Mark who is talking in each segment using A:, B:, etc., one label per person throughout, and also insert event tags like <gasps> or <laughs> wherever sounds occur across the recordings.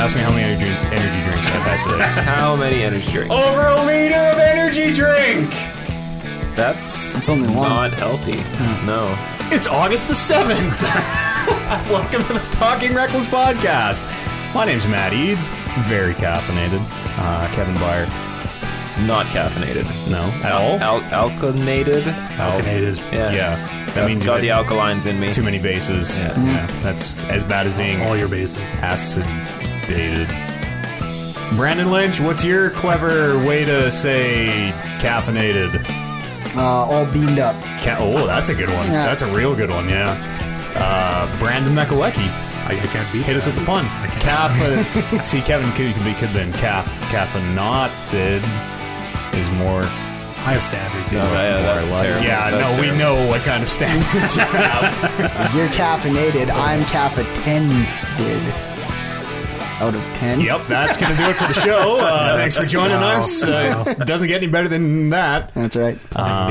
A: Ask me how many energy, energy drinks I've had today.
B: How many energy
A: <laughs>
B: drinks?
A: Over a liter of energy drink.
B: That's
C: It's only one. Hmm.
B: not healthy. No.
A: It's August the 7th. <laughs> Welcome to the Talking Reckless podcast. My name's Matt Eads, very caffeinated. Uh, Kevin Byer,
B: Not caffeinated.
A: no, at all?
B: Al- alkanated?
A: Caffeinated. Yeah.
B: Yeah.
A: That means you
B: got the
A: hit
B: alkalines in me.
A: too many bases.
B: Yeah.
A: yeah. That's as bad as being
D: all your bases.
A: acidated. Brandon Lynch, what's your clever way to say caffeinated?
C: Uh, all beamed up.
A: Ca- oh, that's a good one.
C: Yeah.
A: That's a real good one, yeah. Uh, Brandon Mekowecki,
D: I, I can't beat
A: hit us with the pun. Calf.
D: <laughs>
A: see, Kevin could, could be could been calf caffeinated is more.
D: I have standards.
B: Oh, yeah, that's
A: more like-
B: terrible.
A: yeah,
B: That's
A: no,
B: terrible.
A: we know what kind of
D: <laughs>
A: standards. you have.
C: You're caffeinated. I'm caffeinated. Out of ten.
A: yep, that's gonna do it for the show.
D: <laughs>
A: Uh, thanks for joining
D: wow,
A: us. Uh, it doesn't get any better than that.
C: That's right.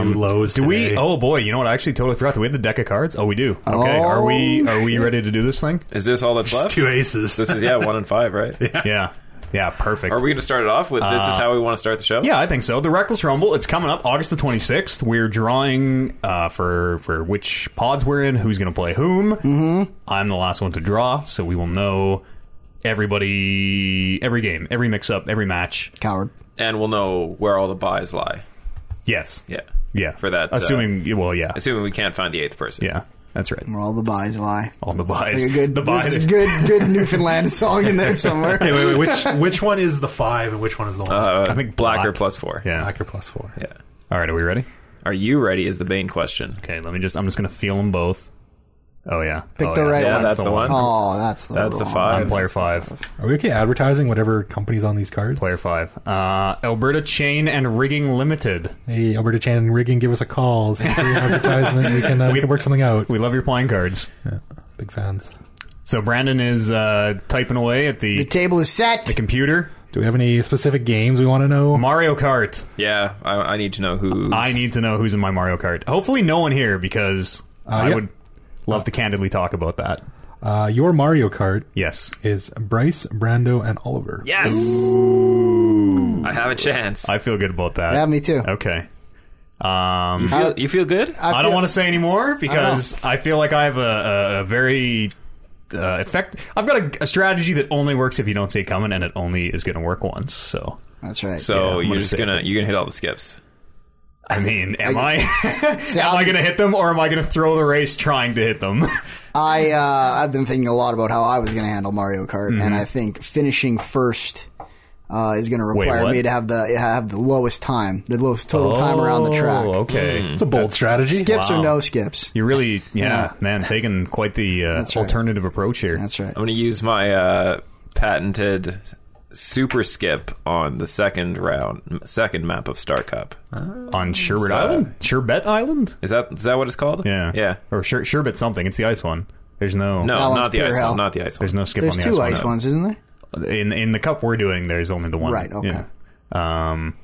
D: new lows.
A: Do we?
D: today.
A: Oh boy, you know what? I actually totally forgot. Do we have the deck of cards? Oh, we do. Okay, are we?
D: Oh.
A: Are we ready to do this
D: <laughs>
A: thing?
B: Is this all that's
D: It's
B: left?
D: two aces.
B: This
A: <laughs>
B: is, yeah, one and five, right?
A: Yeah, yeah, perfect.
B: Are we going to start it off with this is how we want to start the show?
A: Yeah, I think so. The Reckless Rumble. It's coming up August the 26th. We're drawing uh, for for which pods we're in, who's going to play whom. Mm-hmm. I'm the last one to draw, so we will know everybody, every game, every mix up, every match.
C: Coward.
B: And we'll know where all the buys lie.
A: Yes.
B: Yeah.
A: Yeah.
B: For that, uh,
A: assuming well, yeah,
B: Assuming we can't find the eighth person.
A: yeah, that's right.
C: Where all the buys lie.
A: On the buys,
C: Like a good,
A: the
C: it's
A: buys. <laughs>
C: a good, good Newfoundland song in there somewhere.
D: Okay,
C: <laughs>
D: wait, wait. Which which one is the <laughs> five and which one is the one?
B: Uh,
A: I think
B: blacker
A: black.
B: plus four.
A: Yeah.
D: Black or plus four.
B: Yeah.
A: All right, are we ready?
B: Are you ready? Is the main question.
A: Okay, let me just. I'm just going to feel them both. Oh yeah,
C: Pick
A: oh,
C: the right
B: Yeah,
C: one.
B: that's the one.
C: Oh, that's the
B: That's the
C: wrong
B: five.
A: I'm player five.
E: Are we okay advertising whatever companies on these cards?
A: Player five. Uh, Alberta Chain and Rigging Limited.
E: Hey, Alberta Chan and Rigging, give us a call. It's a
D: <laughs>
E: free advertisement. We can, uh, we can work something out.
A: We love your playing cards.
E: Big fans.
A: So Brandon is uh, typing away at the,
C: The table is set.
A: the computer.
E: Do we have any specific games we want to know?
A: Mario Kart.
B: Yeah. I, I need to know who.
A: I need to know who's in my Mario Kart. Hopefully, no one here because I
E: yeah.
A: would love to candidly talk about that.
E: Uh, your Mario Kart
A: Yes,
E: is Bryce, Brando, and Oliver.
B: Yes. I have a chance.
A: I feel good about that.
C: Yeah, me too.
A: Okay. Um,
B: You feel, you feel good?
A: I don't
C: feel-
A: want to say anymore because I, feel like I have a, a, a very uh, effect. I've got a, a strategy that only works if you don't see it coming, and it only is going to work once. So,
C: That's right.
A: Yeah, I'm
B: so
A: gonna
B: you're just
A: say-
B: gonna you're gonna hit all the skips.
A: I mean, am I? <laughs>
C: See,
A: Am I
C: I'm-
A: going to hit them or am I going to throw the race trying to hit them? <laughs>
C: I uh, I've been thinking a lot about how I was going to handle Mario Kart,
A: Mm-hmm.
C: and I think finishing first uh, is going to require
A: what?
C: me to have the have the lowest time, the lowest total time around the track.
A: Oh, okay.
B: Hmm.
E: It's a bold strategy.
C: Skips
A: Wow.
C: or no skips.
A: You're really, yeah,
C: Yeah.
A: man, taking quite the uh,
C: right.
A: alternative approach here.
C: That's right.
B: I'm gonna use my uh, patented super skip on the second round, second map of Star Cup.
A: On Sherbet
B: uh,
A: Island? Sherbet Island?
B: Is that is that what it's called?
A: Yeah.
B: yeah.
A: Or Sher- Sherbet something. It's the ice one. There's no.
B: No,
C: That one's
B: not the
C: pure
B: ice
C: hell.
B: one. Not the ice one.
A: There's no skip
C: There's
A: on the
C: two
A: ice,
C: ice ones, isn't there?
A: one. In, in the cup we're doing, there's only the one.
C: Right, okay.
A: Yeah. Um,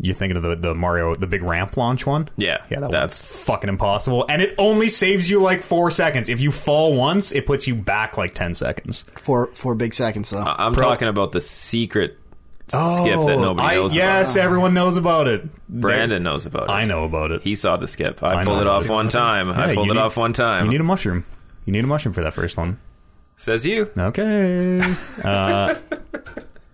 A: you're thinking of the, the Mario, the big ramp launch one?
B: Yeah,
A: Yeah, that
B: that's-
A: that's fucking impossible. And it only saves you like four seconds. If you fall once, it puts you back like 10 seconds.
C: Four four big seconds though.
A: Uh,
B: I'm talking about the secret skip that
A: Oh,
B: nobody
A: I-
B: knows
A: Yes,
B: about.
A: everyone knows about it.
B: Brandon knows about it.
A: I know about it.
B: He saw the skip.
A: I
B: I pulled
A: know.
B: it off one time.
A: Yeah,
B: I
A: you
B: pulled it
A: need-
B: off one
A: you
B: time.
A: need a mushroom. You need a mushroom for that first one.
B: Says you.
C: <laughs>
A: Okay.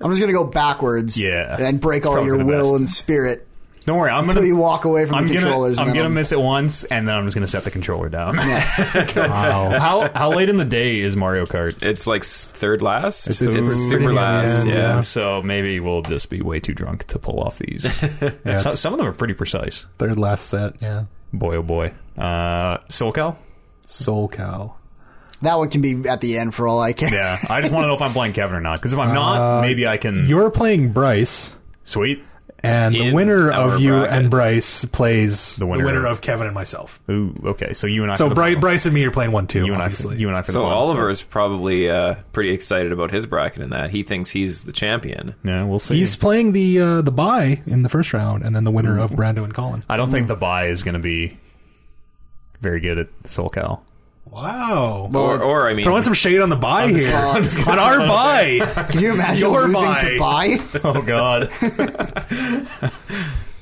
C: I'm just gonna go backwards.
A: Yeah.
C: And break
A: It's
C: all
A: probably
C: your
A: the
C: will
A: best.
C: and spirit
A: Don't worry. I'm
C: until
A: gonna.
C: you walk away from
A: I'm
C: the
A: gonna.
C: controllers. and
A: I'm
C: then
A: gonna miss it once, and then I'm just gonna set the controller down.
D: <laughs>
E: Wow.
A: <laughs> how how late in the day is Mario Kart?
B: It's like s- third last. It's,
E: It's- it's pretty
B: super
E: near the
B: last.
E: end,
B: Yeah.
E: yeah.
A: So maybe we'll just be way too drunk to pull off these.
B: <laughs>
A: so, some of them are pretty precise.
E: Third last set, yeah.
A: Boy oh boy. Uh, SoCal.
E: Soul Cow.
C: <laughs> That one can be at the end for all I care. <laughs>
A: Yeah. I just want to know if I'm playing Kevin or not. Because if I'm not, maybe I
D: Hmm.
A: can.
E: Uh, You're playing Bryce,
A: sweet.
E: and the
B: In
E: winner
B: our
E: of you
B: bracket.
E: and Bryce plays.
A: The
D: The
A: winner.
D: winner of Kevin and myself.
A: Ooh, okay. So you and I.
E: so
A: for the
E: Bry-
A: final.
E: Bryce and me are playing one two.
A: You and I.
E: obviously.
A: You and I. For the
B: So
A: final,
B: Oliver is probably uh, pretty excited about his bracket in that he thinks he's the champion.
A: Yeah, we'll see.
E: He's playing the uh, the bye in the first round, and then the winner of Brando and Colin. <laughs>
A: I don't think the buy is going to be very good at SoCal.
D: Wow.
B: Or, or I mean,
D: Throwing some shade on the buy
C: the
D: here.
C: spot.
D: <laughs> On, our buy.
A: <laughs>
C: Can you imagine
D: your
C: losing
D: buy.
C: to buy?
A: Oh God. <laughs>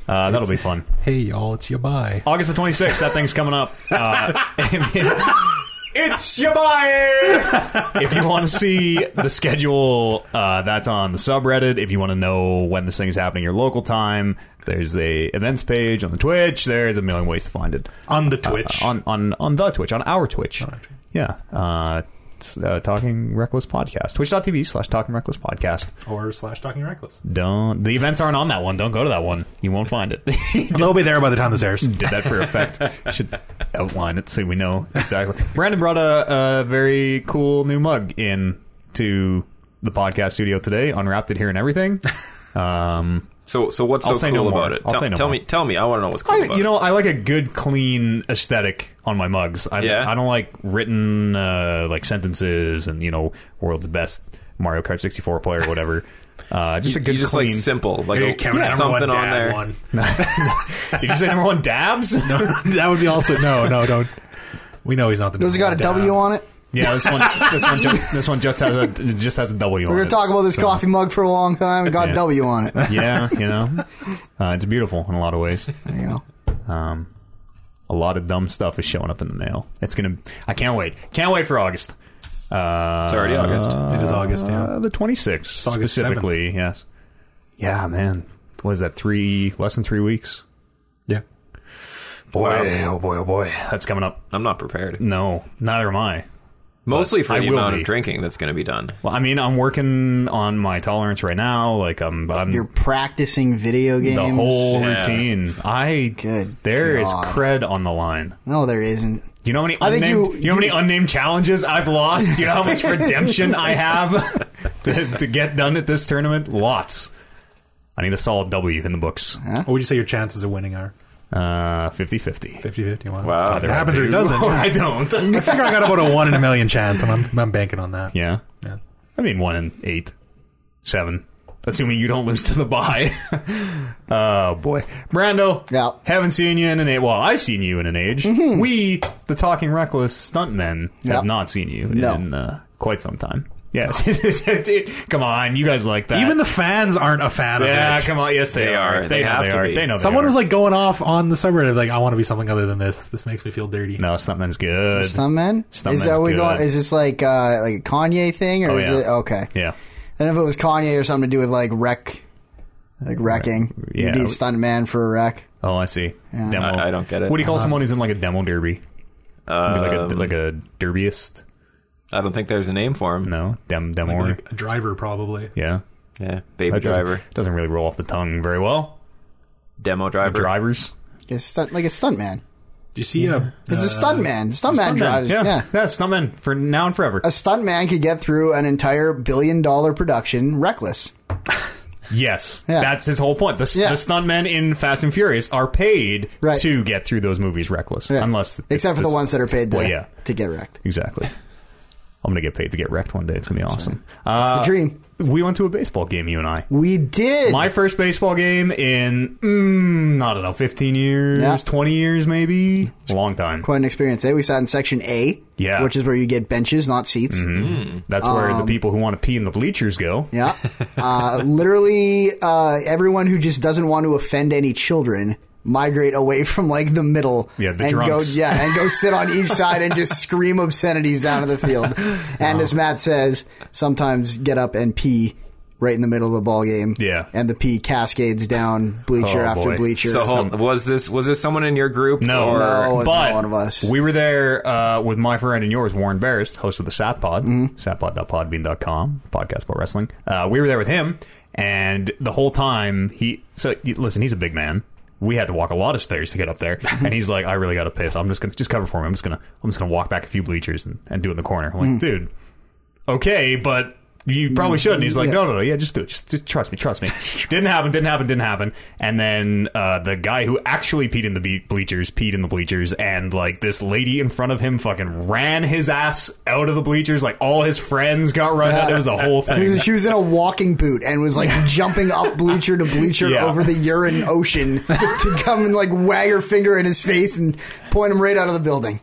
A: Uh, that'll be fun.
E: Hey, y'all, it's your bye.
A: August the 26th, that thing's coming up. Uh, <laughs>
D: it's your buy.
A: if you want to see the schedule, uh, that's on the subreddit. If you want to know when this thing's happening, your local time, there's a events page on the Twitch. There's a million ways to find it
D: On the Twitch.
A: Uh, on on on the Twitch, on our Twitch. Yeah, uh, it's, uh, Talking Reckless Podcast, twitch.tv slash Talking Reckless Podcast.
D: or slash talking reckless.
A: Don't the events aren't on that one. Don't go to that one. You won't find it. <laughs>
D: They'll be there by the time this airs.
A: did that for <laughs> effect. Should outline it so we know exactly. Brandon brought a, a very cool new mug in to the podcast studio today. Unwrapped it here and <laughs> everything. Um,
B: so so what's so
A: I'll say
B: cool
A: no more.
B: about it?
A: I'll
B: tell
A: say no
B: tell
A: more.
B: me, tell me. I want to know what's cool
A: I,
B: about
A: you
B: it.
A: know, I like a good, clean aesthetic on my mugs. I,
B: Yeah?
A: I don't like written uh, like sentences and you know world's best Mario Kart 64 player, or <laughs> whatever. Uh, just a good,
B: you just
A: clean.
B: like simple, like
D: Maybe
B: a,
D: Kevin number
B: something
D: one,
B: on
D: dad
B: there. <laughs>
D: one.
A: <laughs> Did you say number one <laughs> dabs?
D: <laughs> that would be also no, no, don't. We know he's not the.
C: Does
A: <laughs>
C: it got a W on it?
A: Yeah, this one, this one just this one just has a it just has a W on
C: We
A: it.
C: were talking about this coffee mug for a long time. It got
A: Yeah.
C: a W on it. There
A: yeah, you know, uh, it's beautiful in a lot of ways.
C: you
A: <laughs>
C: go.
A: Um, a lot of dumb stuff is showing up in the mail. It's gonna. I can't wait. Can't wait for August. Uh,
B: It's already August.
D: It is August, yeah.
A: Uh, the twenty sixth,
D: August
A: specifically. Yes. Yeah, man. What is that? Three less than three weeks.
D: Yeah.
A: Boy, oh boy, oh boy, that's coming up.
B: I'm not prepared.
A: No, neither am I.
B: Mostly for
A: I
B: the
A: will
B: amount
A: be.
B: of drinking that's going to be done.
A: Well, I mean, I'm working on my tolerance right now. Like, I'm, I'm
C: You're practicing video games.
A: the whole
B: Yeah.
A: routine. I
C: Good
A: There is
C: God.
A: cred on the line.
C: No, there isn't.
A: Do you know how many
C: I think
A: unnamed,
C: you-
A: you, know how many unnamed challenges I've lost? Do you know how much redemption I have to, to get done at this tournament? Lots. I need a solid W in the books.
D: What would you say your chances of winning are?
A: Uh, 50-50.
D: 50 51?
B: Wow.
D: It happens or it
A: Dude, <laughs>
D: doesn't.
A: I don't.
D: I figure I got about a one in a million chance, and I'm, I'm banking on that.
A: Yeah.
D: Yeah.
A: I mean, one in eight, seven. Assuming you don't lose to the bye. <laughs> oh boy, Brando.
C: Yeah.
A: Haven't seen you in an age. Well, I've seen you in an age.
D: Mm-hmm.
A: We, the talking reckless stuntmen,
C: Yeah.
A: have not seen you
C: No.
A: in uh, quite some time. Yeah. <laughs> come on, you guys like that?
D: Even the fans aren't a fan
A: yeah.
D: of it.
A: Come on. Yes, they,
B: They
A: are.
B: are.
A: They,
B: They
A: know
B: have
A: they
B: to
A: are.
B: be.
A: They know. They
D: Someone
A: are.
D: was like going off on the subreddit, like, I want to be something other than this. This makes me feel dirty.
A: "No, stuntman's good."
C: Stuntman?
A: Stuntman's
C: is that we
A: good.
C: going? Is this like uh, like a Kanye thing, or
A: Oh,
C: is
A: yeah.
C: it okay?
A: yeah.
C: And if it was Kanye or something to do with like wreck, like wrecking,
A: Yeah.
C: you need stuntman for a wreck.
A: Oh, I see. Demo.
B: I- I don't get it. Uh-huh. Um,
A: What do you call someone who's in like a demo derby? Be like a like a derbyist?
B: I don't think there's a name for him.
A: No, dem demo.
D: Like a driver, probably.
A: yeah,
B: Yeah, baby
A: That doesn't-
B: driver,
A: doesn't, really roll off the tongue very well.
B: demo driver.
A: Drivers,
C: It's stunt like a stuntman.
D: Do you see uh, a.
C: It's a
A: Uh,
C: stuntman. Stuntman drives.
A: yeah,
C: yeah.
A: yeah, stuntmen for now and forever.
C: A stuntman could get through an entire billion dollar production reckless.
A: yes,
C: Yeah.
A: that's his whole point. The, s-
C: Yeah.
A: the stuntmen in Fast and Furious are paid
C: Right.
A: to get through those movies reckless,
C: Yeah.
A: unless it's-
C: except for the
A: this-
C: ones that are paid to,
A: Well, yeah.
C: to get wrecked. It's <laughs>
A: Exactly. I'm gonna get paid to get wrecked one day. It's gonna be awesome.
C: the
A: Uh,
C: dream.
A: we went to a baseball game, you and I.
C: We did.
A: My first baseball game in mm, I don't know, 15 years,
C: Yeah.
A: 20 years, maybe. Long time.
C: Quite an experience. Eh? We sat in section A,
A: Yeah. Mm-hmm.
C: which is where you get benches, not seats.
A: That's where
C: Um,
A: the people who want to pee in the bleachers go. <laughs>
C: Yeah. Uh, literally, uh, everyone who just doesn't want to offend any children migrate away <laughs> from like the middle.
A: Yeah, the
C: and
A: drunks.
C: Go, yeah, and go sit on
A: <laughs>
C: each side and just scream obscenities down to the field. And as Matt says, sometimes get up and pee right in the middle of the ball game.
A: Yeah.
C: and the pee cascades down bleacher
A: Oh,
C: after
A: boy.
C: bleacher.
B: So hold, was this was this someone in your group?
A: No,
B: or,
C: No, it's
A: but
C: not one of us.
A: we were there uh, with my friend and yours, Warren Barris, host of the Sat Pod,
C: Mm-hmm.
A: satpod.podbean.com, podcast about wrestling. Uh, we were there with him, and the whole time he. So y- listen, he's a big man. We had to walk a lot of stairs to get up there,
C: <laughs>
A: and he's like, "I really got to piss. I'm just gonna just cover for me. I'm just gonna I'm just gonna walk back a few bleachers and, and do it in the corner." I'm like,
C: Mm.
A: "Dude, okay, but you probably shouldn't. He's like,
C: yeah.
A: no, no, no, yeah, just do it. Just, just trust me, <laughs> trust me. didn't happen, didn't happen, didn't happen. And then uh, the guy who actually peed in the be- bleachers peed in the bleachers, and like this lady in front of him fucking ran his ass out of the bleachers. Like all his friends got run out. It was a whole
C: <laughs> She
A: thing.
C: was- She was in a walking boot and was like jumping up bleacher to bleacher
A: Yeah.
C: over the urine ocean to come and like wag her finger in his face and point him right out of the building.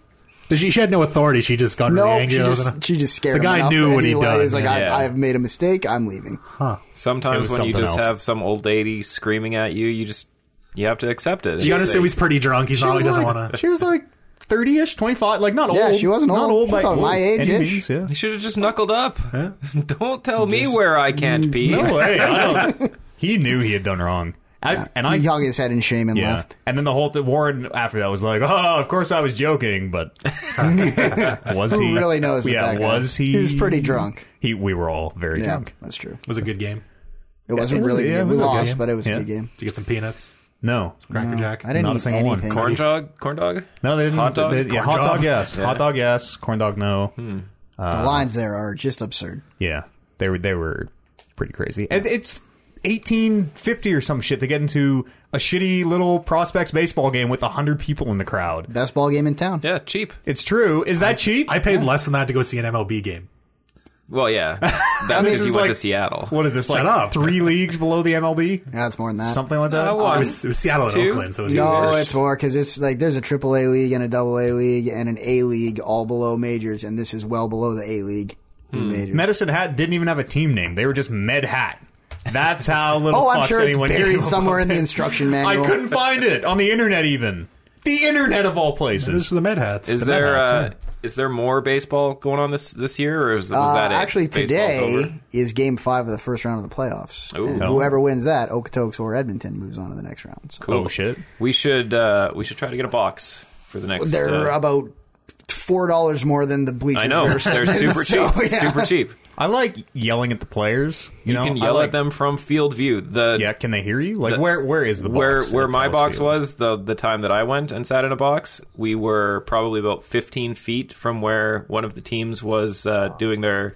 D: But She, she had no authority. She just got
C: No,
D: really
C: she
D: angry. It was
C: just,
D: an-
C: she just scared
D: The
C: him
D: guy
C: enough
D: knew
C: that
D: what he'd
C: he was
D: done,
C: like,
B: yeah.
C: I, I've made a mistake. I'm leaving.
A: It
B: Sometimes
A: was
B: when you
A: something
B: just
A: else.
B: have some old lady screaming at you, you just you have to accept it.
D: you gotta assume he's pretty drunk. He's always doesn't want to.
A: She was like thirty-ish, twenty-five, like not
C: Yeah,
A: old.
C: she wasn't
A: not
C: old.
A: old
C: She
A: by
C: was about my
A: any
C: age-ish.
A: means,
C: <laughs>
A: Yeah.
B: He should have just knuckled up. <laughs> Don't tell me where I can't pee.
A: No way. I don't, he knew he had done wrong. I, And I
C: He hung his head in shame and
A: Yeah.
C: left.
A: And then the whole th- Warren after that was like, "Oh, of course I was joking," but was he
C: Who really knows? what
A: Yeah,
C: that guy-
A: was he?
C: He was pretty drunk.
A: He, we were all very
C: Yeah,
A: drunk.
C: that's true.
D: It was a good game.
C: It
A: it
C: wasn't
A: was-
C: really
A: yeah,
C: good.
A: it
C: We
A: was okay.
C: lost, but it was
A: Yeah.
C: a good game.
D: Did you get some peanuts?
A: No,
D: Cracker Jack?
C: I didn't
A: Not a
C: eat
A: single one.
C: anything.
B: Corn dog, corn dog.
A: no, they didn't.
B: Hot dog?
A: they- yeah, hot
D: Corn
A: dog,
D: dog?
A: yes. Hot dog, yes. Corn dog, no.
C: the lines there are just absurd.
A: Yeah, they were they were pretty crazy. And it's. 1850 or some shit to get into a shitty little prospects baseball game with 100 people in the crowd.
C: Best ball game in town.
B: Yeah, cheap.
A: It's true. Is that cheap?
D: I paid less than that to go see an MLB game.
A: <laughs>
B: Well, yeah, that's
A: this
B: because
A: is
B: you went
A: like-
B: to Seattle.
A: what is this like?
D: up.
A: Three leagues below the MLB,
C: Yeah, it's more than that.
A: something like that.
B: I
D: It
B: won.
D: was, it was Seattle and
B: Two?
D: Oakland, so it was even
C: no,
D: worse.
C: it's more because it's like there's a triple A league and a double A league and an A league all below majors, and this is well below the A league in majors.
A: Medicine Hat didn't even have a team name. They were just Med Hat. That's
C: <laughs>
A: how little
C: oh,
A: fucks
C: I'm sure it's
A: anyone
C: buried
A: gave
C: somewhere in
A: about
C: the
A: it.
C: instruction manual.
A: I couldn't find it on the internet even. The internet of all
D: It was
A: places.
D: the med hats.
B: Is
D: The med
B: there
D: hats,
B: uh,
D: yeah.
B: is there more baseball going on this this year, or is, was
C: Uh,
B: that it?
C: actually,
B: Baseball's over?
C: today is Game Five of the first round of the playoffs.
B: Ooh.
C: And
B: Oh.
C: Whoever wins that, Okotoks or Edmonton moves on to the next round. So
A: Oh shit.
B: we should uh, we should try to get a box for the next.
C: they're
B: uh,
C: about four dollars more than the bleachers.
B: I know
C: were.
B: they're super
C: <laughs> So,
B: cheap,
C: yeah.
B: super cheap.
A: I like yelling at the players. You,
B: You,
A: know,
B: can
A: Oh, I
B: yell
A: like-
B: at them from field view. The
A: Yeah, can they hear you? Like where where is the box?
B: where
A: It's
B: where my
A: always
B: box
A: field.
B: was the the time that I went and sat in a box, we were probably about 15 feet from where one of the teams was uh, doing their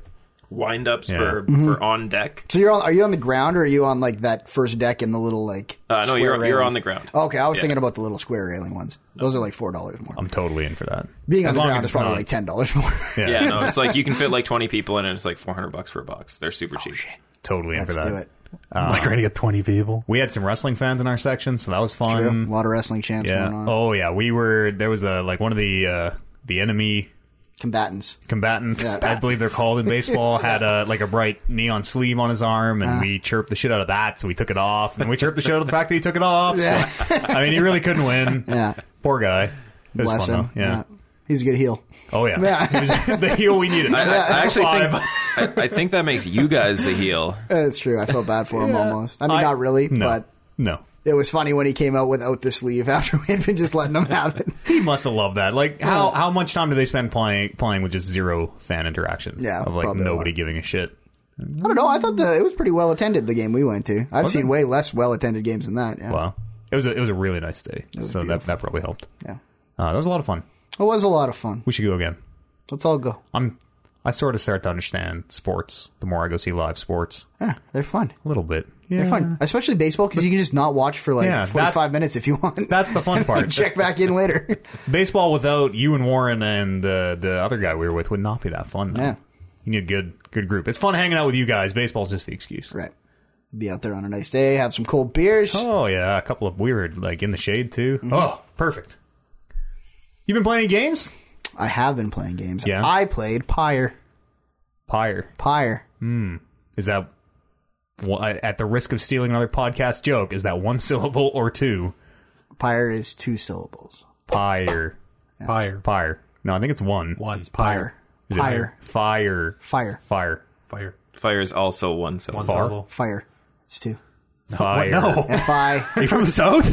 B: wind ups
A: Yeah.
B: for
D: Mm-hmm.
B: for on deck.
C: So you're on? Are you on the ground or are you on like that first deck in the little like?
B: Uh, no,
C: square
B: you're- you're
C: railings?
B: on the ground.
C: Okay, I was
B: Yeah. Um,
C: thinking about the little square railing ones. Those are like four dollars more.
A: I'm totally in for that.
C: Being
A: as
C: on the
A: long
C: ground
A: as
C: is
A: it's
C: probably
A: not-
C: like ten dollars more.
A: <laughs> Yeah,
B: Yeah, no, it's like you can
A: <laughs>
B: fit like 20 people in, and it's like 400 bucks for a box. They're super
A: Oh,
B: cheap.
A: totally in
C: <laughs> Let's
A: for that.
C: do it.
E: like ready to get 20 people.
A: We had some wrestling fans in our section, so that was fun.
C: True. a lot of wrestling chants going
A: Um, Yeah.
C: on.
A: Oh yeah, we were there was a like one of the uh the enemy
C: Combatants.
A: combatants,
C: Yeah.
A: I believe they're called in
C: <laughs>
A: baseball, had a like a bright neon sleeve on his arm, and
C: Uh-huh.
A: we chirped the shit out of that. So we took it off, and we chirped the shit out of the fact that he took it off.
C: Yeah.
A: So, <laughs> I mean, he really couldn't win.
C: Yeah.
A: Poor guy. It was
C: Bless
A: fun
C: him.
A: though. Yeah.
C: He's a good heel.
A: Oh yeah. <laughs>
C: Yeah.
A: It was the heel we needed.
B: I, I, I
D: <laughs>
B: actually
A: Five.
B: think I, I think that makes you guys the heel.
C: That's true. I felt bad for him almost. I mean,
A: I-
C: <laughs> not really,
A: no.
C: but
A: no.
C: it was funny when he came out without the sleeve <laughs> after we had been just letting him have it.
A: He must have loved that. Like how how much time do they spend playing playing with just zero fan interaction?
C: Yeah,
A: Of like
C: probably a
A: nobody
C: lot.
A: giving a shit.
C: I don't know. I thought the it was pretty well attended. The game we went to. I've seen way less well attended games than that. Yeah.
A: Wow. It was a, it was a really nice day. So that,
C: beautiful.
A: that probably helped.
C: yeah.
A: Uh, that was a lot of fun.
C: It was a lot of fun.
A: We should go again.
C: Let's all go.
A: I'm I sort of start to understand sports the more I go see live sports.
C: Yeah, they're fun.
A: A little bit. Yeah.
C: They're fun, especially baseball because you can just not watch for like
A: Yeah, that's-
C: 45 minutes if you want. <laughs>
A: That's the fun part.
C: Check back in later. <laughs>
A: Baseball without you and Warren and uh, the other guy we were with would not be that fun. Though.
C: Yeah.
A: You need a good good group. It's fun hanging out with you guys. Baseball's just the excuse.
C: right. Be out there on a nice day, have some cold beers.
A: Oh yeah, a couple of weird like in the shade too.
C: Mm-hmm.
A: Oh, perfect. You been playing any games?
C: I have been playing games.
A: Yeah.
C: I played Pyre.
A: Pyre.
C: Pyre.
A: Is that well, I- at the risk of stealing another podcast joke? Is that one syllable or two?
C: Pyre is two syllables.
A: Pyre.
D: Fire.
A: Pyre. No, I think it's one.
D: One. Pyre.
A: Is it
C: Pyre.
A: Fire.
C: Fire.
A: Fire.
D: Fire.
B: Fire is also one syllable.
D: One syllable.
C: Fire. It's two.
A: Fire.
D: No. <laughs> Are
C: F I.
D: you from the South?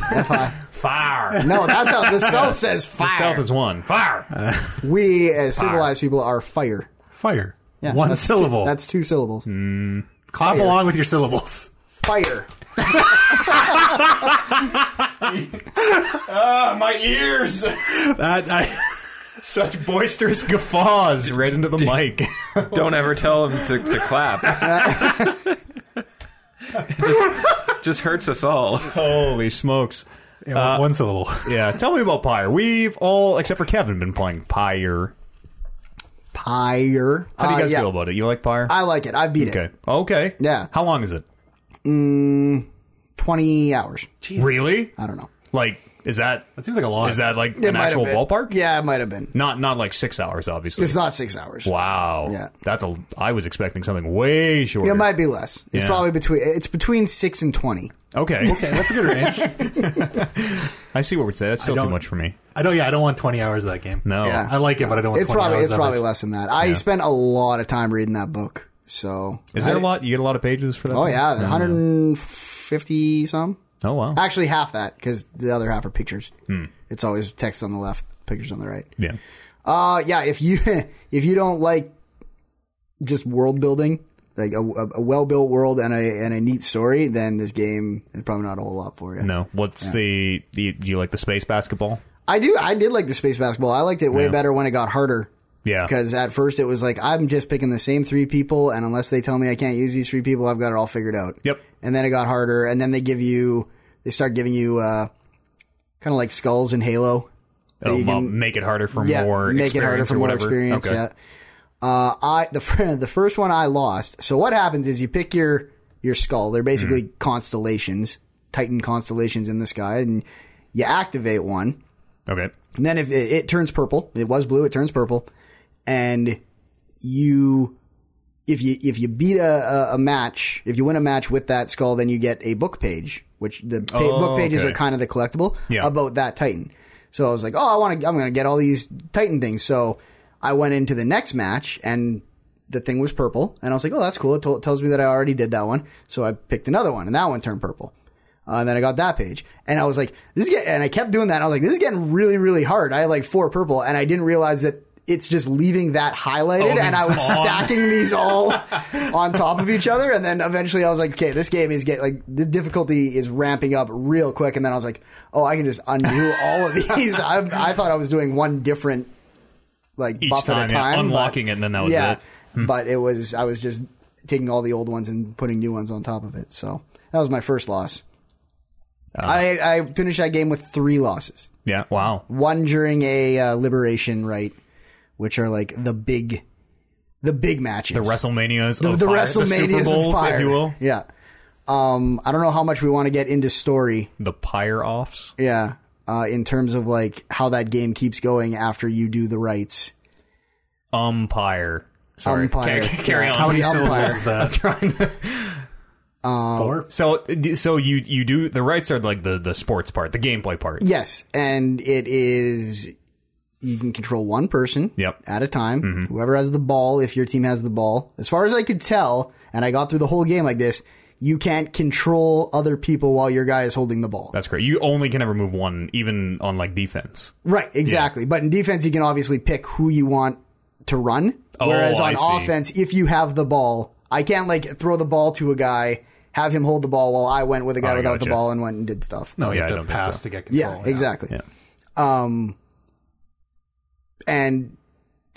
A: <laughs> Fire.
C: No, that's how the South says
A: The
C: fire.
A: South is one. Fire.
C: we as civilized people are fire.
D: Fire.
C: Yeah,
D: One
C: that's two-
D: syllable.
C: that's two syllables.
D: Clap
C: fire.
D: along with your syllables.
C: Fire.
A: My ears.
D: That, I,
A: <laughs> Such boisterous guffaws right into the mic.
B: Don't ever tell them to,
A: <laughs>
B: to clap. it just, just hurts us all.
A: Holy smokes.
D: yeah, one- one <laughs> syllable.
A: Yeah, tell me about Pyre. We've all, except for Kevin, been playing Pyre.
C: Pyre. Uh,
A: How do you guys
C: yeah,
A: feel about it? You like Pyre?
C: I like it. I beat it.
A: okay. Okay.
C: Yeah.
A: How long is it?
C: Twenty hours.
A: Really?
C: I don't know.
A: Like Is that
D: That seems like a lot.
A: is that like
C: It
A: an
C: might have
A: actual
C: been.
A: ballpark?
C: Yeah, it might have been.
A: Not not like six hours, obviously.
C: It's not six hours.
A: Wow.
C: Yeah.
A: That's a. I was expecting something way shorter.
C: It might be less. It's
A: Yeah.
C: probably between. It's between six and twenty. <laughs>
A: Okay.
D: <laughs> Okay, that's a good range.
A: I see what we're saying. That's still too
D: don't-
A: much for me.
D: <laughs> I don't. Yeah, I don't want 20 hours of that game.
A: No.
C: Yeah.
D: Oh, I like it, but I don't want.
C: It's
D: 20
C: probably
D: Hours
C: it's
D: of
C: probably
D: it.
C: less than that. I spent a lot of time reading that book. So
A: Is Mm. that
C: I-
A: a lot? You get a lot of pages for that?
C: Oh
A: thing?
C: yeah, one hundred and fifty some.
A: Oh wow.
C: Actually, half that because the other half are pictures.
A: Hmm.
C: It's always text on the left, pictures on the right.
A: Yeah.
C: Uh, yeah. If you <laughs> if you don't like just world building, like a, well built world and a and a neat story, then this game is probably not a whole lot for you.
A: No. What's the, the? Do you like the space basketball?
C: I do. I did like the space basketball. I liked it way
A: Yeah.
C: better when it got harder.
A: Yeah.
C: Because at first it was like I'm just picking the same three people, and unless they tell me I can't use these three people, I've got it all figured out.
A: Yep.
C: And then it got harder, and then they give you, they start giving you, uh, kind of like skulls in Halo.
A: Oh,
C: you
A: well,
C: can-
A: make it harder for more.
C: make it harder
A: experience
C: for
A: or
C: more
A: whatever.
C: experience.
A: Okay.
C: Yeah. Uh, I the fir- the first one I lost. So what happens is you pick your your skull. They're basically
A: Mm.
C: constellations, Titan constellations in the sky, and you activate one.
A: Okay.
C: And then if it, it turns purple, it was blue, it turns purple, and you, if you if you beat a, a, a match, if you win a match with that skull, then you get a book page, which the pa-
A: Oh,
C: book pages
A: okay.
C: are kind of the collectible
A: Yeah.
C: about that Titan. So I was like, oh, I want to, I'm going to get all these Titan things. So I went into the next match and. The thing was purple, and I was like, "Oh, that's cool." It tol- tells me that I already did that one, so I picked another one, and that one turned purple. Uh, and then I got that page, and I was like, "This is get," and I kept doing that. And I was like, "This is getting really, really hard." I had like four purple, and I didn't realize that it's just leaving that highlighted, and I was <laughs> stacking these all on top of each other. And then eventually, I was like, "Okay, this game is get like the difficulty is ramping up real quick." And then I was like, "Oh, I can just undo all of <laughs> these." I, I thought I was doing one different like
A: Each
C: buff
A: time,
C: at a
A: yeah,
C: time, but-
A: unlocking it, and then that was
C: yeah,
A: it. Hmm.
C: but it was I was just taking all the old ones and putting new ones on top of it. So that was my first loss.
A: Oh.
C: I, I finished that game with three losses.
A: Yeah. Wow.
C: One during a uh, liberation right, which are like the big, the big matches.
A: The WrestleManias.
C: the,
A: of
C: the
A: fire,
C: WrestleManias
A: the Super Bowls,
C: of fire.
A: if you will.
C: Yeah. Um, I don't know how much we want to get into story.
A: The pyre offs.
C: Yeah. Uh, in terms of like how that game keeps going after you do the rights.
A: Umpire. Sorry.
C: Umpire.
A: Ca- <laughs> Carry
C: Yeah.
A: on.
D: How many
C: The umpire. Um,
D: syllables is that?
A: trying to-
D: Four.
A: so so you you do the rights are like the the sports part, the gameplay part.
C: Yes, and it is you can control one person
A: Yep. Mm-hmm.
C: at a time. Whoever has the ball, if your team has the ball. As far as I could tell, and I got through the whole game like this, you can't control other people while your guy is holding the ball.
A: That's great. You only can ever move one, even on like defense.
C: right, exactly. But in defense you can obviously pick who you want to run.
A: Oh,
C: Whereas
A: I
C: on
A: see.
C: offense, if you have the ball, I can't like throw the ball to a guy, have him hold the ball while I went with a guy
A: Oh, I
C: without
A: gotcha.
C: the ball and went and did stuff.
D: No, you
A: Yeah, I
D: have
A: don't
D: to
A: think
D: pass
A: so.
D: to get
C: Yeah,
D: control.
C: exactly.
A: Yeah.
C: Um, and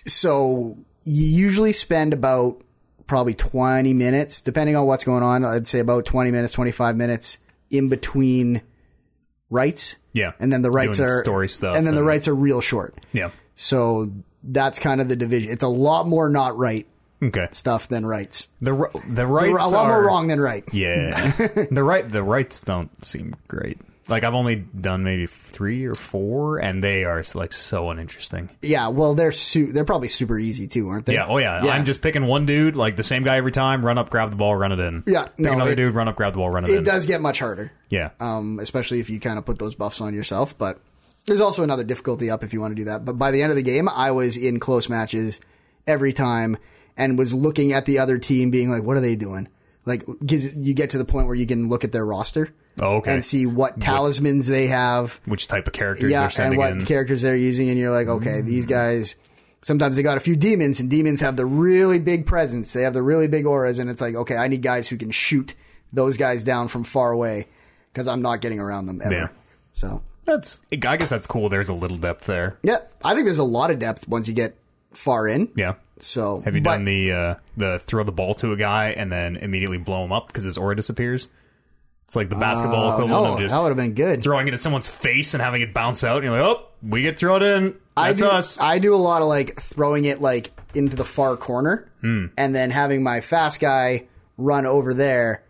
C: so you usually spend about probably 20 minutes, depending on what's going on. I'd say about 20 minutes, 25 minutes in between rights.
A: Yeah.
C: And then the rights
A: Doing
C: are
A: story stuff
C: And then the
A: and-
C: rights are real short.
A: Yeah.
C: So that's kind of the division. It's a lot more not right
A: Okay.
C: stuff than rights.
A: The r- the rights
C: a lot
A: are
C: more wrong than right. <laughs>
A: Yeah. the right the rights don't seem great. Like I've only done maybe three or four, and they are like so uninteresting.
C: Yeah, well, they're su- they're probably super easy too, aren't they?
A: Yeah. Oh yeah. I'm just picking one dude, like the same guy every time. Run up, grab the ball, run it in.
C: Yeah,
A: Pick
C: no,
A: another
C: it-
A: dude, run up, grab the ball, run it,
C: It
A: in.
C: does get much harder.
A: yeah.
C: um, especially if you kind of put those buffs on yourself. But there's also another difficulty up if you want to do that. But by the end of the game, I was in close matches every time and was looking at the other team, being like, "What are they doing?" Like, 'cause you get to the point where you can look at their roster
A: Oh, okay.
C: and see what talismans they have,
A: Which type of characters
C: yeah,
A: they're
C: and
A: sending
C: what
A: in? Mm.
C: characters they're using, and you're like, "Okay, these guys." Sometimes they got a few demons, and demons have the really big presence. They have the really big auras, and it's like, okay, I need guys who can shoot those guys down from far away because I'm not getting around them ever.
A: Yeah.
C: So,
A: that's. I guess that's cool. There's a little depth there.
C: yeah, I think there's a lot of depth once you get far in.
A: Yeah.
C: So,
A: Have you
C: but-
A: done the uh, the throw the ball to a guy and then immediately blow him up because his aura disappears? It's like the basketball
C: Oh,
A: equivalent
C: no,
A: of just
C: that would have been good.
A: throwing it at someone's face and having it bounce out. And you're like, oh, we get thrown in.
C: I
A: That's
C: do,
A: us.
C: I do a lot of like throwing it like
A: Hmm.
C: into the far corner and then having my fast guy run over there.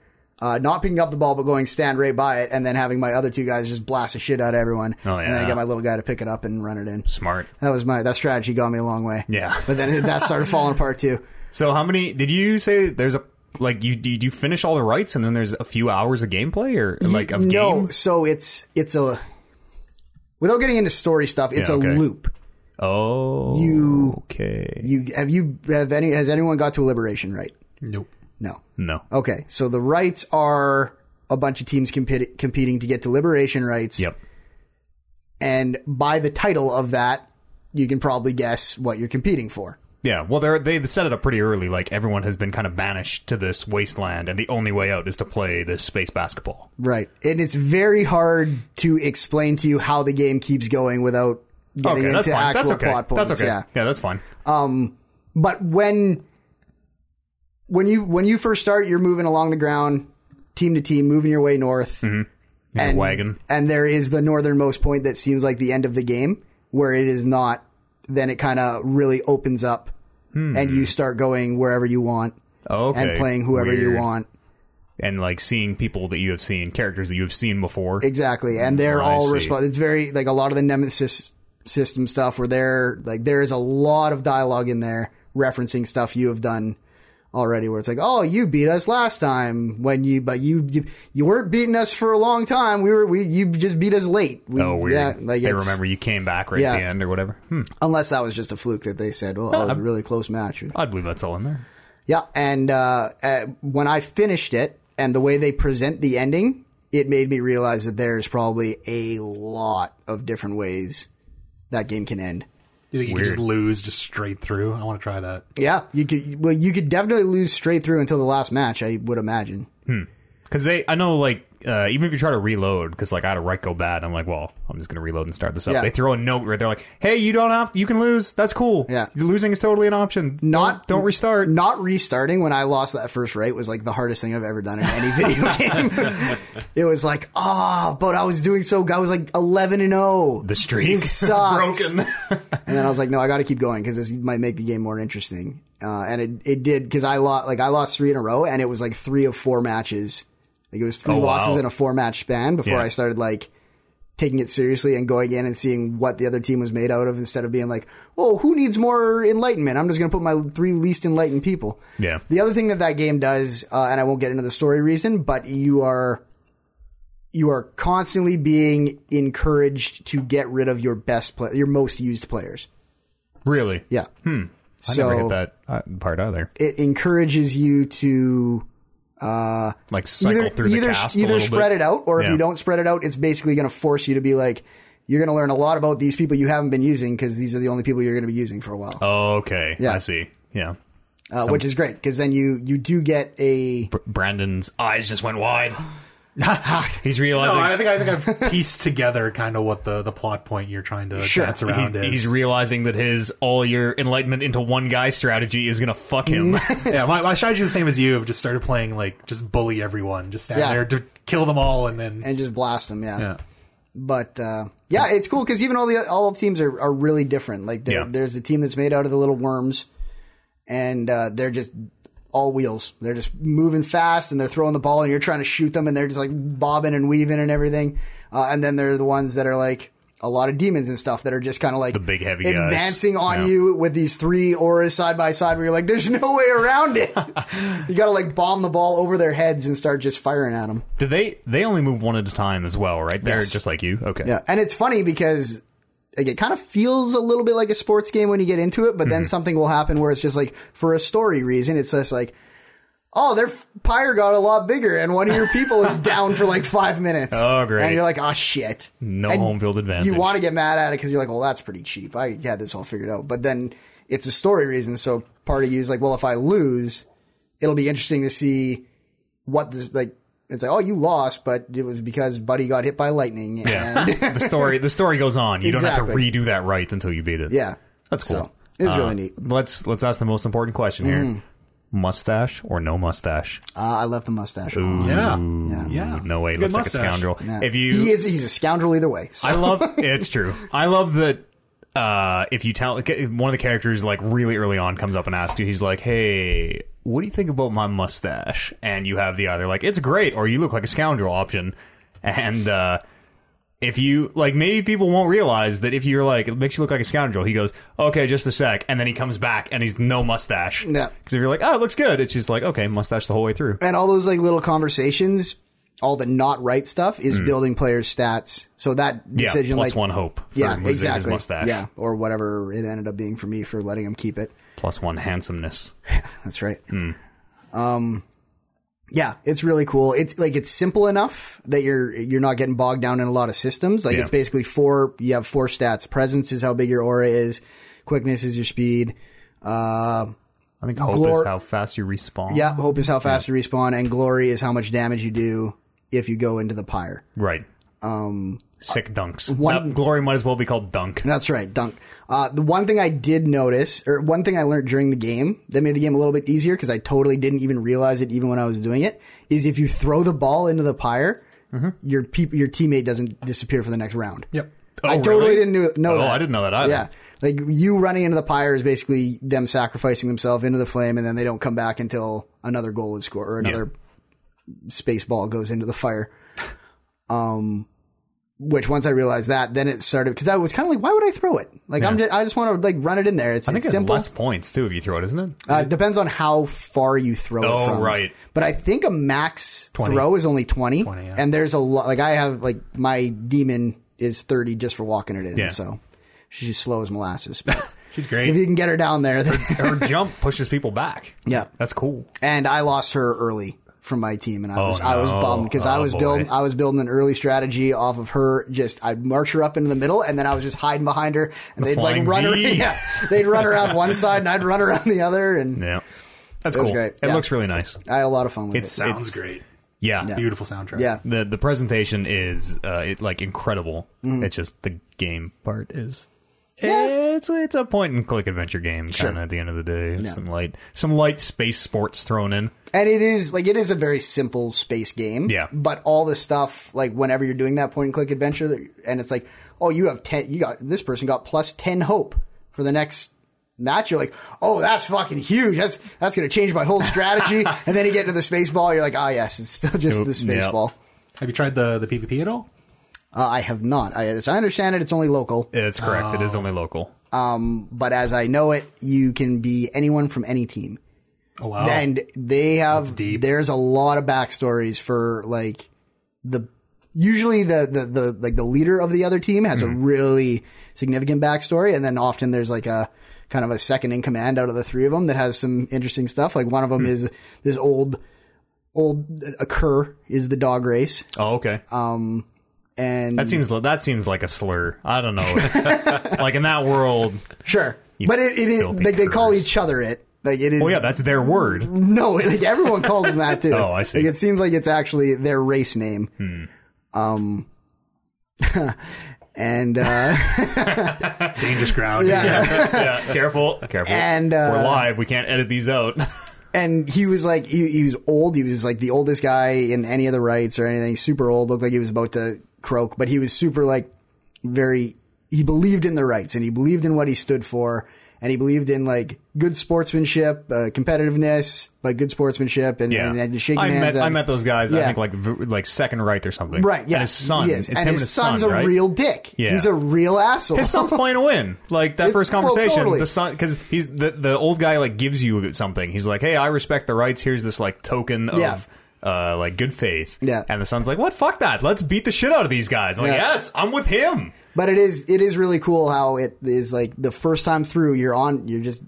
C: uh, not picking up the ball but going stand right by it, and then having my other two guys just blast the shit out of everyone.
A: Oh,
C: And then I
A: yeah.
C: got my little guy to pick it up and run it in.
A: Smart.
C: That was my that strategy got me a long way.
A: Yeah.
C: But then that started falling apart too.
A: So how many did you say there's a like you did you finish all the rights and then there's a few hours of gameplay or <laughs> like of
C: no,
A: game?
C: so it's it's a without getting into story stuff, it's
A: Yeah, okay.
C: a loop.
A: Oh,
C: You-
A: okay?
C: You have you have any has anyone got to a liberation right?
D: Nope.
C: No.
A: No.
C: Okay, so the rights are a bunch of teams competi- competing to get to liberation rights.
A: Yep.
C: And by the title of that, you can probably guess what you're competing for.
A: Yeah. Well, they they set it up pretty early. Like everyone has been kind of banished to this wasteland, and the only way out is to play this space basketball.
C: Right. And it's very hard to explain to you how the game keeps going without getting
A: okay, that's
C: into
A: fine.
C: actual
A: That's okay.
C: plot points.
A: that's okay.
C: Yeah.
A: that's fine.
C: But when when you when you first start, you're moving along the ground, team to team, moving your way north.
A: Mm-hmm. Your wagon.
C: and there is the northernmost point that seems like the end of the game where it is not then it kind of really opens up and you start going wherever you want
A: Hmm. Okay.
C: and playing whoever you
A: Weird.
C: want
A: and like seeing people that you have seen, characters that you have seen before.
C: exactly and they're
A: Mm, oh, I
C: all
A: see.
C: responsible it's very like a lot of the nemesis system stuff where they're like there is a lot of dialogue in there referencing stuff you have done already where it's like oh you beat us last time when you but you you, you weren't beating us for a long time we were we you just beat us late we,
A: oh, weird.
C: yeah like
A: they
C: it's-
A: remember you came back right
C: Yeah.
A: at the end or whatever. Hmm.
C: Unless that was just a fluke that they said, well, that
A: Uh,
C: was a really close match.
A: I believe that's all in there.
C: Yeah, and uh, uh, when I finished it and the way they present the ending, it made me realize that there's probably a lot of different ways that game can end.
D: You think you can
A: Weird.
D: just lose just straight through? I want to try that.
C: Yeah, you could well, you could definitely lose straight through until the last match. I would imagine.
A: Because they, I know, like uh, even if you try to reload, because like I had a right go bad, I'm like, well, I'm just gonna reload and start this up.
C: Yeah.
A: They throw a note right there, like, hey, you don't have, you can lose. That's cool.
C: Yeah.
A: losing is totally an option.
C: Not-
A: don't, don't restart.
C: Not restarting when I lost that first right was like the hardest thing I've ever done in any video <laughs> game. it was like, ah, but I was doing so. I was like eleven and zero.
A: the
C: <laughs>
A: streak <laughs>
C: This
A: is
C: sucks.
A: broken. <laughs>
C: And then I was like, no, I got to keep going because this might make the game more interesting. Uh, and it, it did because I lost like I lost three in a row, and it was like three of four matches. Like it was three
A: Oh, wow.
C: losses in a four match span before
A: Yeah.
C: I started like taking it seriously and going in and seeing what the other team was made out of instead of being like, oh, who needs more enlightenment? I'm just going to put my three least enlightened people.
A: Yeah.
C: The other thing that that game does, uh, and I won't get into the story reason, but you are you are constantly being encouraged to get rid of your best play- your most used players.
A: really?
C: Yeah. Hmm.
A: I
C: So
A: never get that uh, part either.
C: it encourages you to uh,
A: Like cycle
C: either
A: through
C: either,
A: the cast. a
C: either
A: little
C: spread
A: bit.
C: it out, or if
A: Yeah.
C: you don't spread it out, it's basically going to force you to be like, you're going to learn a lot about these people you haven't been using because these are the only people you're going to be using for a while,
A: Oh, okay.
C: Yeah.
A: I see. Yeah.
C: uh, which is great because then you you do get a
A: Br- Brandon's eyes just went
C: <laughs>
A: wide. he's realizing.
D: No, I think I think I've pieced together kind of what the, the plot point you're trying to
C: Sure.
D: dance
A: He's,
D: around is.
A: he's realizing that his all your enlightenment into one guy strategy is gonna fuck
C: <laughs>
A: him.
D: <laughs> yeah, my, my strategy is the same as you. I've just started playing like just bully everyone, just stand
C: Yeah.
D: there to kill them all, and
A: Mm-hmm.
D: then
C: and just blast them, yeah.
D: yeah.
C: But uh, yeah, it's cool because even all the all the teams are, are really different. Like there-
A: Yeah.
C: there's a team that's made out of the little worms, and uh, they're just all wheels. They're just moving fast and they're throwing the ball, and you're trying to shoot them, and they're just like bobbing and weaving and everything. Uh, and then there are the ones that are like a lot of demons and stuff that are just kind of like the
A: big, heavy guys.
C: advancing on
A: Yeah.
C: you with these three auras side by side, where you're like, there's <laughs> no way
A: <laughs>
C: around it. you got to like bomb the ball over their heads and start just firing at them.
A: Do they? They only move one at a time as well, right? They're
C: Yes.
A: just like you. Okay.
C: Yeah, and it's funny because like, it kind of feels a little bit like a sports game when you get into it, but
A: Mm-hmm.
C: then something will happen where it's just like for a story reason, it's just like, oh, their f- pyre got a lot bigger, and one of your
A: <laughs>
C: people is down for like five minutes.
A: Oh, great.
C: And you're like, oh shit.
A: No
C: And
A: home field advantage.
C: You want to get mad at it because you're like, well, that's pretty cheap. I had this all figured out, but then it's a story reason, so part of you is like, well, if I lose, it'll be interesting to see what this like. It's like, oh, you lost, but it was because Buddy got hit by lightning. And
A: the story. The story goes on. You don't have
C: Exactly.
A: to redo that right until you beat it.
C: Yeah.
A: That's cool.
C: So, it was
A: Uh,
C: really neat. Mm.
A: Let's let's ask the most important question here: mustache or no mustache?
C: Uh, I left the mustache. on.
D: Yeah.
C: Yeah.
D: Yeah.
A: No way.
D: It's a good
A: Looks like a
D: mustache.
A: scoundrel.
C: Yeah.
A: If you, <laughs>
C: he is he's a scoundrel either way. So
A: I love. it's true. I love that. uh, if you tell one of the characters like really early on comes up and asks you, he's like, "Hey, what do you think about my mustache?" And you have the either like it's great or you look like a scoundrel option, and uh, if you like, maybe people won't realize that if you're like it makes you look like a scoundrel. He goes, "Okay, just a sec," and then he comes back and he's no mustache.
C: Yeah.
A: because if you're like, "Oh, it looks good," it's just like, "Okay, mustache the whole way through."
C: and all those like little conversations, all the not right stuff is building players' stats. So that
A: Hmm. Yeah,
C: decision,
A: plus
C: like
A: one hope. For
C: yeah,
A: losing his
C: exactly,
A: mustache.
C: yeah, or whatever it ended up being for me for letting him keep it.
A: plus one handsomeness.
C: That's right. Um, yeah, it's really cool. It's like it's simple enough that you're you're not getting bogged down in a lot of systems. Like
A: Yeah.
C: it's basically four. You have four stats. Presence is how big your aura is. Quickness is your speed. Uh,
A: I think hope
C: Glor-
A: is how fast you respawn.
C: yeah, hope is how fast you respawn, and glory is how much damage you do if you go into the pyre.
A: Right. Um, sick dunks.
C: one-
A: That glory might as well be called
C: <laughs>
A: dunk.
C: That's right, dunk. Uh, the one thing I did notice, or one thing I learned during the game that made the game a little bit easier because I totally didn't even realize it even when I was doing it, is if you throw the ball into the pyre,
A: Mm-hmm.
C: your peop- your teammate doesn't disappear for the next round.
E: Yep.
C: I
A: really?
C: totally didn't knew- know
A: Oh,
C: that.
A: I didn't know that either.
C: Yeah. Like you running into the pyre is basically them sacrificing themselves into the flame and then they don't come back until another goal is scored or another space ball goes into the fire. Um, which once I realized that, then it started because I was kind of like, why would I throw it? Like I'm just, I just want to like run it in there. It's,
A: I think
C: it's
A: it's
C: simple.
A: less points too if you throw it, isn't it?
C: Uh, it depends on how far you throw
A: Oh,
C: it from.
A: right.
C: But I think a max throw is only 20.
E: 20, yeah.
C: And there's a lot, like I have, like my demon is 30 just for walking it in.
A: Yeah.
C: So she's slow as molasses. But
D: She's
C: if
D: great.
C: you can get her down there. then- <laughs>
A: Her jump pushes people back.
C: Yeah.
A: That's cool.
C: and I lost her early from my team, and I was I was
A: Oh, no.
C: bummed because I
A: Oh,
C: was
A: boy.
C: building I was building an early strategy off of her. Just I'd march her up into the middle, and then I was just hiding behind her, and they'd like
A: flying
C: run her.
A: V.
C: <laughs> Yeah, they'd run
A: <laughs>
C: around one side, and I'd run around the other, and
A: Yeah. That's
C: was
A: cool.
C: great.
A: It
C: Yeah.
A: looks really nice.
C: I had a lot of fun with
A: It's
C: it.
D: Sounds
A: it's-
D: great.
A: Yeah.
D: Beautiful soundtrack.
C: Yeah,
A: The the presentation is uh it, like incredible.
C: Mm.
A: It's just the game part is it's it's a point and click adventure game kind of at the end of the day. Some light some light space sports thrown in.
C: and it is like it is a very simple space game.
A: Yeah.
C: but all the stuff like whenever you're doing that point and click adventure, that- and it's like, oh, you have ten. You got this person got plus ten hope for the next match. You're like, oh, that's fucking huge. That's that's gonna change my
A: <laughs>
C: whole strategy. and then you get into the space ball. You're like, ah, yes, it's still just
A: Nope.
C: the space
A: Yep.
C: ball.
E: Have you tried the the PvP at all?
C: Uh, I have not. I, as I understand it, it's only local.
A: It's correct. It
C: Oh.
A: is only local.
C: But as I know it, you can be anyone from any team.
E: Oh wow.
C: and they have
E: deep.
C: there's a lot of backstories for like the usually the the, the like the leader of the other team has
A: Mm.
C: a really significant backstory and then often there's like a kind of a second in command out of the three of them that has some interesting stuff like one of
A: Hmm.
C: them is this old old a cur is the dog race
A: Oh, okay.
C: and
A: That seems that seems like a slur. I don't know. <laughs> like in that world,
C: sure but it, it is
A: filthy
C: like they call
A: curs.
C: each other it like it is
A: oh yeah, that's their
C: <laughs>
A: word.
C: No, like everyone calls them that too.
A: <laughs> Oh, I see. Hmm.
C: Like it seems like it's actually their race name. Um, <laughs> and uh, <laughs>
D: Dangerous ground.
A: yeah, careful, careful.
C: And, uh,
A: We're live. We can't edit these
C: <laughs>
A: out.
C: and he was like he, he was old. He was like the oldest guy in any of the rights or anything. Super old. Looked like he was about to croak, but he was super like very. He believed in the rights and he believed in what he stood for. And he believed in like good sportsmanship, uh, competitiveness, but good sportsmanship, and,
A: Yeah,
C: and, and shaking
A: I
C: hands.
A: met
C: and-
A: I met those guys. I
C: Yeah.
A: think like v- like second right or something.
C: right, yeah,
A: And his son.
C: he
A: It's
C: is.
A: him
C: and his, son's
A: son,
C: a
A: right?
C: real dick.
A: Yeah.
C: he's a real asshole. <laughs>
A: His son's playing a win. Like that
C: It-
A: first
C: well,
A: conversation,
C: totally.
A: the son because he's the the old guy like gives you something. He's like, hey, I respect the rights. Here's this like token of.
C: Yeah.
A: Uh, like good faith,
C: Yeah.
A: And the son's like, "What? Fuck that! Let's beat the shit out of these guys." I'm like,
C: Yeah.
A: "Yes, I'm with him."
C: But it is it is really cool how it is like the first time through you're on you're just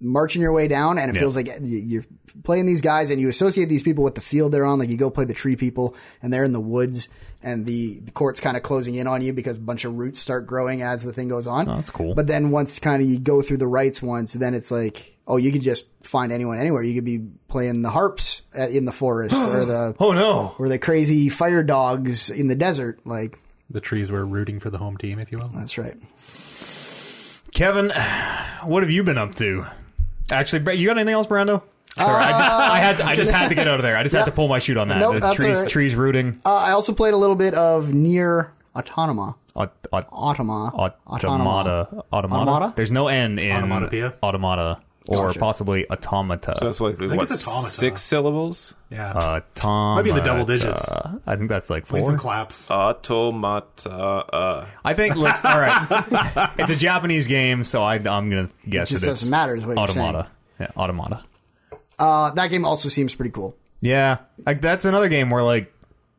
C: marching your way down and it
A: Yeah.
C: feels like you- you're playing these guys and you associate these people with the field they're on like you go play the tree people and they're in the woods and the, the court's kind of closing in on you because a bunch of roots start growing as the thing goes on.
A: Oh, that's cool.
C: But then once kind of you go through the rights once then it's like oh you could just find anyone anywhere you could be playing the harps uh, in the forest or the
A: <gasps> Oh no!
C: or the crazy fire dogs in the desert like
E: The trees were rooting for the home team, if you will.
C: that's right.
A: Kevin, what have you been up to? Actually, Bra- you got anything else, Brando? Sorry, I, just, I had to, I just had to
C: <laughs>
A: get out of there. I just had to pull my chute on that.
C: Nope,
A: the
C: that's
A: trees,
C: all right.
A: trees rooting.
C: Uh, I also played a little bit of near Autonoma.
A: Aut- aut-
C: Automa.
A: automata. Automata.
C: Automata?
A: There's no N in
D: Automatopoeia?
A: Automata, or
C: Gotcha.
A: possibly automata.
B: So that's like,
D: think
B: what,
D: it's automata.
B: six syllables?
D: Yeah.
A: automata.
D: Might be in the double digits.
A: I think that's like Uh, four.
D: Wait,
A: Uh,
D: some claps.
B: Automata. Uh,
A: I think let's. all right,
D: <laughs>
A: it's a Japanese game, so I, I'm gonna guess
C: It just
A: that it's
C: doesn't matter is what you're
A: automata. Yeah, automata.
C: Uh, that game also seems pretty cool.
A: Yeah, like that's another game where like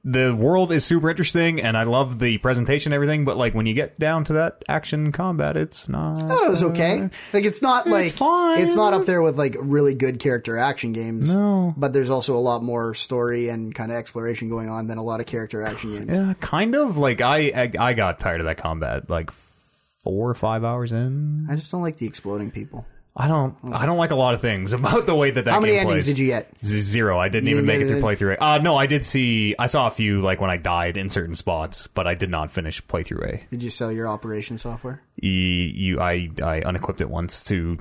A: the world is super interesting, and I love the presentation, and everything. But like when you get down to that action combat, it's not.
C: I thought it was okay. Like it's not like
A: Uh, fine.
C: it's not up there with like really good character action games. No, but there's also a lot more story and kind of exploration going on than a lot of character action games.
A: Yeah, kind of. Like I, I, I got tired of that combat. Like four or five hours in,
C: I just don't like the exploding people.
A: I don't. I don't like a lot of things <laughs> about the way that that.
C: How many
A: game
C: endings
A: plays.
C: did you get?
A: Z- Zero. I didn't
C: You
A: even make it
C: didn't
A: through playthrough A. Uh, no, I did see. I saw a few like when I died in certain spots, but I did not finish playthrough A.
C: Did you sell your operation software?
A: E- you, I, I unequipped it once to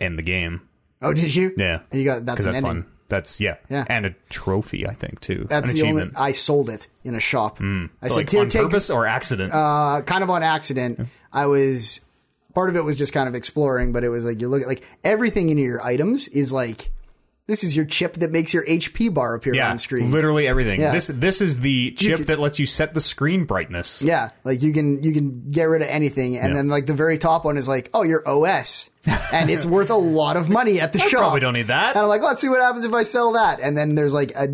A: end the game.
C: Oh, did you?
A: Yeah,
C: You got that's
A: 'Cause
C: an
A: that's
C: ending.
A: fun. That's yeah.
C: Yeah.
A: and a trophy I think too.
C: That's
A: an
C: the
A: achievement.
C: only. uh, I sold it in a shop. I said,
A: Hmm. like
C: "Here,
A: on
C: take
A: purpose or accident.
C: uh, kind of on accident. I was part of it was just kind of exploring, but it was like you're looking like everything in your items is like this is your chip that makes your HP bar appear
A: yeah,
C: on screen.
A: literally everything.
C: Yeah.
A: This this is the chip
C: could-
A: that lets you set the screen brightness.
C: Yeah, like you can you can get rid of anything, and
A: Yeah.
C: then like the very top one is like, oh,
A: <laughs>
C: your OS, and it's worth a lot of money at the shop.
A: probably don't e- need that.
C: And I'm like, let's see what happens if I sell that, and then there's like a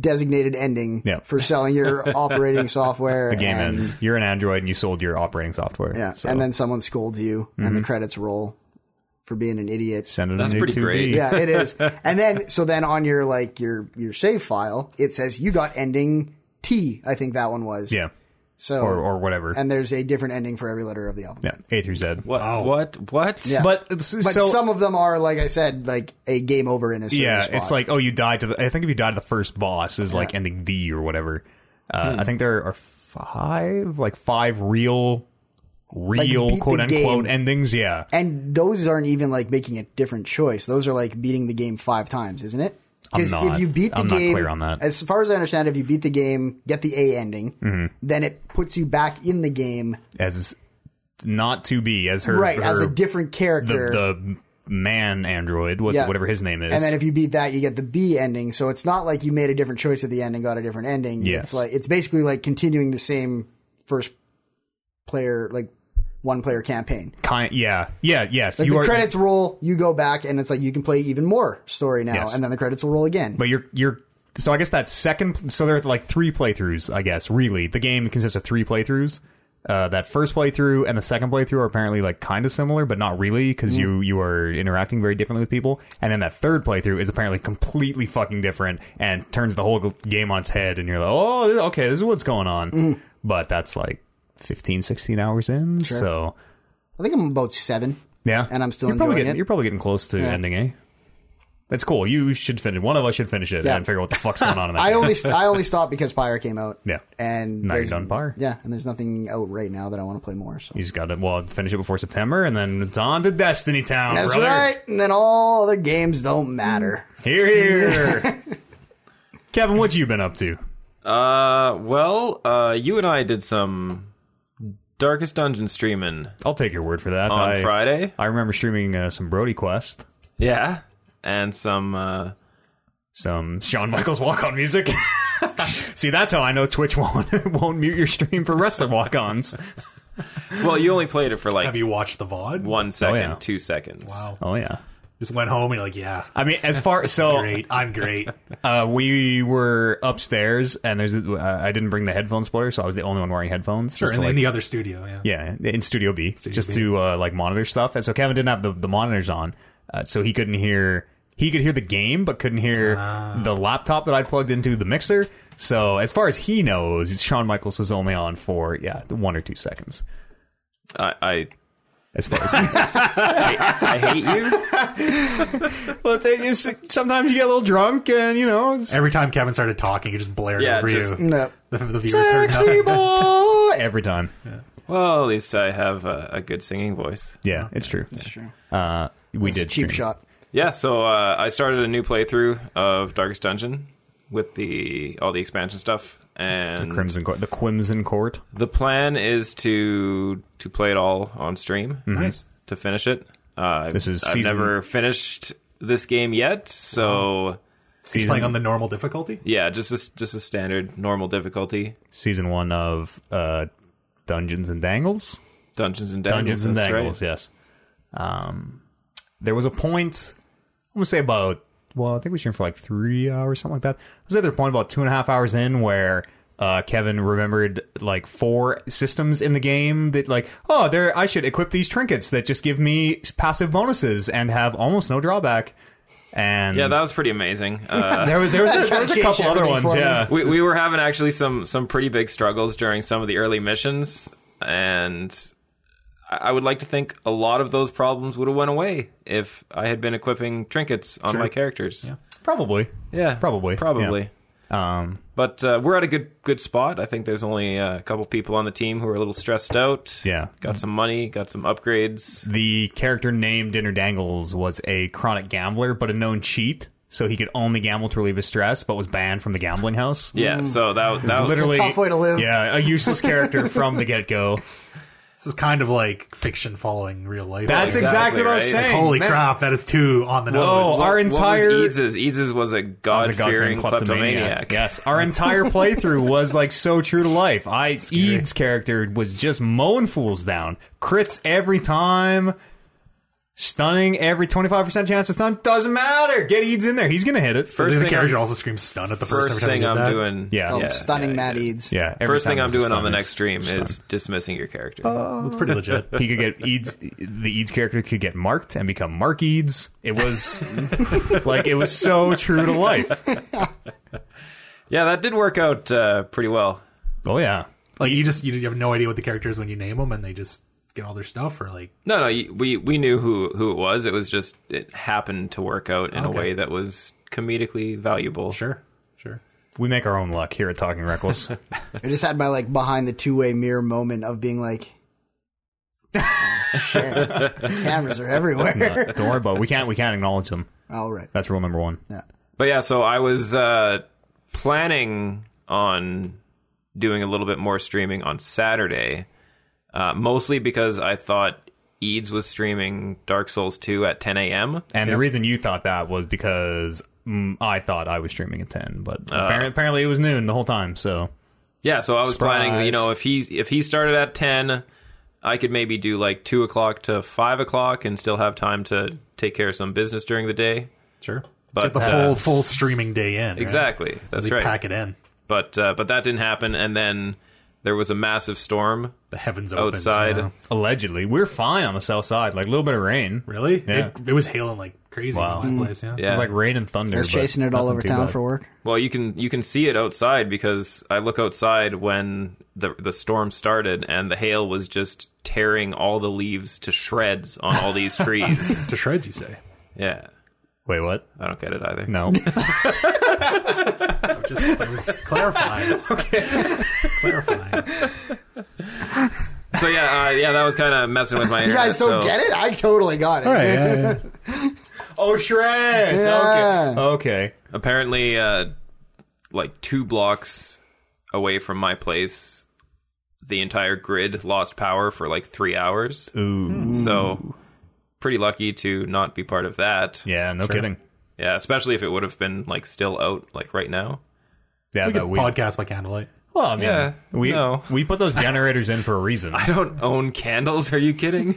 C: designated ending
A: Yeah.
C: for
A: <laughs>
C: selling your operating software.
A: The game
C: and,
A: ends. You're an Android and you sold your operating software.
C: Yeah,
A: so Mm-hmm.
C: and then someone scolds you, and the credits roll for being an idiot.
A: send it
B: That's
A: a new
B: pretty
A: 2D.
B: great.
C: <laughs> yeah,
A: <laughs>
C: it is. And then so then on your like your your save file, it says you got ending T. I think that one was.
A: Yeah.
C: So
A: Or or whatever.
C: and there's a different ending for every letter of the alphabet.
A: yeah. A through Z.
B: what? What? What?
C: Yeah.
A: But, s-
C: But
A: so
C: some of them are, like I said, like a game over in a certain
A: yeah,
C: spot.
A: it's like oh you died to the I think if you died to the first boss is like ending D or whatever. Uh,
C: Hmm.
A: I think there are five like five real real
C: beat the
A: quote unquote
C: game.
A: endings. Yeah.
C: and those aren't even like making a different choice. Those are like beating the game five times, isn't it?
A: I'm
C: Because
A: not-
C: if you beat the
A: I'm not
C: game,
A: clear on that.
C: as far as I understand, if you beat the game, get the A ending,
A: Mm-hmm.
C: then it puts you back in the game,
A: As not to be as her
C: right, as
A: her-
C: a different
A: the,
C: character.
A: the man android, what,
C: Yeah.
A: whatever his name is.
C: And then if you beat that, you get the B ending. So it's not like you made a different choice at the end and got a different ending.
A: Yes.
C: It's like it's basically like continuing the same first player, like one player campaign.
A: kind, yeah, yeah, yeah.
C: Like
A: you
C: the
A: are
C: credits roll, you go back, and it's like you can play even more story now,
A: Yes.
C: and then the credits will roll again.
A: but you're you're so I guess that second so there are like three playthroughs I guess really the game consists of three playthroughs. Uh, that first playthrough and the second playthrough are apparently like kind of similar, but not really because you you are interacting very differently with people. And then that third playthrough is apparently completely fucking different and turns the whole game on its head. And you're like, oh, th- okay, this is what's going on. But that's like 15, 16 hours in. So
C: I think I'm about seven.
A: yeah,
C: And I'm still
A: you're probably
C: enjoying
A: getting,
C: it.
A: You're probably getting close to ending, eh? That's cool. You should finish. One of us should finish it
C: Yeah.
A: and figure out what the fuck's going
C: <laughs>
A: on. In that
C: I
A: game.
C: only I only stopped because Pyre came out.
A: Yeah.
C: and
A: Now you're
C: there's-
A: done Pyre.
C: Yeah, and there's nothing out right now that I want to play more. So
A: He's got to well finish it before September, and then it's on to Destiny Town.
C: that's
A: brother.
C: right. And then all other games don't matter.
A: Here,
C: <laughs>
A: here. Kevin, what you been up to?
B: Uh, well, uh, you and I did some Darkest Dungeon streaming
A: I'll take your word for that.
B: on
A: I,
B: Friday.
A: I remember streaming uh, some Brody Quest,
B: Yeah. And some, uh,
A: some Shawn Michaels walk on music. <laughs> See, that's how I know Twitch <laughs> won't won't mute your stream for wrestler walk ons.
B: well, you only played it for like
D: Have you watched the VOD?
B: one second,
A: yeah.
B: two seconds.
D: Wow.
A: Oh yeah.
D: Just went home and you're like, yeah,
A: I mean, as far so
D: great.
A: <laughs>
D: I'm great.
A: Uh, we were upstairs, and there's a- uh, I didn't bring the headphone splitter, so I was the only one wearing headphones.
D: Sure.
A: Just
D: in,
A: to,
D: in
A: like-
D: the other studio, yeah.
A: yeah, in Studio B, just
D: B.
A: to uh, like monitor stuff. And so Kevin didn't have the, the monitors on, uh, so he couldn't hear. He could hear the game, but couldn't hear the laptop that I plugged into the mixer. So as far as he knows, Shawn Michaels was only on for yeah one or two seconds.
B: I, I,
A: As far as <laughs> he knows.
B: I hate you. <laughs>
A: well, it's, it's- sometimes you get a little drunk, and you know, it's
D: Every time Kevin started talking, he just blared
B: Yeah,
D: over
B: just-
A: Mm.
D: you.
C: No.
D: <laughs> The, the viewers heard
A: sexy
D: nothing.
A: boy <laughs> every time.
B: Well, at least I have a, a good singing voice.
A: Yeah, it's true.
C: Sure.
A: Uh, we did stream.
C: Cheap
A: Uh,
C: shot.
B: Yeah, so uh, I started a new playthrough of Darkest Dungeon with the all the expansion stuff and
A: Mm-hmm. Crimson Court, the Crimson Court.
B: the plan is to to play it all on stream
D: Nice.
B: to finish it. Uh,
A: Mm-hmm. This is
B: I've
A: season-
B: never finished this game yet, so
D: He's playing on the normal difficulty.
B: yeah, just this just a standard normal difficulty
A: season one of uh, Dungeons and Dangles.
B: Dungeons and Dangles.
A: Dungeons and
B: that's right.
A: Dangles, yes. Um, there was a point. I'm gonna say about well, I think we streamed for like three hours, something like that. I was at the point about two and a half hours in where uh, Kevin remembered like four systems in the game that like oh there I should equip these trinkets that just give me passive bonuses and have almost no drawback. And
B: Yeah, that was
A: <laughs>
B: pretty amazing. Uh,
A: there was there was, a, there was a
C: Changed
A: couple other
C: everything
A: ones,
C: for me.
A: yeah.
B: we we were having actually some some pretty big struggles during some of the early missions, and I I would like to think a lot of those problems would have went away if I had been equipping trinkets on my characters. Yeah,
A: Probably, probably, yeah.
B: probably.
A: Um,
B: But uh, we're at a good good spot. I think there's only uh, a couple people on the team who are a little stressed out.
A: Yeah.
B: got some money, got some
D: Mm.
B: upgrades.
A: the character named Dinner Dangles was a chronic gambler, but a known cheat, so he could only gamble to relieve his stress, but was banned from the gambling house.
B: Yeah, so that that was
A: literally
C: tough way to live.
A: Yeah, a useless
C: <laughs>
A: character from the get go.
D: This is kind of like fiction following real life.
A: That's
D: Like,
A: exactly,
B: Exactly
A: what I was
B: right.
A: saying.
D: holy
A: Man,
D: crap. That is too on the
A: Whoa,
D: nose.
A: our
B: What
A: entire
B: was Eads' Eads' was a
A: As a
B: god-fearing
A: God-fearing
B: kleptomaniac.
A: Yes, our
B: <laughs>
A: entire playthrough was like so true to life. I Eads character was just mowing fools down, crits every time, stunning every twenty five percent chance to stun. Doesn't matter. Get Eads in there. He's gonna hit it
B: First
D: the
B: thing
D: character
B: I'm-
D: also screams stun at the person
B: First thing
D: every time he
B: I'm
D: did that.
B: doing.
A: Yeah.
C: Called
A: Yeah,
C: Oh, stunning Mad Eats.
A: Yeah. every
B: First thing
A: time
B: I'm
A: it was
B: doing on the
A: stunned,
B: next stream
A: stunned.
B: is dismissing your character.
D: That's pretty
B: <laughs>
D: legit.
A: he could get Eads. The Eads character could get marked and become Mark Eads. It was <laughs> like it was so true to life.
B: yeah, that did work out uh, pretty well.
A: Oh yeah,
D: Like you just you have no idea what the character is when you name them, and they just get all their stuff. Or like
B: No, no, you- we we knew who who it was. It was just it happened to work out in a
D: Okay.
B: way that was comedically valuable.
D: sure, sure.
A: we make our own luck here at Talking Reckless.
C: I just had my like behind the two way mirror moment of being like, shit, cameras are everywhere.
A: Don't worry about. It. We can't. We can't acknowledge them.
C: All right.
A: That's rule number one.
C: Yeah.
B: But yeah, so I was uh, planning on doing a little bit more streaming on Saturday, uh, mostly because I thought Eads was streaming Dark Souls 2 at 10 a.m.
A: And the reason you thought that was because mm, I thought I was streaming at ten, but appar- apparently, it was noon the whole time. So
B: Yeah, so I was planning, you
A: Surprise.
B: know, if he if he started at 10, I could maybe do like 2 o'clock to 5 o'clock and still have time to take care of some business during the day.
D: Sure.
B: But,
D: Get the
B: uh,
D: full full streaming day in. right?
B: Exactly. That's
D: They
B: right.
D: pack it in.
B: But uh, but that didn't happen and then there was a massive storm
D: The heavens open.
B: outside.
A: allegedly, we're fine on the south side. Like a little bit of rain.
D: Really?
A: Yeah.
D: It, it was hailing like crazy
A: Wow.
D: in my place. Yeah.
A: It
B: Yeah.
A: was like rain and thunder.
C: I was
A: but
C: chasing it all
A: nothing
C: over
A: too
C: town
A: bad.
C: for work.
B: Well, you can you can see it outside because I look outside when the the storm started and the hail was just tearing all the leaves to shreds on all these
C: <laughs>
B: trees.
D: <laughs> To shreds, you say?
B: yeah.
A: Wait, what?
B: I don't get it either.
C: <laughs>
A: No.
D: Just I was
B: <laughs>
D: clarifying. okay. clarifying.
B: So yeah, uh, yeah, that was kind of messing with my
C: <laughs> You
B: internet.
C: guys don't
B: so-
C: get it? I totally got it.
E: All right, yeah, yeah.
A: <laughs> oh shreds.
C: Yeah.
A: Okay. Okay.
B: apparently uh like two blocks away from my place the entire grid lost power for like three hours
A: Ooh.
B: so pretty lucky to not be part of that
A: Yeah. No kidding.
B: Yeah, especially if it would have been like still out like right now
A: Yeah,
D: We could
A: that we.
D: podcast by candlelight.
A: well, I mean,
B: Yeah,
A: we
B: no.
A: we put those generators in for a <laughs> reason.
B: i don't own candles are you kidding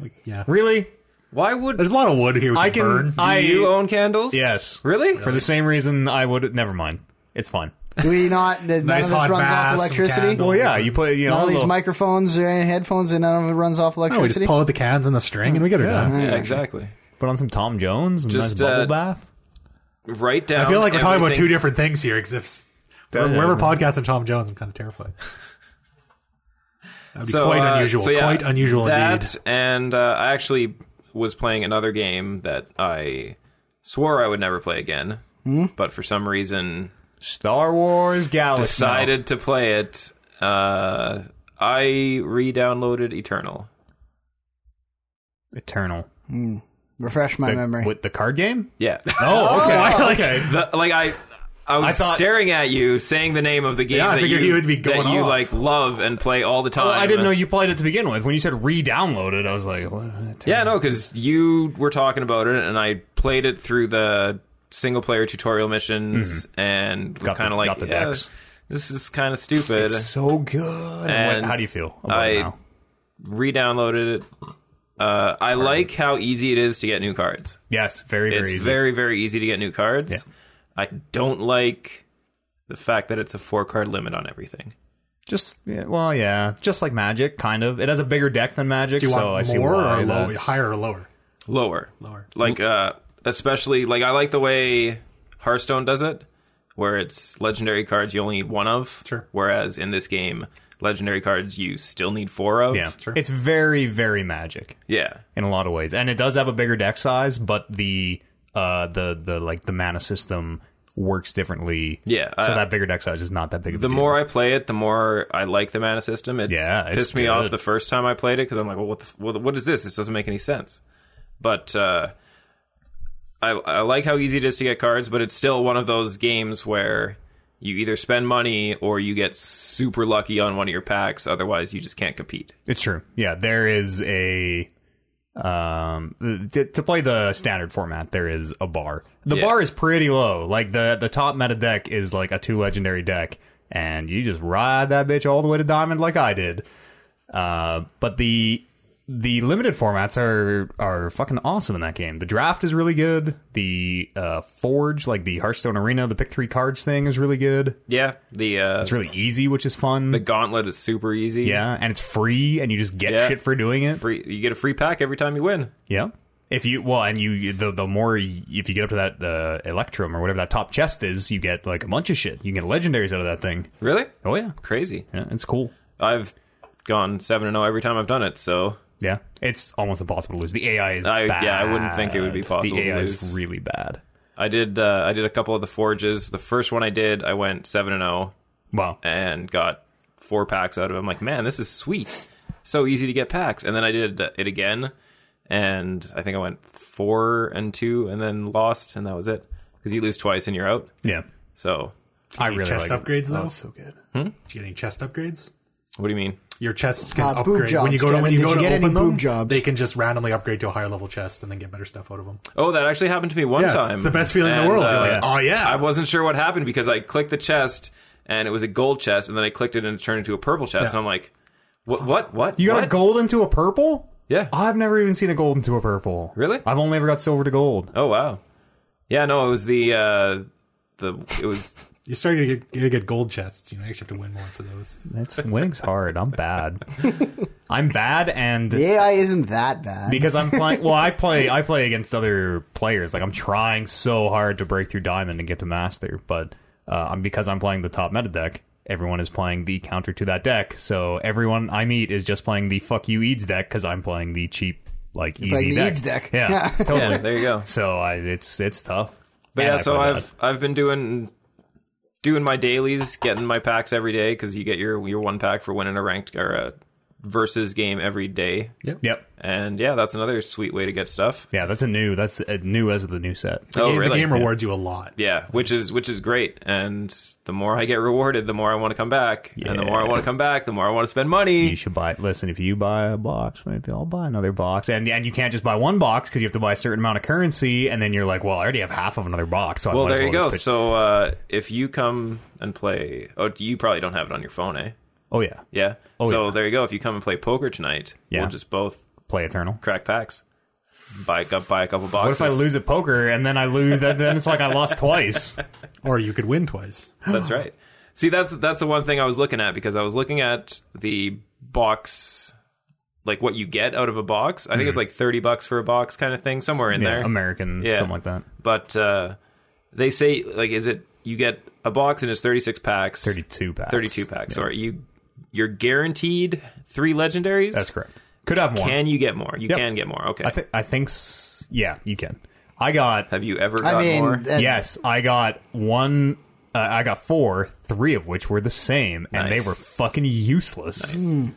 D: Like, yeah.
A: really?
B: why would
D: There's a lot of wood here we
A: I
D: can,
A: can.
D: burn.
A: I
B: you own candles
A: Yes.
B: really
A: for the same reason I would. Never mind. It's fine.
C: Do we not? None
D: Nice
C: of this
D: hot
C: runs off
D: bath, some
C: electricity.
D: candles.
A: Well, yeah. You put you know.
C: None of
A: a
C: these
A: little-
C: microphones or any headphones, and none of it runs off
D: no, we
C: electricity.
D: just pull out the cans and the string and we get her done.
B: yeah exactly
A: Put on some Tom Jones and
B: Just,
A: a nice bubble
B: uh,
A: bath.
B: right down
D: I feel like we're talking about two
B: everything-
D: different things here, except we're,
A: Yeah.
D: we're podcasting Tom Jones. I'm kind of terrified. That'd be
B: So,
D: quite
B: uh,
D: unusual.
B: so, yeah,
D: quite unusual
B: that,
D: indeed.
B: And uh, I actually was playing another game that I swore I would never play again,
D: Hmm?
B: but for some reason
A: Star Wars Galaxy.
B: decided to play it. Uh, I re-downloaded Eternal.
A: Eternal.
C: Refresh my
A: The-
C: memory.
D: <laughs>
A: With the card game?
B: Yeah,
A: <laughs> Oh, okay. okay.
B: The- like I. I was
A: I thought-
B: staring at you, saying the name of the game
D: Yeah, I
B: that
D: figured
B: you,
D: you would be
B: that
D: going
B: you
D: off.
B: like love and play all the time.
A: Oh, I didn't know you played it to begin with. When you said re-download it, I was like, what?
B: Yeah, no, because you were talking about it, and I played it through the single player tutorial missions, and was
A: Mhm. Got the-
B: kind of like,
A: got the
B: yeah,
A: decks.
B: this is kind of stupid.
A: It's so good. And
B: And
A: what- how do you feel about
B: I-
A: it now?
B: Re-downloaded it. Uh, I like how easy it is to get new cards.
A: Yes, very, very
B: it's
A: easy.
B: very very easy to get new cards.
A: Yeah.
B: I don't like the fact that it's a four card limit on everything.
A: Just yeah, well, yeah, just like Magic, kind of. It has a bigger deck than Magic,
D: Do you
A: so I
D: want
A: see
D: more
A: why
D: or low,
A: that's-
D: higher or lower?
B: Lower,
D: Lower.
B: Like uh, especially like I like the way Hearthstone does it, where it's legendary cards you only need one of.
D: Sure.
B: Whereas in this game, legendary cards you still need four of.
A: Yeah, it's very, very Magic
B: Yeah.
A: in a lot of ways, and it does have a bigger deck size, but the uh the the like the mana system works differently.
B: Yeah,
A: so
B: uh,
A: that bigger deck size is not that big. Of
B: The
A: a deal.
B: more I play it, the more I like the mana system. It
A: Yeah, it's
B: pissed me
A: good.
B: off the first time I played it because I'm like, well, what, the, f- what, what is this? This doesn't make any sense. But uh, I, I like how easy it is to get cards, but it's still one of those games where you either spend money or you get super lucky on one of your packs. Otherwise, you just can't compete.
A: It's true. Yeah, there is a um to, to play the standard format. There is a bar. The
B: Yeah.
A: bar is pretty low. Like the the top meta deck is like a two legendary deck, and you just ride that bitch all the way to diamond, like I did. Uh, but the the limited formats are are fucking awesome in that game. The draft is really good. The uh, forge, like the Hearthstone Arena, the pick three cards thing is really good.
B: Yeah, the uh,
A: It's really easy, which is fun.
B: the gauntlet is super easy.
A: yeah, and it's free, and you just get
B: Yeah.
A: shit for doing it.
B: Free, you get a free pack every time you win.
A: Yeah. If you well, and you the the more y- if you get up to that uh, electrum or whatever that top chest is, you get like a bunch of shit. You can get legendaries out of that thing.
B: Really?
A: Oh yeah,
B: Crazy.
A: yeah, it's cool.
B: I've gone seven and zero every time I've done it. So
A: Yeah, it's almost impossible to lose. The AI is
B: I-
A: bad.
B: yeah, I wouldn't think it would be possible
A: The
B: to
A: AI is
B: lose.
A: really bad.
B: I did. Uh, I did a couple of the forges. The first one I did, I went seven and zero
A: Wow.
B: and got four packs out of. it. I'm like, man, this is sweet. So easy to get packs. And then I did it again, and I think I went four and two, and then lost, and that was it. Because you lose twice and you're out.
A: Yeah,
B: So
A: I really
D: chest
A: like it.
D: upgrades though. so good.
A: Hmm?
D: Did you get any chest upgrades?
B: what do you mean?
D: Your chests can
C: Uh, boob
D: upgrade when you
C: jobs,
D: go to
C: Kevin.
D: when you
C: Did
D: go
C: you
D: to
C: get any
D: open them.
C: boob jobs?
D: They can just randomly upgrade to a higher level chest and then get better stuff out of them.
B: Oh, that actually happened to me one
D: Yeah, it's-
B: time. uh,
D: it's the best feeling in the world. You're like, "Oh, yeah."
B: I wasn't sure what happened because I clicked the chest and it was a gold chest, and then I clicked it and it turned into a purple chest, and I'm like, what? What? What?
A: You got
B: what?
A: a gold into a purple?
B: Yeah.
A: I've never even seen a gold into a purple.
B: Really?
A: I've only ever got silver to gold.
B: Oh wow. Yeah, no, it was the uh the it was
D: You're starting to get, you get gold chests. You know, you actually have to win more for those.
A: That's winning's hard. I'm
B: <laughs>
A: bad. I'm bad and
C: The AI isn't that bad.
A: because I'm playing.
C: <laughs>
A: Well, I play. I play against other players. Like I'm trying so hard to break through diamond and get to master, but uh, I'm because I'm playing the top meta deck. Everyone is playing the counter to that deck, so everyone I meet is just playing the fuck you Eads deck because I'm playing the cheap like
C: playing
A: easy
C: the
A: deck.
C: Eads deck.
A: Yeah, <laughs>
C: Yeah.
A: totally.
C: <laughs>
B: yeah, there you go.
A: So I, it's it's tough.
B: But
A: And
B: yeah,
A: I
B: so
A: play
B: I've
A: bad.
B: I've been doing doing my dailies, getting my packs every day cuz you get your your one pack for winning a ranked or a versus game every day.
A: Yep.
B: And yeah, that's another sweet way to get stuff.
A: Yeah, that's a new. That's a new as of the new set.
B: oh,
D: The- The
B: really?
D: game rewards you a lot.
B: Yeah, which is which is great. And the more I get rewarded, the more I want to come back. And the more I
A: Yeah.
B: want to come back, the more I want to spend money.
A: You should buy. Listen, if you buy a box, maybe I'll buy another box. And and you can't just buy one box because you have to buy a certain amount of currency. And then you're like, well, I already have half of another box. So I
B: well,
A: might as
B: there you
A: well
B: go.
A: just pitch-
B: So uh, if you come and play, oh, you probably don't have it on your phone, eh?
A: oh yeah,
B: Yeah. so
A: yeah.
B: there you go. If you come and play poker tonight,
A: Yeah.
B: we'll just both
A: play Eternal.
B: crack packs, buy a, buy a couple
A: What
B: boxes.
A: if I lose at poker and then I lose? then then it's like I lost
B: <laughs>
A: twice.
D: Or you could win twice.
B: That's right. See, that's that's the one thing I was looking at because I was looking at the box, like what you get out of a box. I think it's like thirty bucks for a box, kind of thing, somewhere in
A: Mm-hmm. Yeah,
B: there.
A: American,
B: Yeah.
A: something like that.
B: But uh, they say, like, is it you get a box and it's thirty six packs,
A: Thirty-two packs.
B: 32 pack. Sorry, you you're guaranteed three legendaries.
A: That's correct. Could have more.
B: Can you get more? You
A: Yep.
B: can get more. Okay.
A: I think? I think. s- Yeah, you can. I got
B: Have you ever got
C: I mean,
B: more?
C: that-
A: Yes, I got one. Uh, I got four, three of which were the same, and they were
B: Nice.
A: fucking useless.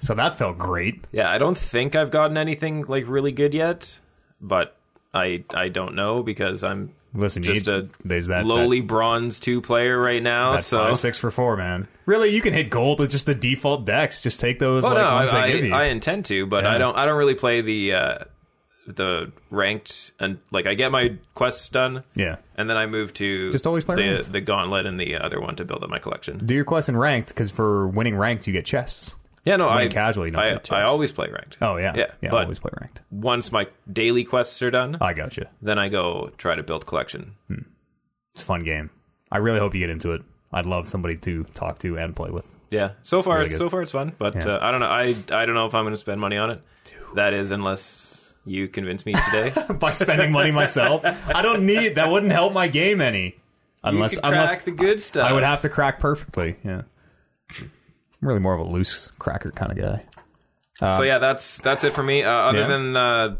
A: So that felt great.
B: yeah, I don't think I've gotten anything like really good yet, but I I don't know because I'm
A: Listen,
B: Just
A: you,
B: a
A: there's that
B: lowly bronze two player right now.
A: That's
B: so
A: five, six for four, man. Really, you can hit gold with just the default decks. Just take those
B: Well,
A: like
B: Oh, no,
A: ones
B: I,
A: they give you.
B: I, I intend to, but
A: Yeah.
B: I don't. I don't really play the uh, the ranked and like I get my quests done.
A: yeah,
B: And then I move to
A: Just always play
B: the,
A: ranked.
B: the gauntlet and the other one to build up my collection.
A: do your quests in ranked because for winning ranked you get chests.
B: Yeah, no, I
A: Playing casually, not
B: I,
A: with
B: I
A: chess.
B: always play ranked.
A: Oh yeah,
B: yeah.
A: yeah. I
B: but
A: always Uh, play ranked.
B: once my daily quests are done,
A: I gotcha.
B: then I go try to build collection.
A: It's a fun game. I really hope you get into it. I'd love somebody to talk to and play with. <laughs>
B: Yeah, so far,
A: really good.
B: so far it's fun, but
A: Yeah.
B: uh, I don't know. I I don't know if I'm going to spend money on it. That is, unless <laughs> you convince me today.
A: By spending money myself, I don't need that. Wouldn't help my game any. Unless
B: you can crack
A: unless
B: the good stuff.
A: I would have to crack perfectly. Yeah, I'm really more of a loose cracker kind of guy.
B: so yeah, that's that's it for me. Uh, other
A: Yeah.
B: than uh,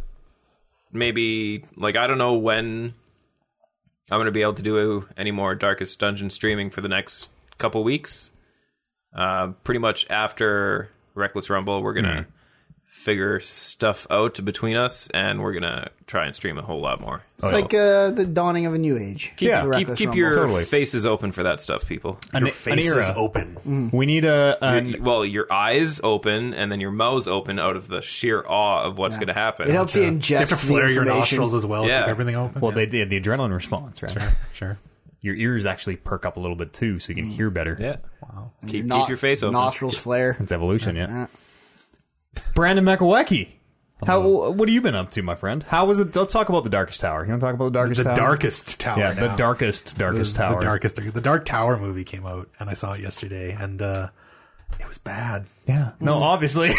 B: maybe like I don't know when I'm going to be able to do any more Darkest Dungeon streaming for the next couple weeks. Uh, pretty much after Reckless Rumble, we're gonna
A: Hmm.
B: figure stuff out between us, and we're gonna try and stream a whole lot more.
A: Oh,
C: It's
A: yeah.
C: like uh, the dawning of a new age.
A: Yeah, keep-
B: keep
C: The Reckless
B: keep
C: Rumble.
B: your
A: Totally.
B: faces open for that stuff, people.
A: An,
D: Your
A: an
D: face is
A: era.
D: open.
A: We need a um, an,
B: Y- well, your eyes open and then your mouths open out of the sheer awe of what's going to happen.
C: It helps you ingest
D: You have to
C: the
D: flare your
C: information.
D: nostrils as well.
B: Yeah.
D: Keep everything open.
A: Well, they did the adrenaline response, right?
D: yeah. sure.
A: Your ears actually perk up a little bit too, so you can hear better.
B: Yeah. Wow. Keep,
C: No-
B: keep your face open.
C: Nostrils flare.
A: it's evolution. Yeah. Brandon McWecky, how? What have you been up to, my friend? How was it? Let's talk about the darkest tower. You want to talk about the darkest?
D: The
A: tower?
D: darkest tower.
A: Yeah, the
D: now.
A: darkest, darkest
D: the,
A: tower.
D: The darkest. The Dark Tower movie came out, and I saw it yesterday, and uh, it was bad.
A: Yeah.
D: Mm.
A: No,
D: <laughs>
A: obviously.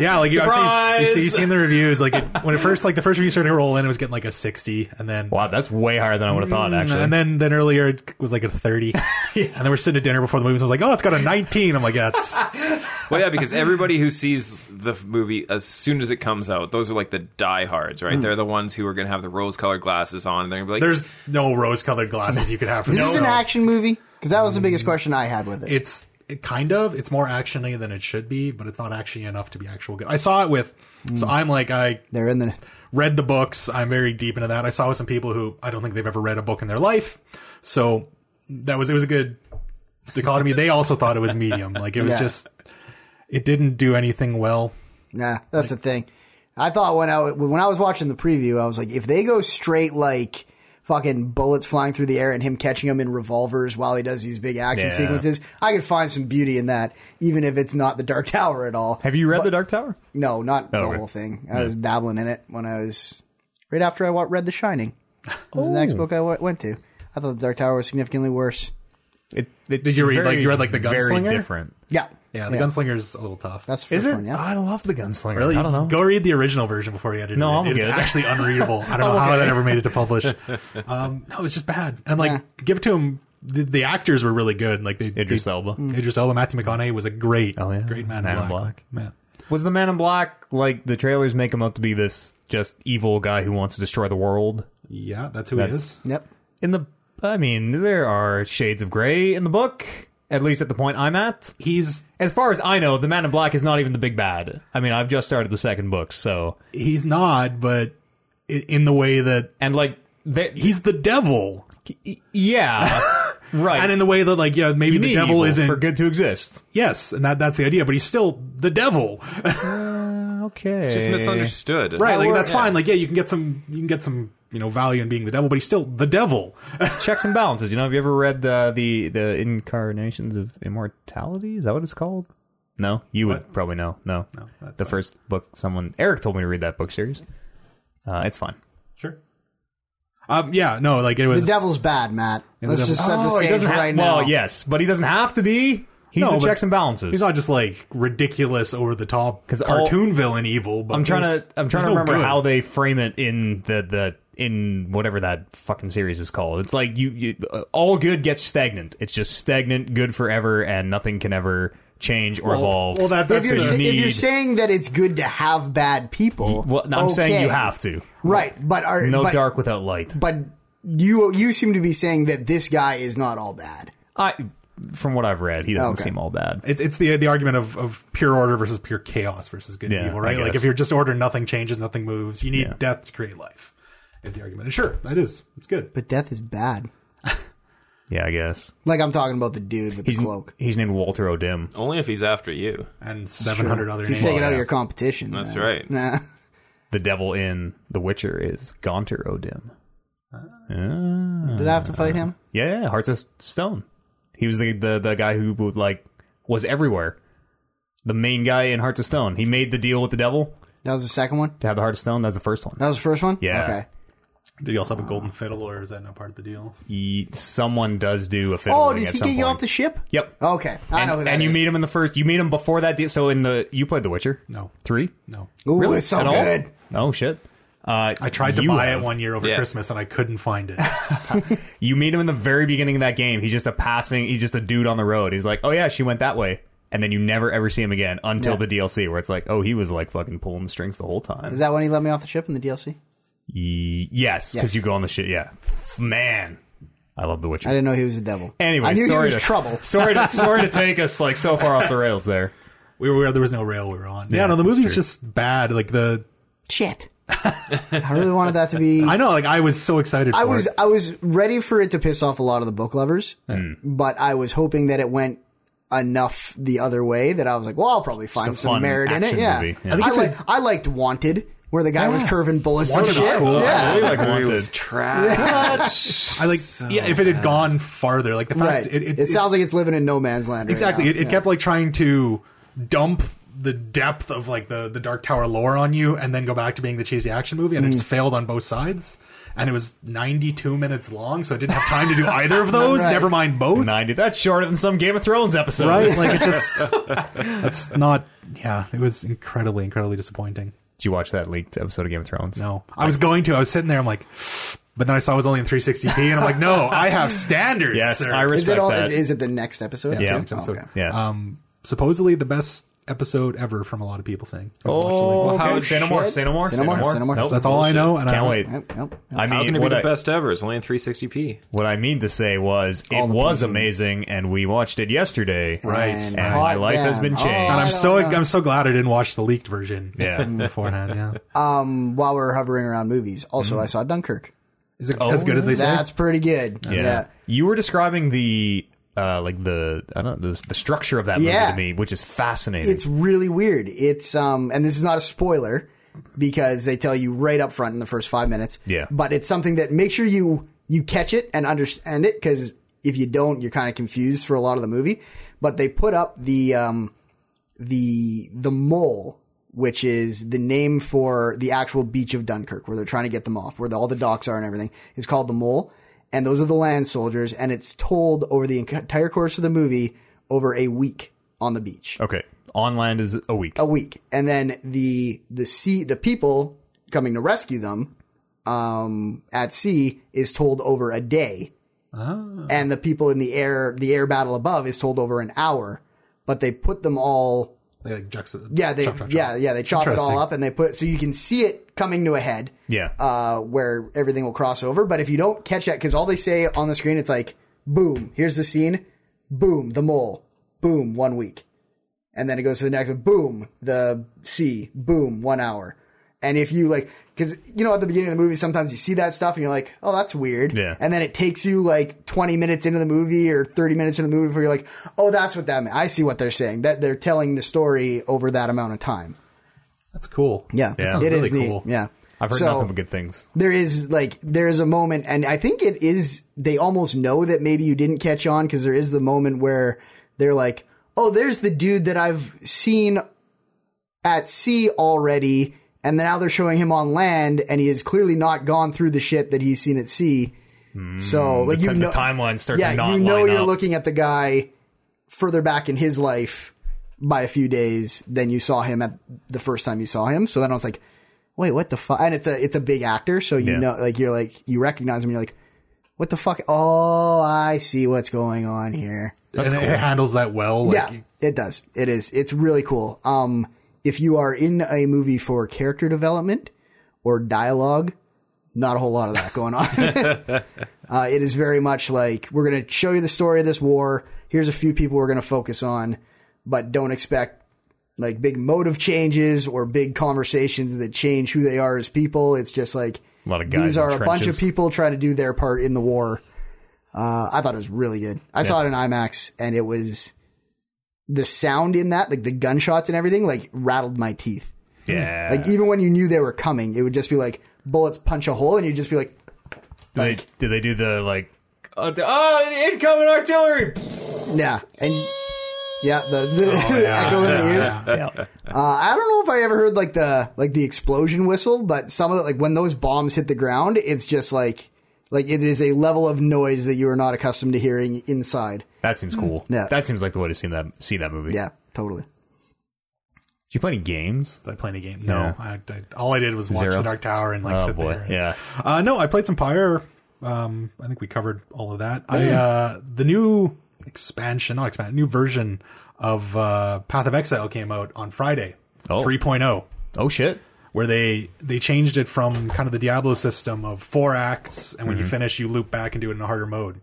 D: Yeah, like you, I've seen, you
A: Surprise!
D: see, you seen the reviews. Like it, when it first, like the first review started to roll in, it was getting like a sixty, and then Mm,
A: wow, that's way higher than I would have thought. Actually,
D: and then then earlier it was like
A: <laughs>
D: a thirty. And then we're sitting at dinner before the movie, so I was like, "Oh, it's got a 19. I'm like, "Yeah, it's
B: <laughs> Well, yeah, because everybody who sees the f- movie as soon as it comes out, those are like the diehards, right? They're the ones who are going to have the rose-colored glasses on. And they're going to be like,
D: there's no rose-colored glasses you could have for
C: Is
D: this."
C: this an
D: film.
C: action movie? Because that was the biggest question I had with it.
D: it's it kind of it's more actiony than it should be, but it's not actually enough to be actual good. I saw it with, so I'm like, I
C: They're in the.
D: read the books. I'm very deep into that. I saw with some people who I don't think they've ever read a book in their life. So that was it was a good dichotomy. they also thought it was medium. Like it was
C: Yeah.
D: just it didn't do anything well.
C: Nah, that's the thing. I thought when I when I was watching the preview, I was like, if they go straight like fucking bullets flying through the air and him catching them in revolvers while he does these big action
A: Yeah.
C: sequences, I could find some beauty in that, even if it's not the Dark <laughs> Tower at all.
A: have you read the Dark Tower?
C: No, not the
A: Oh, right.
C: whole thing. I was dabbling in it when I was right after I wa- read The Shining. It was the next
A: Oh.
C: book I wa- went to. I thought The Dark Tower was significantly worse.
A: It, it
D: Did you read,
A: very,
D: like, you read, like, The Gunslinger?
A: Very different.
C: Yeah,
D: Yeah, the gunslinger's a little tough.
C: That's the first one. Yeah,
A: I love the Gunslinger.
D: really
A: I don't know.
D: go read the original version before you edit
A: No,
D: it.
A: I'm
D: it's
A: good. <laughs>
D: actually unreadable. I don't know how that ever made it to publish. Um, no, it's just bad. And like,
C: Yeah.
D: give it to him. The, the actors were really good. Like they,
A: Idris
D: they,
A: Elba.
C: Mm.
A: Oh,
D: Idris Elba, Matthew McConaughey was a great,
A: yeah.
D: great man,
A: Man
D: in
A: in
D: black. Man.
A: Was the Man in Black like the trailers make him out to be this just evil guy who wants to destroy the world?
D: Yeah, that's who he
A: That's-
D: is.
C: yep.
A: In the, I mean, there are shades of gray in the book. At least at the point I'm at.
D: He's
A: As far as I know, the Man in Black is not even the big bad. I mean, I've just started the second book, so
D: he's not, but i- in the way that
A: and like, they,
D: he's the devil, <laughs>
A: yeah, right.
D: and in the way that like yeah, maybe the
A: Need
D: devil
A: evil
D: isn't
A: for good to exist.
D: yes, and that that's the idea, but he's still the devil,
A: Okay,
B: just misunderstood.
D: right? Like that's
B: Yeah.
D: fine. Like yeah, you can get some you can get some you know value in being the devil, but he's still the devil.
A: checks and balances. You know, have you ever read uh, the the incarnations of immortality? Is that what it's called? No, you would probably know. No, no
D: that's
A: the first book. Someone Eric told me to read that book series. Uh, it's fun.
D: sure. Um, yeah, no, like it was
C: The devil's bad, Matt. Let's
D: devil's-
C: just set
A: <laughs>
C: the stage
A: doesn't
C: right
A: have,
C: now.
A: Well, yes, but he doesn't have to be. He's
D: No,
A: the
D: but
A: checks and balances.
D: He's not just like ridiculous, over the top
A: 'Cause all-
D: cartoon villain evil. But
A: I'm trying
D: there's-
A: to. I'm trying to
D: there's no
A: remember
D: good.
A: how they frame it in the the in whatever that fucking series is called. It's like you, you uh, all good gets stagnant. It's just stagnant, good forever, and nothing can ever change or
D: Well-
A: evolve.
D: well, that-
C: if
D: that's
C: you're,
A: so
D: it.
A: you
C: sa- if you're
A: need-
C: saying that it's good to have bad people,
A: Well, I'm saying you
C: okay.
A: have to.
C: right, but are
A: No
C: but,
A: dark without light.
C: But you you seem to be saying that this guy is not all bad.
A: I, from what I've read, he doesn't
C: Okay.
A: seem all bad.
D: It's it's the the argument of, of pure order versus pure chaos versus good
A: Yeah,
D: and evil,
A: I
D: right? Like
A: guess.
D: if you're just order, nothing changes, nothing moves. You need
A: Yeah.
D: death to create life, is the argument. And sure, that is. It's good.
C: But death is bad.
A: Yeah, I guess
C: Like I'm talking about the dude with
A: he's
C: the cloak.
A: he's named Walter O'Dim.
B: Only if he's after you.
D: And 700 other
C: He's
D: names.
C: taking out of your competition.
B: That's
C: man.
A: <laughs>
B: right.
C: Nah.
A: The devil in The Witcher is Gaunter O'Dim.
C: Did I have to fight him?
A: Yeah, yeah, Hearts of Stone. He was the, the the guy who would like was everywhere. The main guy in Hearts of Stone. He made the deal with the devil
C: That was the second one.
A: to have the Heart of Stone. That's the first one.
C: That was the first one.
A: Yeah.
C: Okay.
D: Did he also have a golden fiddle, or is that not part of the deal?
A: He, someone does do a fiddling
C: Oh, does
A: at
C: he
A: some
C: get you
A: point.
C: off the ship?
A: Yep.
C: Okay, I
A: and,
C: know who that
A: and you
C: is.
A: meet him in the first. You meet him before that deal. So in the you played The Witcher.
D: No.
A: three.
D: No.
C: Ooh, it's so
A: At all?
C: good.
A: Oh shit. Uh,
D: I tried to
A: you
D: buy
A: have.
D: it one year over
B: Yeah.
D: Christmas, and I couldn't find it. <laughs>
A: You meet him in the very beginning of that game. He's just a passing. He's just a dude on the road. He's like, oh yeah, she went that way, and then you never ever see him again until
C: Yeah.
A: the DLC, where it's like, oh, he was like fucking pulling the strings the whole time.
C: Is that when he let me off the ship in the DLC?
A: Ye- yes, because
C: Yes.
A: you go on the shit. Yeah, man, I love The Witcher.
C: I didn't know he was a devil.
A: Anyway,
C: I knew
A: sorry
C: he was
A: to <laughs>
C: trouble.
A: Sorry to sorry to take us like so far off the rails there.
D: we were there was no rail we were on. Yeah,
A: Yeah,
D: no, the
A: that's
D: movie's
A: true.
D: just bad. Like the
C: Shit. I really wanted that to be.
D: I know, like I was so excited.
C: I
D: for
C: was
D: it.
C: I was ready for it to piss off a lot of the book lovers, but I was hoping that it went enough the other way that I was like, well, I'll probably find
A: a
C: some
A: fun
C: merit in it.
A: action
C: Yeah,
A: movie, yeah. I
C: I,
A: think
D: if
C: like I liked Wanted, where the guy was curving bullets and
D: Wanted
C: shit.
D: was cool.
A: I really
C: Yeah.
A: <laughs> like
B: It
A: Wanted.
B: was trash.
D: I like yeah. If it had gone farther, like the fact
C: Right.
D: it, it,
C: it
D: it's-
C: sounds like it's living in no man's land. right
D: exactly
C: now.
D: it, it kept like trying to dump the depth of like the the Dark Tower lore on you, and then go back to being the cheesy action movie, and
C: Mm.
D: it just failed on both sides. And it was 92 minutes long, so I didn't have time to do either
C: <laughs>
D: of those.
C: Right.
D: Never mind both.
A: Ninety. That's shorter than some Game of Thrones episodes. <laughs>
D: Right? Like it just that's not. Yeah, it was incredibly, incredibly disappointing.
A: Did you watch that leaked episode of Game of Thrones?
D: No, I was going to. I was sitting there. I'm like, but then I saw it was only in 360p, and I'm like, no,
A: <laughs>
D: I have standards.
A: Yes,
D: sir.
A: I
C: Is
A: respect
C: it all?
A: that.
C: Is, is it the next episode?
A: yeah.
C: Okay.
D: So,
A: yeah.
D: Um, supposedly the best episode ever from a lot of people saying.
A: oh,
B: Well, how
A: okay.
B: is
A: say no more.
C: shit?
A: Say no more.
C: Say no more, say no more.
A: Nope.
C: So
D: That's all I know, and I
A: Can't
D: don't-
A: wait.
C: Yep, yep, yep.
A: I
B: How
A: mean,
B: can it be
A: what
B: the
A: I,
B: best ever? It's only in 360p.
A: what I mean to say was
C: All
A: it
C: the
A: was
C: pleasing.
A: amazing, and we watched it yesterday.
D: Right.
A: And
D: And
A: my
C: hot
A: life has
C: damn.
A: been
C: Oh,
A: changed.
D: And
C: I
D: I'm
C: don't
D: so
C: know.
D: I'm so glad I didn't watch the leaked version.
A: <laughs> Yeah.
D: beforehand. Yeah,
A: <laughs>
C: Um, while we're hovering around movies, also I saw Dunkirk.
D: is it as good as they say?
C: That's pretty good. Yeah.
A: Yeah. You were describing the uh like the I don't know the, the structure of that
C: Yeah.
A: movie to me, which is fascinating.
C: It's really weird. It's um and this is not a spoiler because they tell you right up front in the first 5 minutes.
A: Yeah.
C: But it's something that make sure you you catch it and understand it cuz if you don't you're kind of confused for a lot of the movie, but they put up the um the the mole which is the name for the actual beach of Dunkirk, where they're trying to get them off, where the, all the docks are and everything, is called the Mole. And those are the land soldiers, and it's told over the entire course of the movie over a week on the beach
A: okay. On land is a week.
C: a week, and then the the sea the people coming to rescue them um, at sea is told over a day,
D: Ah.
C: and the people in the air the air battle above is told over an hour. But they put them all
D: They like juxta-
C: yeah they
D: chop, chop, chop.
C: yeah yeah they chop it all
D: Interesting.
C: up and they put so you can see it coming to a head
A: Yeah.
C: uh, where everything will cross over. But if you don't catch that, because all they say on the screen, it's like, boom, here's the scene, boom, the mole, boom, one week. And then it goes to the next one, boom, the sea, boom, one hour. And if you like, because you know, at the beginning of the movie, sometimes you see that stuff and you're like, oh, that's weird.
A: Yeah.
C: And then it takes you like 20 minutes into the movie or 30 minutes into the movie before you're like, oh, that's what that meant. I see what they're saying. That they're telling the story over that amount of time.
D: That's cool.
C: Yeah.
D: that
C: it
D: sounds
C: is
D: really
C: neat.
D: cool.
C: Yeah.
A: I've heard
C: So-
A: nothing but good things.
C: there is like there is a moment and i think it is they almost know that maybe you didn't catch on because there is the moment where they're like oh there's the dude that i've seen at sea already and now they're showing him on land and he has clearly not gone through the shit that he's seen at sea so like you
A: Hmm. the
C: know
A: timeline starts
C: yeah
A: to not
C: you know
A: line
C: you're
A: up.
C: looking at the guy further back in his life by a few days than you saw him at the first time you saw him so then i was like wait, what the fuck? And it's a it's a big actor, so you
A: Yeah.
C: know, like you're like you recognize him, you're like, what the fuck? Oh, I see what's going on here.
D: and it handles that well. Like,
C: yeah, it does. It is. It's really cool. Um, if you are in a movie for character development or dialogue, not a whole lot of that going on. uh, it is very much like we're going to show you the story of this war. Here's a few people we're going to focus on, but don't expect like big motive changes or big conversations that change who they are as people. It's just like
A: A lot of guys.
C: These
A: in
C: are a bunch of
A: trenches.
C: people trying to do their part in the war. Uh, I thought it was really good. I saw it in IMAX, and it was the sound in that, like the gunshots and everything, like rattled my teeth.
A: Yeah.
C: Hmm. Like even when you knew they were coming, it would just be like bullets punch a hole, and you'd just be like,
A: do, they, do they do the like?
B: Uh, oh, incoming artillery!
C: "Yeah," and yeah, the, the <laughs> echo in the ears.
A: Yeah.
C: Uh, I don't know if I ever heard like the like the explosion whistle, but some of the, like when those bombs hit the ground, it's just like like it is a level of noise that you are not accustomed to hearing inside.
A: That seems cool.
C: Hmm. Yeah.
A: That seems like the way to see that see that movie.
C: Yeah, totally.
A: Did you play any games?
D: Did I play any game? No. I, I, all I did was watch
A: Zero?
D: The Dark Tower and like
A: Oh
D: sit
A: boy.
D: there.
A: Yeah.
D: Uh, no, I played some Pyre. Um, I think we covered all of that. I uh, the new expansion, not expansion, new version of uh, Path of Exile came out on Friday,
A: Oh.
D: 3.0,
A: Oh shit.
D: where they they changed it from kind of the Diablo system of four acts, and
A: Mm-hmm.
D: when you finish, you loop back and do it in a harder mode.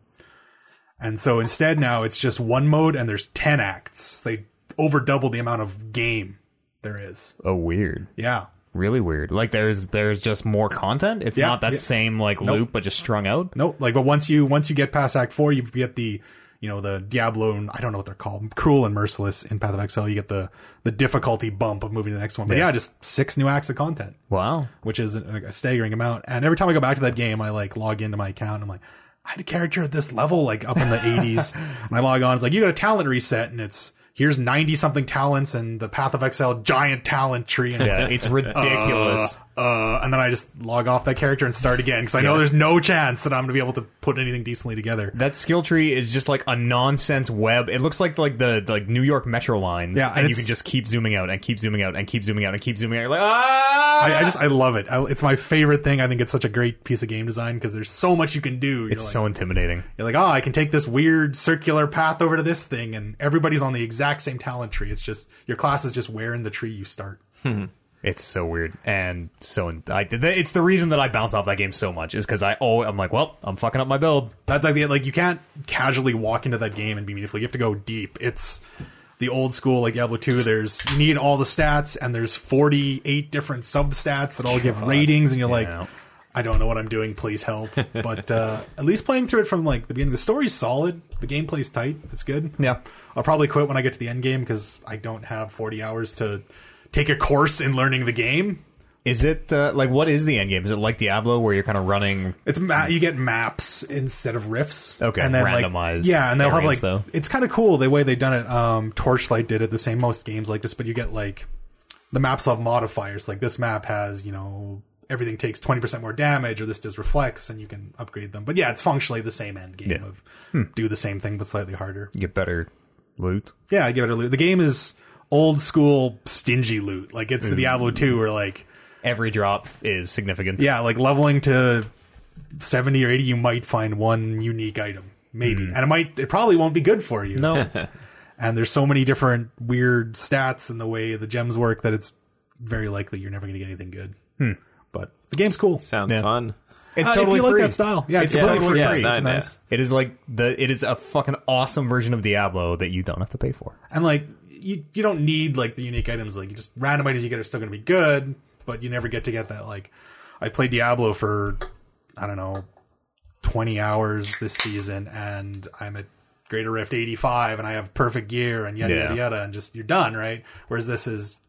D: And so instead, now it's just one mode, and there's ten acts. They over double the amount of game there is.
A: Oh weird.
D: Yeah.
A: Really weird. Like there's there's just more content. It's
D: Yeah,
A: not that
D: yeah.
A: same like loop, but just strung out.
D: Nope. Like, but once you once you get past Act Four, you get the you know the Diablo. and I don't know what they're called. Cruel and merciless in Path of Exile. You get the the difficulty bump of moving to the next one. But yeah, just six new acts of content,
A: Wow.
D: which is a, a staggering amount. And every time I go back to that game, I like log into my account. And I'm like. I had a character at this level, like up in the 80s. And I log on, it's like, you got a talent reset, and it's here's 90 something talents and the Path of Exile giant talent tree. And
A: Yeah, it's ridiculous.
D: uh, and then I just log off that character and start again because I know there's no chance that I'm going to be able to put anything decently together.
A: that skill tree is just like a nonsense web. It looks like like the like New York Metro lines.
D: Yeah, and
A: and you
D: it's-
A: can just keep zooming out and keep zooming out and keep zooming out and keep zooming out. You're like ah.
D: I, I just I love it. I, it's my favorite thing. I think it's such a great piece of game design because there's so much you can do. You're
A: it's
D: like,
A: so intimidating.
D: you're like, oh, I can take this weird circular path over to this thing, and everybody's on the exact same talent tree. It's just your class is just where in the tree you start.
A: It's so weird and so. In- I, it's the reason that I bounce off that game so much is because I oh I'm like well I'm fucking up my build.
D: That's like the like you can't casually walk into that game and be meaningful. You have to go deep. It's the old school like Diablo 2. There's you need all the stats and there's 48 different substats that all give ratings and you're
A: Yeah.
D: like I don't know what I'm doing. Please
A: <laughs>
D: help. But uh, at least playing through it from like the beginning, the story's solid. The gameplay's tight. It's good.
A: Yeah.
D: I'll probably quit when I get to the end game because I don't have 40 hours to take a course in learning the game.
A: Is it uh, like what is the end game? Is it like Diablo where you're kind of running?
D: It's ma- you get maps instead of rifts.
A: Okay,
D: and then
A: randomized
D: Like, yeah, and they'll have
A: areas,
D: like
A: though.
D: it's kind of cool the way they've done it. Um, Torchlight did it the same. Most games like this, but you get like the maps have modifiers. Like this map has you know everything takes twenty percent more damage, or this does reflects, and you can upgrade them. But yeah, it's functionally the same end game
A: Yeah. Hmm.
D: of do the same thing but slightly harder.
A: You get better loot.
D: Yeah, I give it a loot. The game is old school stingy loot. Like it's
A: Mm.
D: the Diablo two, or like
A: Every drop is significant.
D: yeah, like leveling to 70 or 80, you might find one unique item, maybe. And it might, it probably won't be good for you.
A: No.
D: <laughs> And there's so many different weird stats in the way the gems work that it's very likely you're never going to get anything good. But the game's cool.
B: Sounds fun.
A: It's
D: Uh,
A: totally
D: if you
A: free.
D: like that style. Yeah, it's,
A: It's
D: totally
A: totally
D: free.
A: free.
D: which is
B: Yeah,
D: nice.
A: It is like the it is a fucking awesome version of Diablo that you don't have to pay for.
D: And like, you, you don't need like the unique items. Like, you just random items you get are still going to be good, but you never get to get that. Like, I played Diablo for, I don't know, 20 hours this season and I'm at Greater Rift 85 and I have perfect gear and yada,
A: Yeah.
D: yada, yada, and just you're done, right? Whereas this is,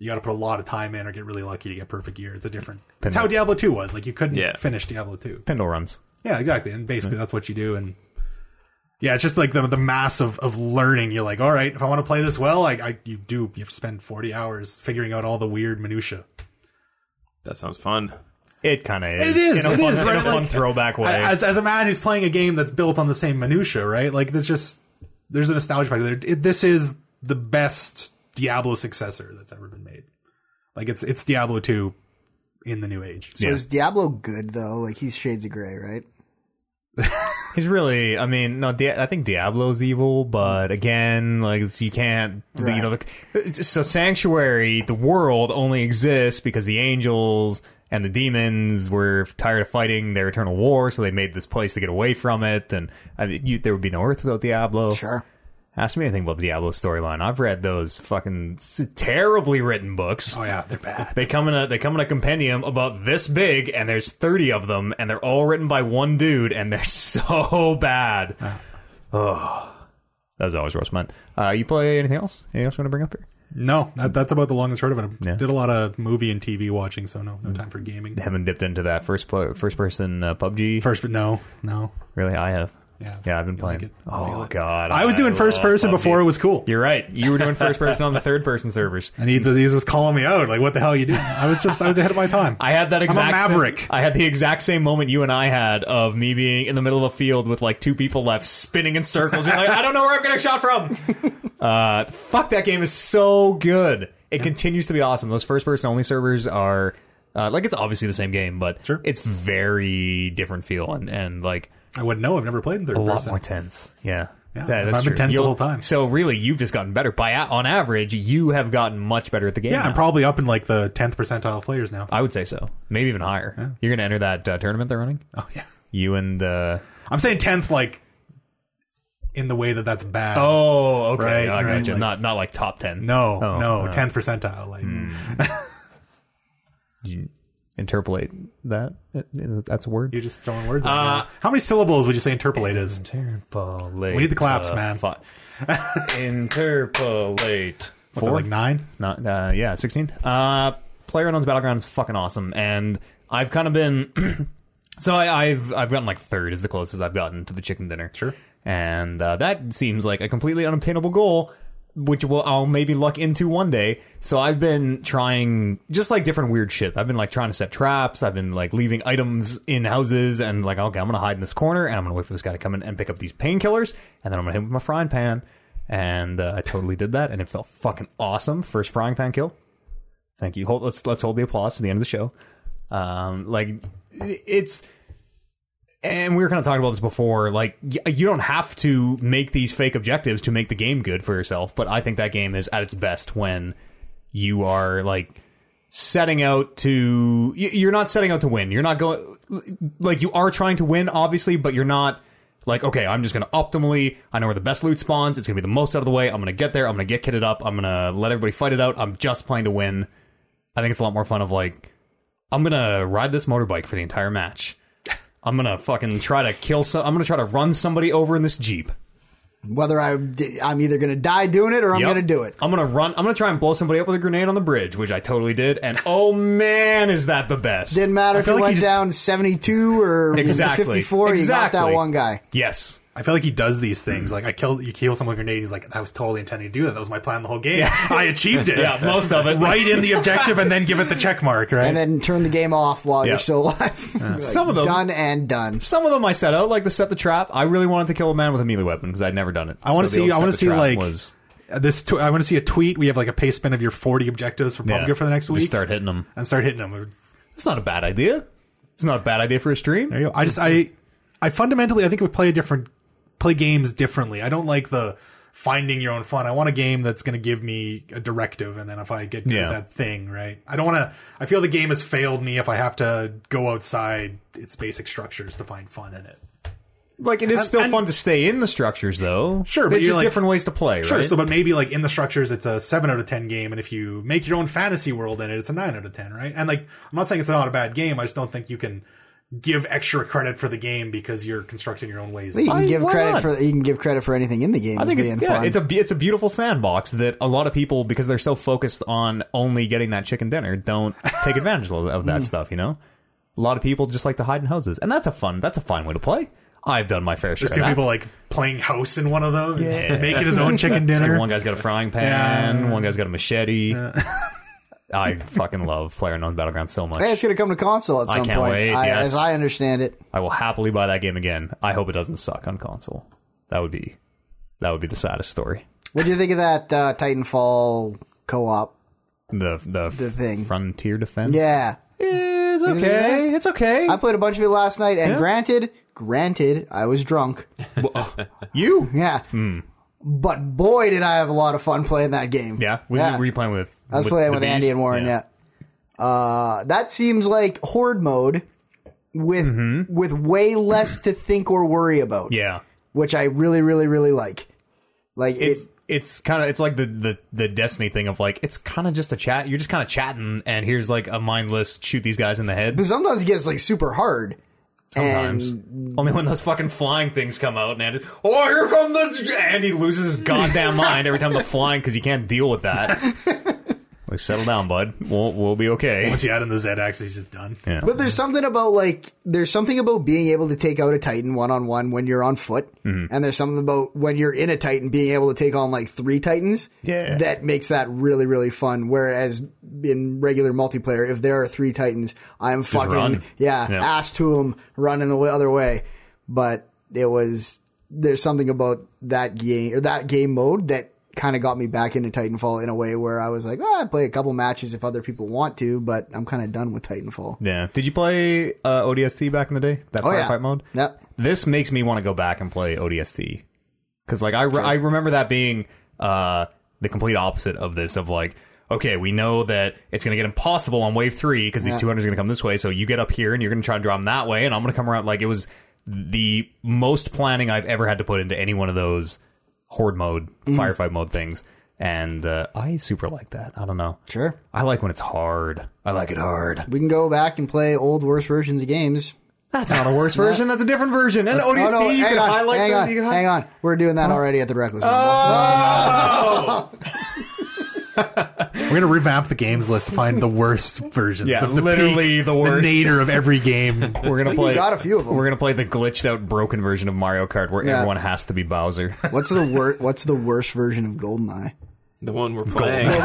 D: you got to put a lot of time in or get really lucky to get perfect gear. It's a different. It's how Diablo 2 was. Like, you couldn't
B: Yeah.
D: finish Diablo 2.
A: Pendle runs.
D: Yeah, exactly. And basically, that's what you do. And yeah, it's just like the the mass of, of learning. You're like, all right, if I want to play this well, I, I you do. You have to spend 40 hours figuring out all the weird minutia.
B: That sounds fun.
A: It kind of is.
D: It is.
A: In a
D: it
A: fun,
D: is,
A: in
D: right?
A: a fun
D: Like,
A: throwback way.
D: As as a man who's playing a game that's built on the same minutia, right? Like there's just there's a nostalgia factor. There. It, this is the best Diablo successor that's ever been made. Like it's it's Diablo 2 in the new age.
C: So is Diablo good though? Like he's shades of gray, right?
A: He's really. I mean, no. Di- I think Diablo's evil, but again, like it's- you can't. the- You know, the, it's- so Sanctuary, the world only exists because the angels and the demons were tired of fighting their eternal war, so they made this place to get away from it. And I mean, you, there would be no Earth without Diablo.
C: Sure.
A: Ask me anything about the Diablo storyline. I've read those fucking s- terribly written books.
D: Oh yeah, they're bad.
A: They come in a they come in a compendium about this big, and there's thirty of them, and they're all written by one dude, and they're <laughs> so bad.
D: Ah.
A: Oh, that was always Ross meant. Uh, you play anything else? Anything else you want to bring up here?
D: No, that, that's about the long and short of it. I
A: Yeah. Mm.
D: did a lot of movie and TV watching, so no, no time for gaming.
A: Haven't dipped into that first pl- first person uh, PUBG.
D: First, but no, no.
A: Really, I have.
D: Yeah.
A: yeah, I've been
D: You
A: playing.
D: like it? You feel
A: oh
D: it?
A: god,
D: I was doing first
A: love
D: person
A: PUBG.
D: before it was cool.
A: You're right. You were doing first person on the third person servers.
D: And he was, he was calling me out, like, "What the hell you doing?" I was just, I was ahead of my time.
A: <laughs> I had that exact same-
D: maverick.
A: I had the exact same moment you and I had of me being in the middle of a field with like two people left, spinning in circles. being like, I don't know where I'm getting shot
D: <laughs>
A: from. Uh, fuck that game is so good. It continues to be awesome. Those first person only servers are uh, like it's obviously the same game, but
D: Sure.
A: it's very different feel and and like
D: I wouldn't know. I've never played in third
A: a lot
D: person.
A: more tense. Yeah.
D: Yeah, I've been tense the
A: You'll-
D: whole time.
A: So really, you've just gotten better. By a- on average, you have gotten much better at the game.
D: yeah,
A: now.
D: I'm probably up in like the tenth percentile of players now.
A: I would say so. Maybe even higher. You're going to enter that uh, tournament they're running.
D: Oh <laughs> yeah,
A: You and the
D: I'm saying tenth, like in the way that that's bad.
A: oh, okay,
D: Right,
A: I
D: right,
A: gotcha.
D: like-
A: not not like top ten.
D: no,
A: Oh, Hmm.
D: no,
A: uh,
D: tenth percentile. Like,
A: you interpolate that. That's a word.
D: you're just throwing words.
A: Uh,
D: at me. How many syllables would you say interpolate is?
A: Interpolate. uh,
D: We need the claps, man.
A: fu-
D: <laughs>
A: interpolate.
D: What's that,
A: Four?
D: like nine?
A: Not uh, yeah, sixteen. Uh, PlayerUnknown's Battleground is fucking awesome, and I've kind of been. <clears throat> so I, I've I've gotten like third is the closest I've gotten to the chicken dinner. Sure, and uh, that seems like a completely unobtainable goal, which will I'll maybe luck into one day. So I've been trying just like different weird shit. I've been like trying to set traps. I've been like leaving items in houses, and like okay, I'm gonna hide in this corner, and I'm gonna wait for this guy to come in and pick up these painkillers, and then I'm gonna hit him with my frying pan. And uh, I totally did that, and it felt fucking awesome. First frying pan kill. Thank you. Hold, let's let's hold the applause to the end of the show. Um, like it's, and we were kind of talking about this before. Like y- you don't have to make these fake objectives to make the game good for yourself. But I think that game is at its best when you are like setting out to. y- You're not setting out to win. You're not going like you are trying to win, obviously, but you're not. Like okay, I'm just gonna optimally. I know where the best loot spawns. It's gonna be the most out of the way. I'm gonna get there. I'm gonna get kitted up. I'm gonna let everybody fight it out. I'm just playing to win. I think it's a lot more fun of like, I'm gonna ride this motorbike for the entire match. I'm gonna fucking try to kill some. I'm gonna try to run somebody over in this jeep.
C: Whether I, I'm either going to die doing it or I'm
A: Yep.
C: going to do it.
A: I'm gonna run. I'm gonna try and blow somebody up with a grenade on the bridge, which I totally did. And oh man, is that the best?
C: Didn't matter
D: I
C: if you
D: feel like
C: went
D: you just-
C: down 72 or
A: Exactly.
C: 54, you got
A: Exactly.
C: that one guy.
A: yes.
D: I feel like he does these
A: Hmm.
D: things. Like I killed, you kill someone with a grenade. He's like, that was totally intended to do that. That was my plan the whole game. I achieved
A: <laughs>
D: it.
A: Yeah, most of it.
D: right in the objective, and then give it the check mark. Right.
C: And then turn the game off while
A: Yeah.
C: you're still alive. <laughs> Like,
A: Some of them-
C: Done and done.
A: Some of them I set out, like to set the trap. I really wanted to kill a man with a melee weapon because I'd never done it.
D: I want to
A: So the
D: see.
A: old
D: I want to
A: set the
D: see
A: trap
D: like
A: was-
D: Uh, this. Tw- I want to see a tweet. We have like a paste spin of your forty objectives for PUBG
A: Yeah.
D: for the next
A: Just
D: week,
A: start hitting them.
D: and start hitting them.
A: It's not a bad idea. It's not a bad idea for a stream.
D: There you go. I just I I fundamentally I think we play a different play games differently. I don't like the finding your own fun. I want a game that's going to give me a directive, and then if I get good
A: Yeah.
D: at that thing, right? I don't want to. I feel the game has failed me if I have to go outside its basic structures to find fun in it.
A: Like it is still
D: and-
A: fun to stay in the structures, though.
D: Sure, but
A: but it's
D: you're
A: just
D: like-
A: different ways to play.
D: Sure.
A: right?
D: So, but maybe like in the structures, it's a seven out of ten game, and if you make your own fantasy world in it, it's a nine out of ten, right? And like, I'm not saying it's not a bad game. I just don't think you can give extra credit for the game because you're constructing your own ways.
C: You can
A: Why-
C: give
A: why
C: credit
A: not?
C: for you can give credit for anything in the game.
A: I think
C: as
A: it's,
C: being
A: yeah,
C: fun.
A: it's a be- it's a beautiful sandbox that a lot of people because they're so focused on only getting that chicken dinner don't
C: <laughs>
A: take advantage of, of
C: Hmm.
A: that stuff. You know, a lot of people just like to hide in houses, and that's a fun that's a fine way to play. I've done my fair share.
D: There's two
A: of that.
D: people like playing house in one of them,
A: Yeah.
D: <laughs> making his
E: <laughs>
D: own chicken dinner.
A: One guy's got a
C: <laughs>
A: frying pan.
D: Yeah.
A: One guy's got a machete. I fucking love PlayerUnknown's Battleground so much.
C: Hey, it's going to come to console at some
A: can't
C: point.
A: wait,
C: I,
A: yes.
C: As I understand it,
A: I will happily buy that game again. I hope it doesn't suck on console. That would be that would be the saddest story.
C: what do you think of that uh, Titanfall co-op?
A: The the, the
C: thing.
A: Frontier Defense.
C: Yeah,
A: It's okay. It's okay.
C: I played a bunch of it last night, and
A: Yeah.
C: granted, granted, I was drunk.
A: uh, you.
C: Yeah,
A: Hmm.
C: but boy, did I have a lot of fun playing that game.
A: Yeah, was you replaying with?
C: I was playing with Andy and Warren. Yeah, Uh, that seems like horde mode with with way less to think or worry about.
A: Mm-hmm. yeah,
C: which I really, really, really like. Like it,
A: it's it's kind of it's like the, the the destiny thing of like it's kind of just a chat you're just kind of chatting and here's like a mindless shoot these guys in the head
C: but sometimes it gets like super hard.
A: sometimes
C: And
A: only when those fucking flying things come out and Andy, oh here come the and he loses his
C: <laughs>
A: goddamn mind every time they're flying because he can't deal with that like settle down bud we'll, we'll be okay
D: Once you add in the Z axis, he's just done.
A: yeah.
C: But there's something about like there's something about being able to take out a titan one on one when you're on foot,
A: Mm-hmm.
C: and there's something about when you're in a titan being able to take on like three titans.
A: Yeah.
C: that makes that really really fun. Whereas in regular multiplayer, if there are three titans, I'm fucking
A: run.
C: yeah,
A: Yeah.
C: ass to them, running the wa- other way. But it was there's something about that game or that game mode that kind of got me back into Titanfall in a way where I was like, oh, I play a couple matches if other people want to, but I'm kind of done with Titanfall.
A: Yeah. Did you play uh, ODST back in the day? That
C: Oh, yeah.
A: firefight mode.
C: Yep.
A: This makes me want to go back and play ODST because, like, I re- I remember that being uh, the complete opposite of this. Of like, okay, we know that it's going to get impossible on wave three because these two hundred are going to come this way. So you get up here and you're going to try and draw them that way, and I'm going to come around. Like, it was the most planning I've ever had to put into any one of those horde mode,
C: Mm-hmm.
A: firefight mode things. And uh, I super like that. I don't know.
C: Sure.
A: I like when it's hard. I like it hard.
C: We can go back and play old worse versions of games.
A: That's not a worse
C: <laughs>
A: version. That's a different version. And
C: Oh,
A: ODST,
C: no,
A: you
C: hang
A: can
C: on,
A: highlight
C: hang
A: those.
C: on,
A: you can
C: hang
A: highlight.
C: on. We're doing that already at the Reckless Rumble.
E: We're gonna revamp the games list to find the
D: <laughs>
E: worst version.
A: Yeah,
E: the, the
A: literally
E: peak,
A: the worst.
E: nadir of every
D: <laughs>
E: game.
A: We're gonna
C: think you
A: play.
C: got a few of 'em.
A: We're gonna play the glitched out, broken version of Mario Kart where
C: Yeah.
A: everyone has to be Bowser.
C: What's the worst? What's the worst version of Goldeneye?
B: The one we're
A: <laughs>
B: playing.
E: Wasn't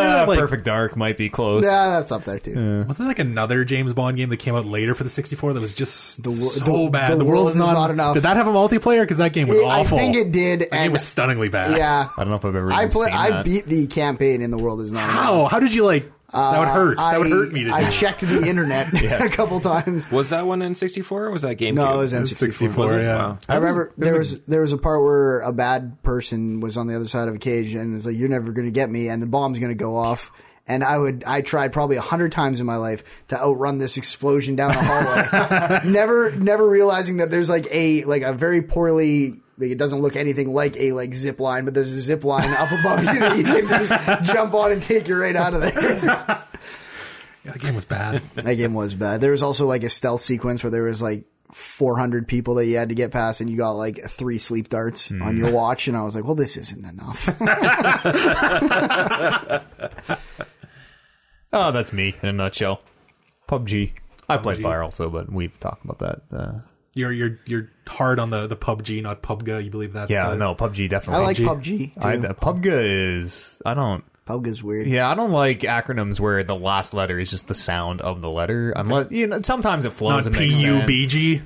E: there
A: Uh,
E: like,
A: Perfect Dark might be close.
C: Yeah, that's up there too.
E: wasn't there like another James Bond game that came out later for the 64 that was just so
C: the-
E: bad?
C: the world is not enough.
E: Did that have a multiplayer? Because that game was
C: It- I
E: awful.
C: think it did,
E: That
C: and-
E: game was stunningly bad.
C: Yeah,
A: I don't know if I've ever. Even
C: I play.
A: Seen
C: I
A: that.
C: beat the campaign in the world is not. Enough.
E: How? How did you like? that would hurt.
C: Uh, I,
E: that would hurt me to
C: I
E: do.
C: checked the
A: <laughs>
C: internet <laughs> a couple times.
B: was that one in 64 or was that GameCube?
C: No, it was
E: It was
C: N64.
E: 64, yeah.
B: Wow.
C: I remember there was there was a part where a bad person was on the other side of a cage and was like, "You're never going to get me," and the bomb's going to go off. And I would I tried probably a hundred times in my life to outrun this explosion down the hallway, never never realizing that there's like a like a very poorly. Like it doesn't look anything like a like zip line, but there's a zip line up above you that you can just jump on and take you right out of there.
E: Yeah, that game was
C: <laughs>
E: bad.
C: That game was bad. There was also like a stealth sequence where there was like 400 people that you had to get past, and you got like three sleep darts
A: Hmm.
C: on your watch. And I was like, "Well, this isn't enough." <laughs>
A: Oh, that's me in a nutshell. PUBG. I played Fire also, but we've talked about that. Uh,
E: you're you're you're hard on the the PUBG, not PUBG. You believe that's
A: yeah,
E: the,
A: uh, no, PUBG
C: I
A: definitely.
C: like PUBG.
A: I,
C: Too.
A: PUBG is. I don't.
C: PUBG's weird.
A: Yeah, I don't like acronyms where the last letter is just the sound of the letter. Unless you know, sometimes it flows.
E: not
A: and makes sense.
E: PUBG.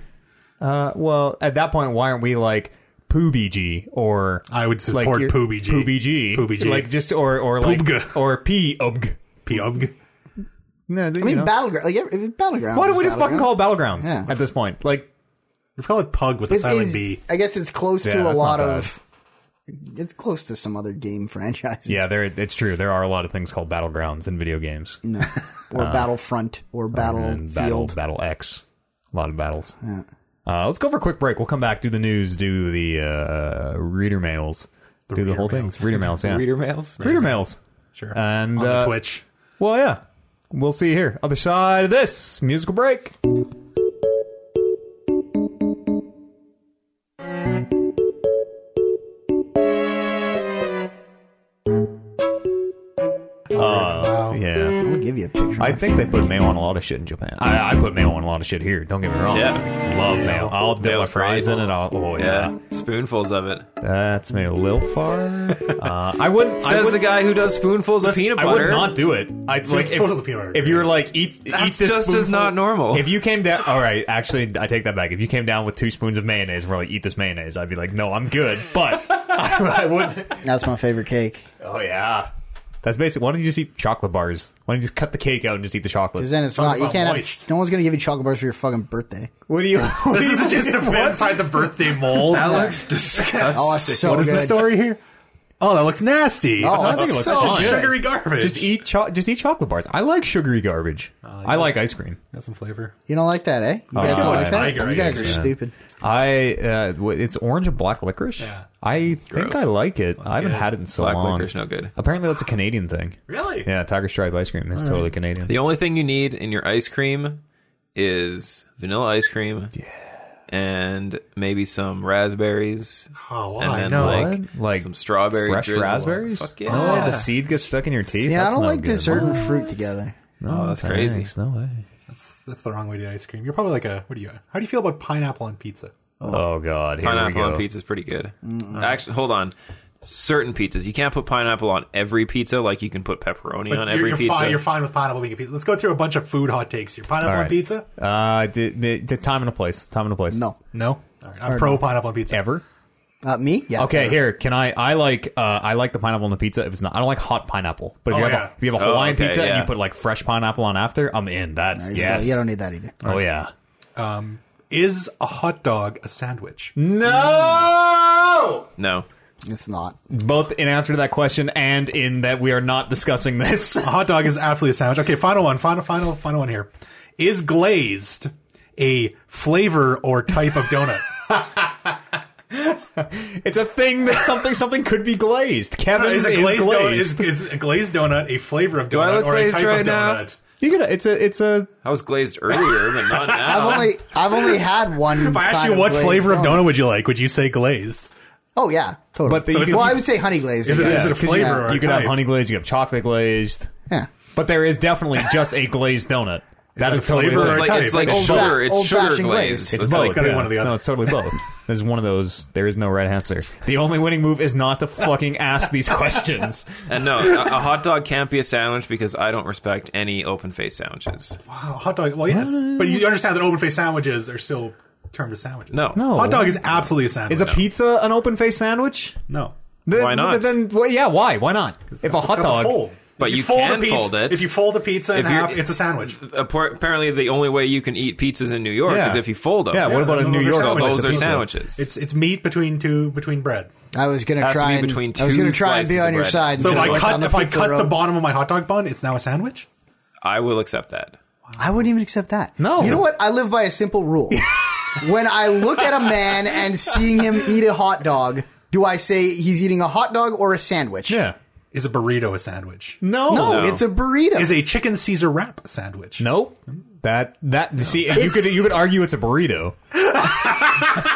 A: Uh, well, at that point, why aren't we like PUBG or
E: I would
A: like
E: support
A: your-
E: PUBG.
A: PUBG,
E: PUBG.
A: like just or or like
E: PUBG.
A: or PUBG.
E: PUBG.
A: No,
C: I mean battleground. Like every- battleground.
A: why
C: is
A: don't we just fucking
C: Battleground.
A: call it battlegrounds
C: Yeah.
A: at this point? Like,
E: We call it Pug with a
C: It
E: silent
C: is-
E: B.
C: I guess it's close
A: Yeah,
C: to a
A: that's
C: lot
A: not
C: of. It's close to some other game franchises.
A: yeah, there it's true. There are a lot of things called battlegrounds in video games. <laughs>
C: No. Or
A: Uh,
C: Battlefront or
A: And battle,
C: Battlefield.
A: battle X, a lot of battles. Uh, let's go for a quick break. We'll come back, do the news, do the uh, reader mails, do the
E: reader
A: whole thing.
E: mails.
A: Reader mails, yeah, reader,
B: Reader mails?
A: mails.
E: Sure.
A: And,
E: on
A: uh,
E: the Twitch.
A: Well, yeah. We'll see you here. Other side of this musical break.
E: wow.
A: Yeah.
C: I'll give you a picture.
A: I think they put mayo on a lot of shit in Japan. I, I put mayo on a lot of shit here. Don't get me wrong.
B: Yeah.
A: Love mayo. I'll dip my
B: Mayo's
A: fries
B: great.
A: in it. I'll, oh, yeah.
B: Yeah. Spoonfuls of it.
A: That's maybe a little <laughs> far. uh, I wouldn't. I
B: Says
A: would
B: the guy who does spoonfuls of peanut butter.
A: I would not do it. I like
E: Spoonfuls of peanut butter.
A: if, if you were like eat eat
B: That's
A: this
B: just as
A: spoonful-
B: not normal.
A: If you came down, all right. Actually, I take that back. If you came down with two spoons of mayonnaise and were like eat this mayonnaise, I'd be like, no, I'm good. But <laughs> I, I would.
C: That's my favorite cake.
A: Oh yeah, that's basic. Why don't you just eat chocolate bars? Why don't you just cut the cake out and just eat the chocolate?
C: Because then it's
E: Sounds
C: not. You
E: not
C: can't have.
E: moist.
C: No one's gonna give you chocolate bars for your fucking birthday.
A: what do you? <laughs> What
E: This
A: do
E: is
A: you-
E: just a fit inside the birthday mold.
B: Alex, disgusting.
C: Oh, that's so
E: what is
C: good.
E: the story here?
D: Oh, that looks nasty.
C: Oh, I think it
A: looks
D: such
A: fine.
D: a sugary garbage.
A: Just eat cho- just eat chocolate bars. I like sugary garbage.
B: Oh,
A: I like ice cream.
E: Got some flavor.
C: You don't like that, eh? You guys
A: yeah.
C: don't like that?
D: Tiger
C: You guys
D: ice
C: are
D: cream.
C: stupid.
A: I uh, w- it's orange and black licorice.
D: Yeah.
A: I think
B: Gross.
A: I like it. I haven't
D: good.
A: had it in so
B: Black
A: long.
B: licorice, no good.
A: Apparently, that's a Canadian thing.
D: Really?
A: Yeah, Tiger Stripe ice cream is totally Canadian.
B: The only thing you need in your ice cream is vanilla ice cream. Yeah. And maybe some raspberries.
D: Oh,
B: And
D: I
B: then
D: know.
B: like,
A: What? Like
B: some strawberry
A: Fresh
B: drizzle.
A: raspberries.
B: Fuck yeah.
A: Oh, the seeds get stuck in your teeth.
C: Yeah, I
A: That's
C: don't
A: not
C: like
A: good.
C: dessert and fruit together.
A: No,
B: Oh, that's
A: thanks.
B: crazy.
A: No way.
D: That's, that's the wrong way to eat ice cream. You're probably like a. What do you? How do you feel about pineapple on pizza?
A: Oh, god. Here
B: Pineapple
A: we go.
B: on pizza is pretty good. Actually, hold on. Certain pizzas, you can't put pineapple on every pizza like you can put pepperoni on
D: You're-
B: every
D: you're,
B: pizza.
D: Fine, you're fine with pineapple being a pizza. Let's go through a bunch of food hot takes here. Pineapple
A: All right.
D: on pizza?
A: Uh, the, the, the time and a place. Time and a place.
C: No.
D: No. All right, I'm pro pineapple on pizza.
A: Ever.
C: Uh, me? Yeah.
A: Okay, here can I? I like uh, I like the pineapple on the pizza. If it's not, I don't like hot pineapple. But if you
D: Oh,
A: have
D: yeah.
A: a, if you have a
B: Oh,
A: Hawaiian
B: okay,
A: pizza and
B: yeah.
A: you put like fresh pineapple on after, I'm in. That's
C: Nice.
A: yes.
C: Yeah, you don't need that either.
A: oh yeah.
D: Is a hot dog a sandwich?
A: No.
B: no.
C: It's not.
A: Both in answer to that question and in that we are not discussing this. <laughs>
D: A hot dog is absolutely a sandwich. Okay, final one. Final, final, final one here. Is glazed a flavor or type of donut?
A: It's a thing that something something could be glazed. Kevin
D: is
A: is
D: a glazed,
A: glazed.
D: Donut, is, is a glazed donut a flavor of donut
B: I look
D: or a
B: glazed
D: type
B: right
D: of
B: now?
D: donut?
A: you gonna? It's a. It's a.
B: I was glazed earlier,
A: <laughs>
B: but not
C: I've
B: now.
C: only I've only had one.
D: <laughs> If I asked you what flavor of donut would you like, would you say glazed?
C: Oh yeah, totally.
A: But the- So you
C: well,
A: could-
C: I would say honey glazed.
D: Is
C: I
D: it,
C: guess.
D: is it a
A: 'cause you
D: flavor
A: have-
D: or a
A: you could have
D: type?
A: honey glazed. You could have chocolate glazed.
C: yeah.
A: But there is definitely just a glazed
D: <laughs>
A: donut. That
D: a
A: is totally
D: flavor or
A: glazed.
D: a
B: It's like, it's
D: type,
B: like
C: like
B: sugar.
C: old-
B: It's sugar
C: old-fashioned
B: glazed.
A: It's
C: glazed.
B: It's
A: both.
B: like-
D: it's gotta be
A: yeah.
D: one or the other.
A: No, it's totally both. There's one of those. There is no right answer. The only winning move is not to fucking ask
D: <laughs>
A: these questions.
B: <laughs> and no, a, a hot dog can't be a sandwich because I don't respect any open face sandwiches.
D: Wow, hot dog. Well, yeah, it's- but you understand that open face sandwiches are still termed as sandwiches.
B: No.
A: No.
D: hot dog is absolutely a sandwich.
A: Is a pizza an open face sandwich?
D: no.
A: Then,
B: Why not?
A: Then, well, yeah, why? Why not? If a
D: It's got
A: hot
D: the
A: dog.
D: fold.
B: But
D: If
B: you
D: fold a
B: can
D: pizza-
B: fold it.
D: If you fold a pizza in
B: If you're-
D: halap, it's a sandwich.
B: Appar- Apparently, the only way you can eat pizzas in New York
A: Yeah.
B: is if you fold them.
A: Yeah, what about in
D: those
A: New York?
D: are
B: so
D: sandwiches?
A: slice
B: those
A: of
B: are
A: pizza?
B: sandwiches.
D: It's it's meat between two between bread.
C: I was gonna
B: Has to
C: try
B: be
C: and,
B: between
C: I was
B: two
C: gonna try and
B: slices
C: be
B: of
C: on your
B: bread.
C: side.
D: So if
C: and go
D: I
C: like on
D: cut
C: the
D: if I
C: pizza
D: cut the
C: road.
D: bottom of my hot dog bun, it's now a sandwich.
B: I will accept that.
C: I wouldn't even accept that.
A: No.
C: You know what? I live by a simple
D: <laughs>
C: rule. when I look at a man and seeing him eat a hot dog, do I say he's eating a hot dog or a sandwich?
A: Yeah.
D: Is a burrito a sandwich?
A: No.
C: No,
B: No.
C: it's a burrito.
D: Oh. Is a chicken Caesar wrap a sandwich?
A: Nope. That that see you could you could argue it's a burrito.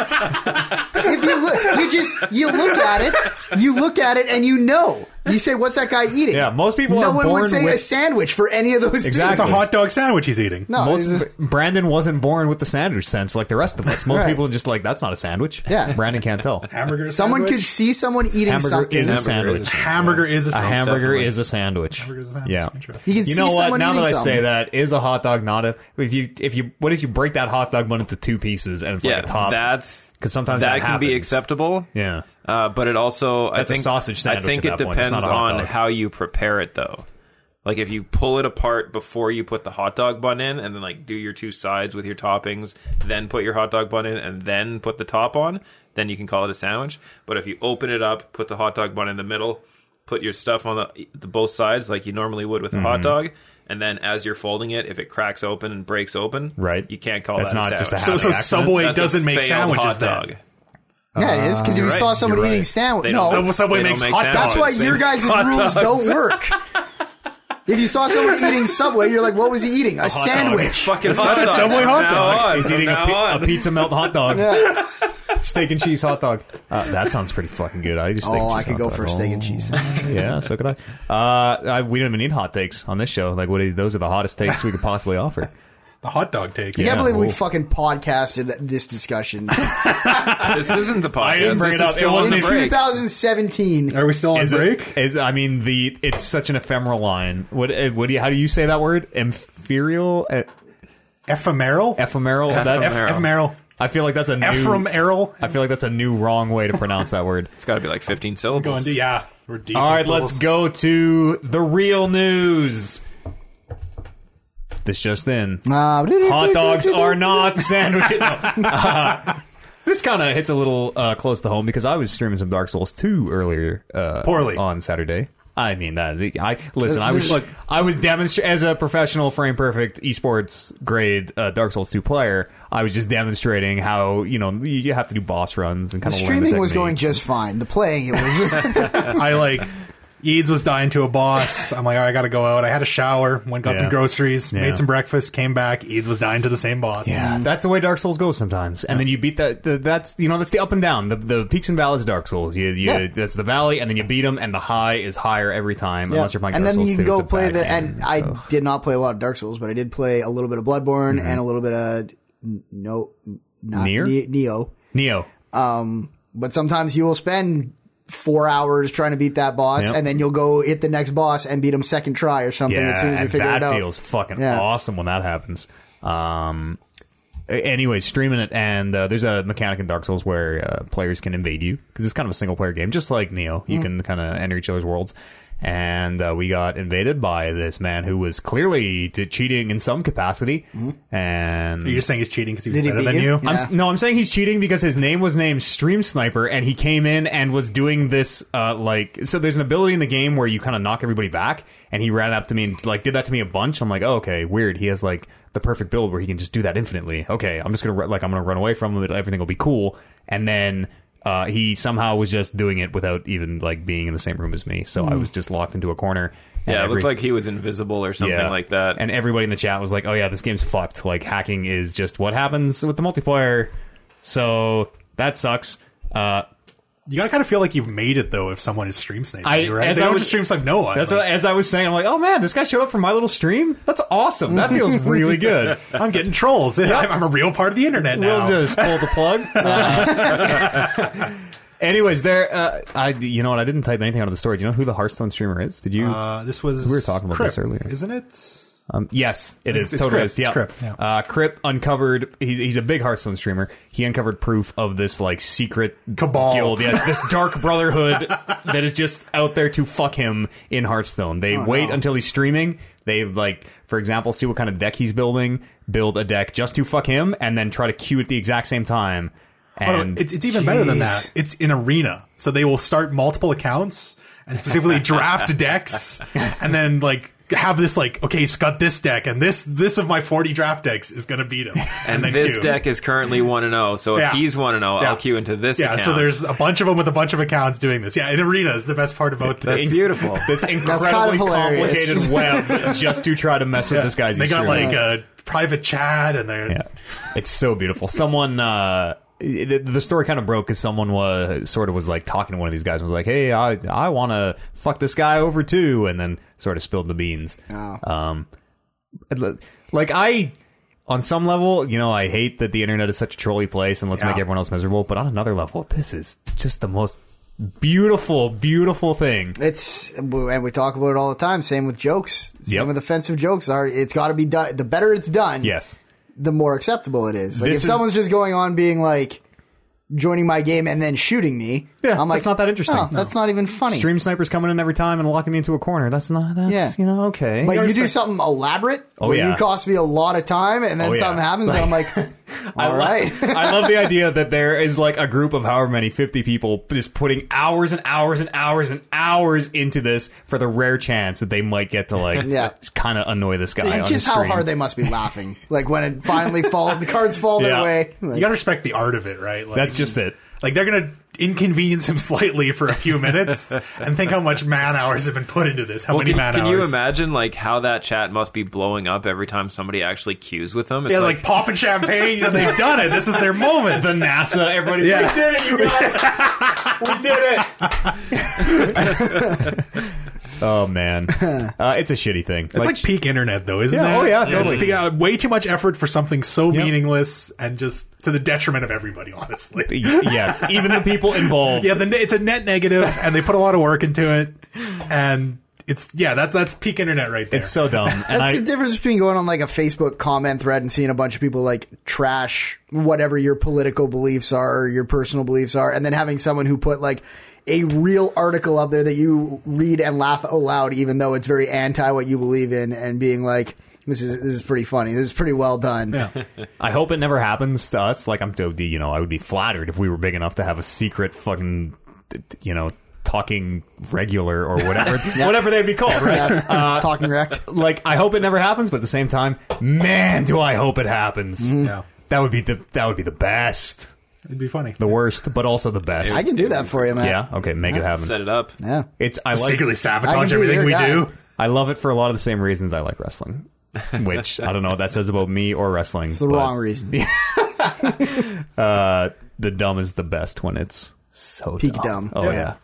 C: if you look, you just you look at it, you look at it, and you know. You say, "What's that guy eating?"
A: Yeah, most people
C: No
A: are
C: one
A: born
C: would say
A: with-
C: a sandwich for any of those
A: Exactly.
D: It's a
C: things.
D: hot dog sandwich he's eating.
C: No, it's
A: Most
C: a-
A: Brandon wasn't born with the sandwich sense like the rest of us. Most
C: Right.
A: people are just like that's not a sandwich.
C: Yeah.
A: Brandon can't
C: <laughs>
A: tell.
D: Hamburger. is a
C: someone could
D: sandwich?
C: see someone eating
A: Hamburger
C: something.
A: is a
B: Hamburger is a
A: sandwich.
C: <laughs>
B: sandwich.
D: hamburger is a
A: A
D: sandwich.
A: hamburger
B: definitely.
A: is a sandwich.
D: Hamburger is a sandwich.
A: Yeah.
D: Interesting.
C: you can
A: You
C: see
A: know what?
C: someone
A: Now
C: eating
A: that I
C: something.
A: say that, is a hot dog not a if you if you what if you break that hot dog bun into two pieces and it's
B: Yeah,
A: like a top?
B: that's
A: 'Cause sometimes
B: that,
A: that
B: can be
A: happens.
B: acceptable.
A: yeah.
B: Uh, but it also, I
A: That's a
B: think,
A: sausage sandwich
B: I think
A: at
B: it
A: that point. It's
B: depends
A: not a hot
B: on
A: dog.
B: how you prepare it, though. Like if you pull it apart before you put the hot dog bun in, and then like do your two sides with your toppings, then put your hot dog bun in, and then put the top on, then you can call it a sandwich. But if you open it up, put the hot dog bun in the middle, put your stuff on the, the both sides like you normally would with a
A: Mm-hmm.
B: hot dog, and then as you're folding it, if it cracks open and breaks open,
A: Right.
B: you can't call
A: That's
B: that
A: not
B: a
A: just a
B: sandwich.
A: happy
D: So, so
A: accident.
D: Subway
B: That's a
D: doesn't make
B: failed
D: sandwiches
B: hot
D: then.
B: dog.
D: <laughs>
C: yeah, it is because you
B: right.
C: saw someone
A: You're
C: eating
A: uh, right.
C: sandwich.
B: They
C: No,
B: don't-
D: Sub- Subway
B: They don't
D: makes
B: make
D: hot
C: that's
D: dogs.
C: why
B: sandwiches.
C: your guys'
B: Hot
C: rules
B: dogs.
C: don't work. if you
A: <laughs>
C: saw someone eating Subway, you're like, "What was he eating? A,
A: dog.
C: sandwich."
B: fucking hot
D: not a
B: dog.
D: Subway hot
B: Now
D: dog.
B: on,
A: He's
B: from
A: eating a,
B: now
A: pi- a
B: on.
A: pizza melt hot dog,
C: Yeah.
A: <laughs> steak and cheese hot dog. Uh, that sounds pretty fucking good. I just steak
C: Oh,
A: and
C: I
A: cheese
C: could
A: hot
C: go
A: dog.
C: for a steak and
A: Oh. <laughs>
C: cheese.
A: yeah, so could I. Uh, I. We don't even need hot takes on this show. Like, what? Are, those are the hottest takes we could possibly
B: <laughs>
A: offer.
D: The hot dog takes.
C: I can't believe we
A: well-
C: fucking podcasted
A: <laughs>
C: this discussion.
B: This isn't the podcast.
A: didn't bring it
B: this is
A: up. It
B: Still on
A: wasn't
B: the
C: in
A: a
B: break.
C: 2017.
D: Are we still on
A: Is
D: break?
A: It, is I mean the it's such an ephemeral line. What? eh, What do you? How do you say that word? Ethereal? Eh,
D: Ephemeral.
A: Ephemeral? That,
D: Eph- Ephemeral.
A: I feel like that's a new.
D: Ephemeral.
A: I feel like that's a new wrong way to pronounce that word.
B: It's got to be like 15
D: Going
B: syllables.
D: to yeah. We're deep.
A: All
D: in
A: right,
D: syllables.
A: let's go to the real news. This just in.
C: Uh,
A: <laughs> Hot dogs are not sandwiches. No. Uh, <laughs> this kind of hits a little uh, close to home because I was streaming some Dark Souls 2 earlier uh,
D: Poorly.
A: on Saturday. I mean that I listen. I
C: This-
A: was look. I was demonstrating as a professional frame perfect esports grade uh, Dark Souls two player. I was just demonstrating how you know you- you have to do boss runs and kind
C: The
A: of
C: streaming was going just fine. The playing
A: <laughs>
C: it was just
D: I like Eads was dying to
A: <laughs>
D: a boss. I'm like, all right, I gotta go out. I had a shower, went got
A: Yeah.
D: some groceries,
A: Yeah.
D: made some breakfast, came back. Eads was dying to the same boss.
A: Yeah, that's the way Dark Souls goes sometimes. And then you beat that. The, that's you know that's the up and down. The, the peaks and valleys of Dark Souls. You, you
C: Yeah.
A: that's the valley, and then you beat them, and the high is higher every time.
C: Yeah.
A: Unless you're playing
C: and
A: Dark
C: then
A: Souls
C: you can
A: 2,
C: go
A: it's a
C: play
A: bad
C: the
A: game,
C: and
A: so. Mm-hmm.
C: I did not play a lot of Dark Souls, but I did play a little bit of Bloodborne and a little bit of N- no not
A: Nier?
C: Ne- Neo. Um,
A: Neo.
C: But sometimes you will spend four hours trying to beat that boss,
A: Yep.
C: and then you'll go hit the next boss and beat him second try or something
A: Yeah,
C: as soon as you
A: and
C: figure
A: that
C: it out.
A: feels fucking
C: Yeah.
A: awesome when that happens. Um, a- anyway, streaming it, and uh, there's a mechanic in Dark Souls where uh, players can invade you because it's kind of a single player game, just like Neo. You can kind of enter each other's worlds. And uh, we got invaded by this man who was clearly t- cheating in some capacity.
C: Mm-hmm.
A: And
D: You're saying he's cheating because he was
C: Did he
D: better
C: beat
D: than
C: you?
D: you?
C: Yeah.
A: I'm, s- no, I'm saying he's cheating because his name was named Stream Sniper, and he came in and was doing this uh, like. So there's an ability in the game where you kind of knock everybody back, and he ran up to me and like did that to me a bunch. I'm like, oh, okay, weird. He has like the perfect build where he can just do that infinitely. Okay, I'm just gonna ru- like I'm gonna run away from him. Everything will be cool, and then. Uh, he somehow was just doing it without even like being in the same room as me, so I was just locked into a corner. and
B: Hmm. Yeah, it
A: every-
B: looked like he was invisible or something like that.
A: and everybody in the chat was like, "Oh yeah, this game's fucked. Like hacking is just what happens with the multiplayer." So that sucks. Uh,
D: You gotta kind of feel like you've made it though if someone is stream sniping
A: I-
D: you, right?
A: as
D: They
A: I
D: don't
A: was-
D: just stream snipe no one.
A: that's
D: Like,
A: what. As I was saying, I'm like, "Oh man, this guy showed up for my little stream. That's awesome.
B: <laughs>
A: That feels really good."
D: I'm getting trolls. <laughs> I'm, I'm a real part of the internet now.
A: We'll just pull the plug.
B: <laughs>
A: Uh, <laughs> anyways, there. Uh, I you know what? I didn't type anything out of the story. Do you know who the Hearthstone streamer is? Did you?
D: uh, this was
A: We were talking about
D: Crip,
A: this earlier.
D: isn't it?
A: Um, yes, it is.
D: It's- it's
A: totally
D: Crip.
A: is.
D: It's
A: Yeah.
D: Crip, yeah.
A: Uh, Crip uncovered. He, he's a big Hearthstone streamer. He uncovered proof of this like secret
D: Cabal.
A: guild. Yes,
D: <laughs>
A: this dark brotherhood that is just out there to fuck him in Hearthstone. They wait until he's streaming. They like, for example, see what kind of deck he's building, build a deck just to fuck him, and then try to queue at the exact same time.
D: Oh,
A: And
D: no, it's, it's even better than that. It's in arena, so they will start multiple accounts and
B: <laughs>
D: specifically draft decks, and then like have this like okay, he's got this deck, and this this of my forty draft decks is gonna
B: <laughs>
D: beat him, and, then
B: this
D: queue.
B: deck is currently one and zero. So if
D: Yeah.
B: he's one and zero,
D: Yeah.
B: I'll queue into this.
D: Yeah, so
B: account.
D: there's a bunch of them with a bunch of accounts doing this. Yeah, in arena is the best part about <laughs>
B: that's
D: this.
B: beautiful.
A: this incredibly
C: hilarious.
A: complicated web just to try to mess with this guy's.
D: They got
A: stream.
D: like a private chat, and they're
A: Yeah, it's so beautiful. Someone, uh, it, the story kind of broke because someone was sort of was like talking to one of these guys and was like, "Hey, I I want to fuck this guy over too," and then sort of spilled the beans. Um, like I. On some level, you know, I hate that the internet is such a trolly place and let's
D: Yeah.
A: make everyone else miserable. But on another level, this is just the most beautiful, beautiful thing.
C: It's and we talk about it all the time. Same with jokes. Some
A: Yep.
C: of the offensive jokes are. It's got to be done. The better it's done,
A: Yes.
C: the more acceptable it is. Like
A: This
C: if
A: is-
C: someone's just going on being like joining my game and then shooting me,
A: Yeah,
C: I'm like,
A: that's not that interesting.
C: "Oh, That's not even funny.
A: Stream snipers coming in every time and locking me into a corner. That's not, that's,
C: Yeah.
A: you know, okay.
C: But you do something elaborate.
A: Oh,
C: where
A: yeah.
C: You cost me a lot of time, and then
A: Oh, yeah.
C: something happens, and I'm like, all right.
A: <laughs>
C: <laughs>
A: I love the idea that there is like a group of however many 50 people just putting hours and hours and hours and hours into this for the rare chance that they might get to like
C: <laughs> Yeah.
A: kind of annoy this guy.
C: And
A: on
C: just
A: his
C: how
A: stream.
C: hard they must be laughing. Like when it finally falls, the
A: <laughs>
C: cards fall
A: Yeah.
C: their way.
D: you
C: Like,
D: gotta respect the art of it, right? Like,
A: That's just it.
D: Like they're gonna inconvenience him <laughs> slightly for a few minutes,
B: <laughs>
D: and think how much man hours have been put into this. How
B: Well,
D: many
B: can,
D: man
B: can
D: hours?
B: you imagine like how that chat must be blowing up every time somebody actually queues with them? It's
D: Yeah, like, popping champagne. <laughs> You know, they've done it. This is their moment.
A: The NASA, everybody's yeah. like,
D: did
C: <laughs>
D: it, you guys.
A: we did it. oh man, <laughs> uh, it's a shitty thing.
D: It's like peak internet, though, isn't
A: Yeah,
D: it?
A: oh, yeah, totally.
D: It's peak- uh, way too much effort for something so meaningless and just to the detriment of everybody, honestly. <laughs>
A: y- yes, even the people involved.
D: Yeah, the, ne- it's a net negative, and they put a lot of work into it, and it's yeah, that's that's peak internet right there.
A: It's so dumb, and
C: That's
A: I,
C: the difference between going on like a Facebook comment thread and seeing a bunch of people like trash whatever your political beliefs are or your personal beliefs are, and then having someone who put like a real article up there that you read and laugh out loud, even though it's very anti what you believe in, and being like, This is this is pretty funny. This is pretty well done.
A: I hope it never happens to us. Like I'm Dope D, you know, I would be flattered if we were big enough to have a secret fucking, you know, talking regular or
C: <laughs>
A: whatever, whatever they'd be called, right?
C: Yeah, <laughs> talking wrecked.
A: Like I hope it never happens, but at the same time, man, do I hope it happens.
C: Mm-hmm.
D: Yeah.
A: That would be the that would be the best,
D: It'd be funny.
A: the worst, but also the best.
C: I can do that for you, man.
A: yeah, okay, make it happen.
B: Set it up.
C: Yeah.
A: It's I like
D: Secretly
C: I can
D: sabotage
C: be
D: everything
C: your
D: we
C: guy.
D: do.
A: I love it for a lot of the same reasons I like wrestling, which I don't know what that says about me or wrestling.
C: It's the
A: but,
C: wrong reason.
A: <laughs> Uh, the dumb is the best when it's so
C: Peak
A: dumb.
C: dumb.
A: Oh yeah.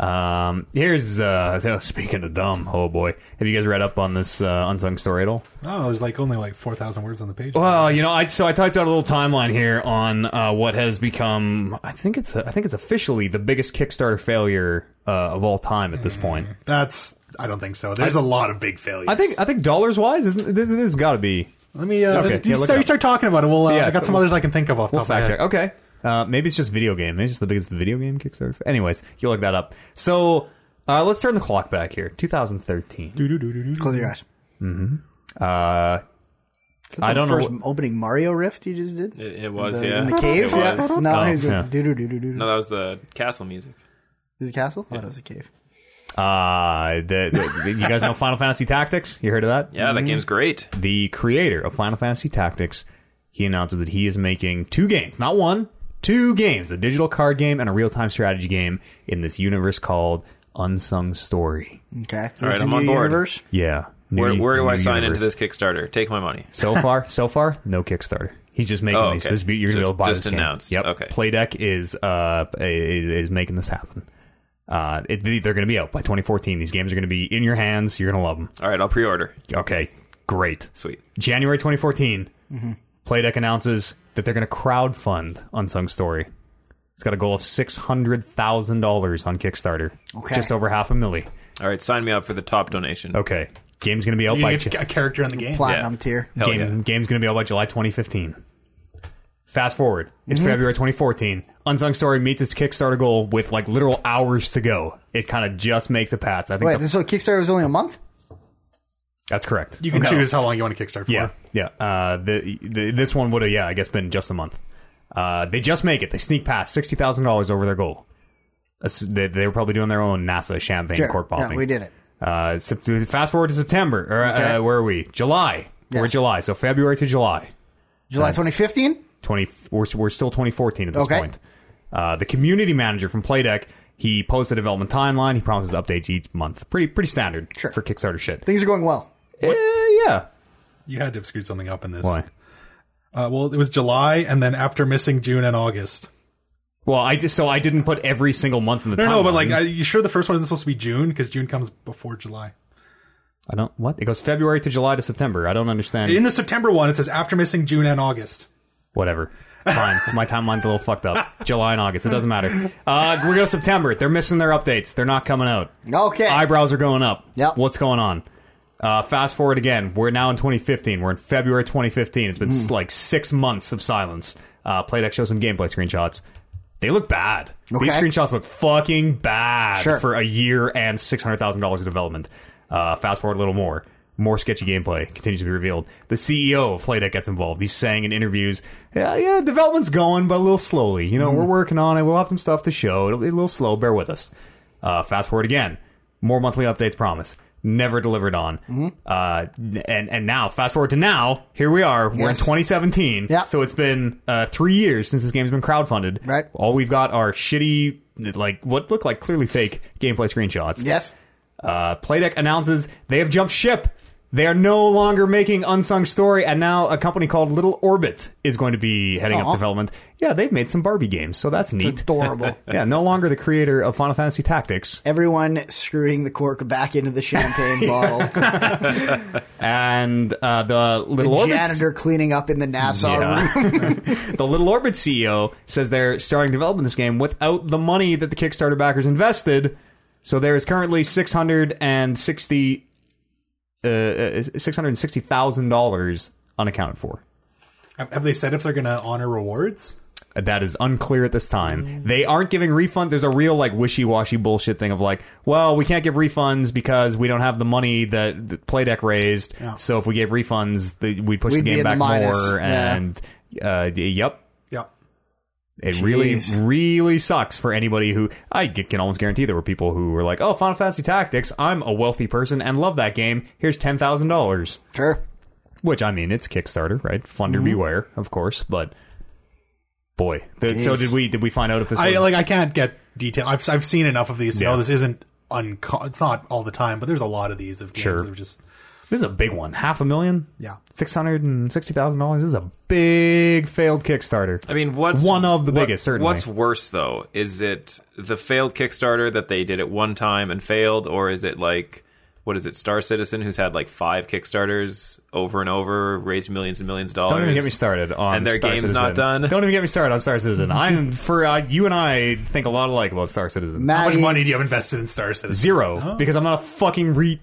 A: Um, here's uh, <laughs> so speaking of dumb. Oh boy, have you guys read up on this uh, unsung story at all?
D: Oh, there's like only like 4,000 words on the page.
A: Well, you know, I so I typed out a little timeline here on uh, what has become. I think it's I think it's officially the biggest Kickstarter failure uh, of all time at this point.
D: That's, I don't think so. There's a lot of big failures.
A: I think I think dollars wise, isn't this, this has got to be
D: Let me, uh,
A: Okay,
D: you,
A: yeah, look it
D: start, you
A: up.
D: start talking about it. We'll, uh,
A: Yeah,
D: I got some
A: we'll-
D: others I can think of off the top of my
A: fact
D: head.
A: check. Okay. Uh, maybe it's just video game. Maybe it's just the biggest video game Kickstarter. fa- Anyways, you look that up. So uh, let's turn the clock back here. 2013.
C: Close your eyes.
A: Mm-hmm. Uh, I don't know.
C: First
A: What,
C: opening Mario rift you just did
B: It, it was,
C: The-
B: yeah.
C: in the cave.
B: It was.
C: Yes. No,
A: Oh,
C: he's
A: yeah.
C: do do do do do.
B: No, that was the castle music.
C: Is it a castle? Oh, it was a cave.
A: uh, the, the, you guys know Final Fantasy Tactics? You heard of that?
B: Yeah,
C: Mm-hmm.
B: that game's great.
A: The creator of Final Fantasy Tactics, he announces that he is making two games, not one, two games, a digital card game and a real-time strategy game in this universe called Unsung Story.
C: Okay.
B: All right,
C: Is it
B: I'm
C: new
B: on board.
C: Universe?
A: Yeah. New-
B: Where, where do
A: new
B: I sign
A: universe.
B: into this Kickstarter? Take my money. <laughs>
A: So far, so far, no Kickstarter. He's just making
B: Oh,
A: these.
B: okay.
A: This be, you're gonna be
B: Just-
A: able to buy
B: just
A: this
B: announced.
A: Game. Yep.
B: Okay.
A: Playdeck is uh is, is making this happen. Uh, it, they're going to be out by 2014. These games are going to be in your hands. You're going to love them.
B: All right, I'll pre-order.
A: Okay, great.
B: Sweet.
A: January 2014, Playdeck announces that they're going to crowdfund Unsung Story. It's got a goal of six hundred thousand dollars on Kickstarter.
C: Okay.
A: just over half a milli.
B: All right, sign me up for the top donation.
A: Okay, game's going to be out
D: You
A: by
D: get a character in the game.
C: Platinum
B: Yeah.
C: tier.
B: Hell
A: Game,
B: yeah.
A: Game's going to be out by July 2015. Fast forward, it's
C: Mm-hmm.
A: February 2014. Unsung Story meets its Kickstarter goal with like literal hours to go. It kind of just makes it past. I think
C: Wait,
A: the-
C: this so Kickstarter was only a month?
A: that's correct.
D: You can
A: Okay.
D: choose how long you want to kickstart for.
A: Yeah, yeah. Uh, the, the this one would have yeah, I guess been just a month. Uh, they just make it. They sneak past sixty thousand dollars over their goal. That's- They, they were probably doing their own NASA champagne
C: Sure.
A: cork bombing.
C: Yeah, we did it.
A: Uh, sep- fast forward to September. Or,
C: Okay.
A: uh, where are we? July. We're
C: Yes.
A: July. So February to July.
C: July 2015?
A: 20 we're, we're still 2014 at this
C: Okay.
A: point uh, the community manager from playdeck he posts a development timeline he promises updates each month pretty pretty standard
C: Sure.
A: for kickstarter shit
C: Things are going well.
A: Eh, yeah
D: You had to have screwed something up in this.
A: why
D: Uh, well, it was July, and then after missing June and August.
A: well i just so i didn't put every single month in the
D: No, no,
A: timeline.
D: but like, are you sure the first one isn't supposed to be June? Because June comes before July.
A: i don't what it goes february to july to september i don't understand
D: In the September one, it says after missing June and August.
A: whatever fine my timeline's a little fucked up july and august it doesn't matter uh, we go september they're missing their updates they're not coming out
C: Okay.
A: eyebrows are going up.
C: Yep.
A: What's going on? Uh, fast forward again. We're now in 2015. We're in February 2015. It's been
C: Hmm.
A: s like six months of silence. Uh, Playdeck shows some gameplay screenshots. They look bad. These
C: Okay.
A: screenshots look fucking bad
C: Sure.
A: for a year and six hundred thousand dollars of development. Uh, fast forward a little more. More sketchy gameplay continues to be revealed. The CEO of Playdeck gets involved. He's saying in interviews, "Yeah, yeah, development's going, but a little slowly. You
C: Mm-hmm.
A: know, we're working on it. We'll have some stuff to show. It'll be a little slow. Bear with us." Uh, fast forward again. More monthly updates promised. Never delivered on.
C: Mm-hmm.
A: Uh, and and now, fast forward to now. Here we are. We're in
C: Yes.
A: 2017.
C: Yeah.
A: So it's been uh, three years since this game's been crowdfunded.
C: Right.
A: All we've got are shitty, like what look like clearly fake gameplay screenshots.
C: Yes.
A: Uh, Playdeck announces they have jumped ship. They are no longer making Unsung Story, and now a company called Little Orbit is going to be heading
C: Aw.
A: up development. Yeah, they've made some Barbie games, so that's neat.
C: Adorable.
A: <laughs> yeah, no longer the creator of Final Fantasy Tactics,
C: Everyone screwing the cork back into the champagne bottle.
A: and uh, the Little
C: the
A: Orbit
C: janitor cleaning up in the NASA room.
A: <laughs> Yeah. the Little Orbit CEO says they're starting development of this game without the money that the Kickstarter backers invested. So there is currently six hundred and sixty uh, uh, six hundred and sixty thousand dollars unaccounted for.
D: Have have they said if they're going to honor rewards?
A: That is unclear at this time.
C: Mm.
A: They aren't giving refund. There's a real like wishy-washy bullshit thing of like, well, we can't give refunds because we don't have the money that that Playdeck raised. So if we gave refunds, the, we'd push
C: We'd
A: the
C: be
A: game
C: in the
A: back
C: minus.
A: more.
C: Yeah.
A: And uh, d- yep,
D: Yeah.
A: it really,
C: Jeez.
A: really sucks for anybody who I g- can almost guarantee there were people who were like, "Oh, Final Fantasy Tactics, I'm a wealthy person and love that game. Here's ten thousand dollars."
C: Sure.
A: Which I mean, it's Kickstarter, right? Funder beware, of course. But boy, th- so
C: Jeez.
A: did we? Did we find out if this?
D: I
A: was,
D: like I can't get detail. I've I've seen enough of these to
A: Yeah.
D: know this isn't unco- it's not all the time, but there's a lot of these of games
A: Sure.
D: that are just
A: this is a big one, half a million.
D: Yeah.
A: six hundred and sixty thousand dollars. This is a big failed Kickstarter.
B: I mean, what's
A: One of the
B: what-
A: biggest, certainly.
B: What's worse though? Is it the failed Kickstarter that they did it one time and failed, or is it like what is it, Star Citizen, who's had like five Kickstarters over and over, raised millions and millions of dollars?
A: Don't even get me started on
B: and their
A: Star
B: game's
A: Citizen.
B: not done.
A: Don't even get me started on Star Citizen. I'm for uh, you and I think a lot alike about Star Citizen.
D: how much
C: Maddie-
D: money do you have invested in Star Citizen?
A: Zero, because I'm not a fucking re-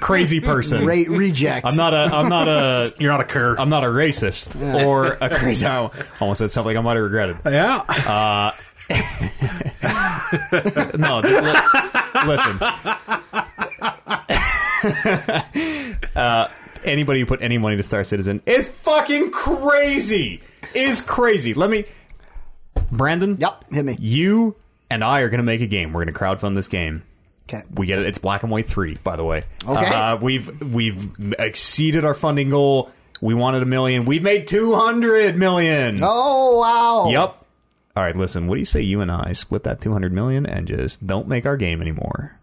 A: crazy person.
C: Re- reject.
A: I'm not a. I'm not a.
D: You're not a cur.
A: I'm not a racist or a crazy. I almost said something I might have regretted.
D: yeah.
A: No, th- li- listen. <laughs> uh, Uh, anybody who put any money to Star Citizen is fucking crazy. Is crazy. Let me, Brandon.
C: Yep, hit me.
A: You and I are going to make a game. We're going to crowdfund this game.
C: Okay.
A: We get it. It's black and white three, by the way.
C: Okay.
A: Uh, we've we've exceeded our funding goal. We wanted a million. We've made two hundred million.
C: Oh wow.
A: Yep. All right. Listen. What do you say? You and I split that two hundred million and just don't make our game anymore.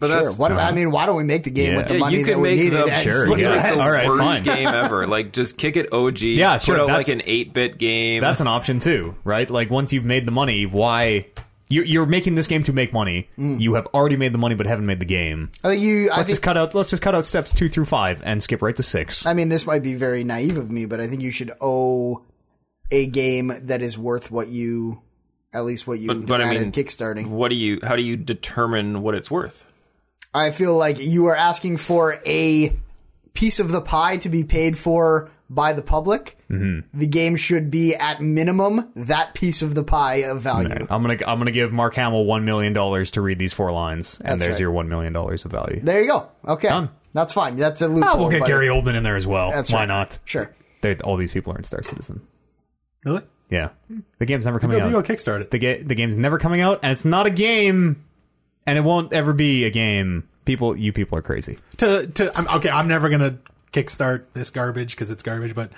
B: but
C: Sure.
B: that's
C: What, I mean, why don't we make the game
A: Yeah.
C: with the
A: Yeah,
C: money
B: you
C: that
B: could
C: we
B: make
C: needed?
B: the,
C: and
A: Sure,
C: split
B: you
A: yeah.
B: could
C: the
B: make
C: rest?
B: the
A: All right,
B: worst
A: fine. <laughs>
B: game ever. Like just kick it OG.
A: Yeah, sure,
B: Put out
A: that's-
B: like an eight bit game.
A: That's an option too, right? Like once you've made the money, why you're, you're making this game to make money?
C: Mm.
A: You have already made the money, but haven't made the game.
C: I think you.
A: Let's
C: I think
A: just cut out. Let's just cut out steps two through five and skip right to six.
C: I mean, this might be very naive of me, but I think you should owe a game that is worth what you, at least what you
B: But-
C: demanded
B: but I mean-
C: kickstarting.
B: what do you? How do you determine what it's worth?
C: I feel like you are asking for a piece of the pie to be paid for by the public.
A: Mm-hmm.
C: The game should be at minimum that piece of the pie of value.
A: I'm gonna I'm gonna give Mark Hamill one million dollars to read these four lines, and
C: That's
A: there's
C: right.
A: your one million dollars of value.
C: There you go. Okay,
A: Done.
C: that's fine. That's a loophole.
A: Ah, we'll get
C: but
A: Gary
C: it's-
A: Oldman in there as well.
C: That's
A: Why
C: right.
A: not?
C: Sure.
A: They're, all these people are in Star Citizen.
D: <laughs> really?
A: Yeah, the game's never coming
D: Maybe I'll
A: out.
D: kickstart it.
A: The ga- the game's never coming out, and it's not a game, and it won't ever be a game. People, you people are crazy.
D: To to I'm, okay, I'm never gonna kickstart this garbage because it's garbage. But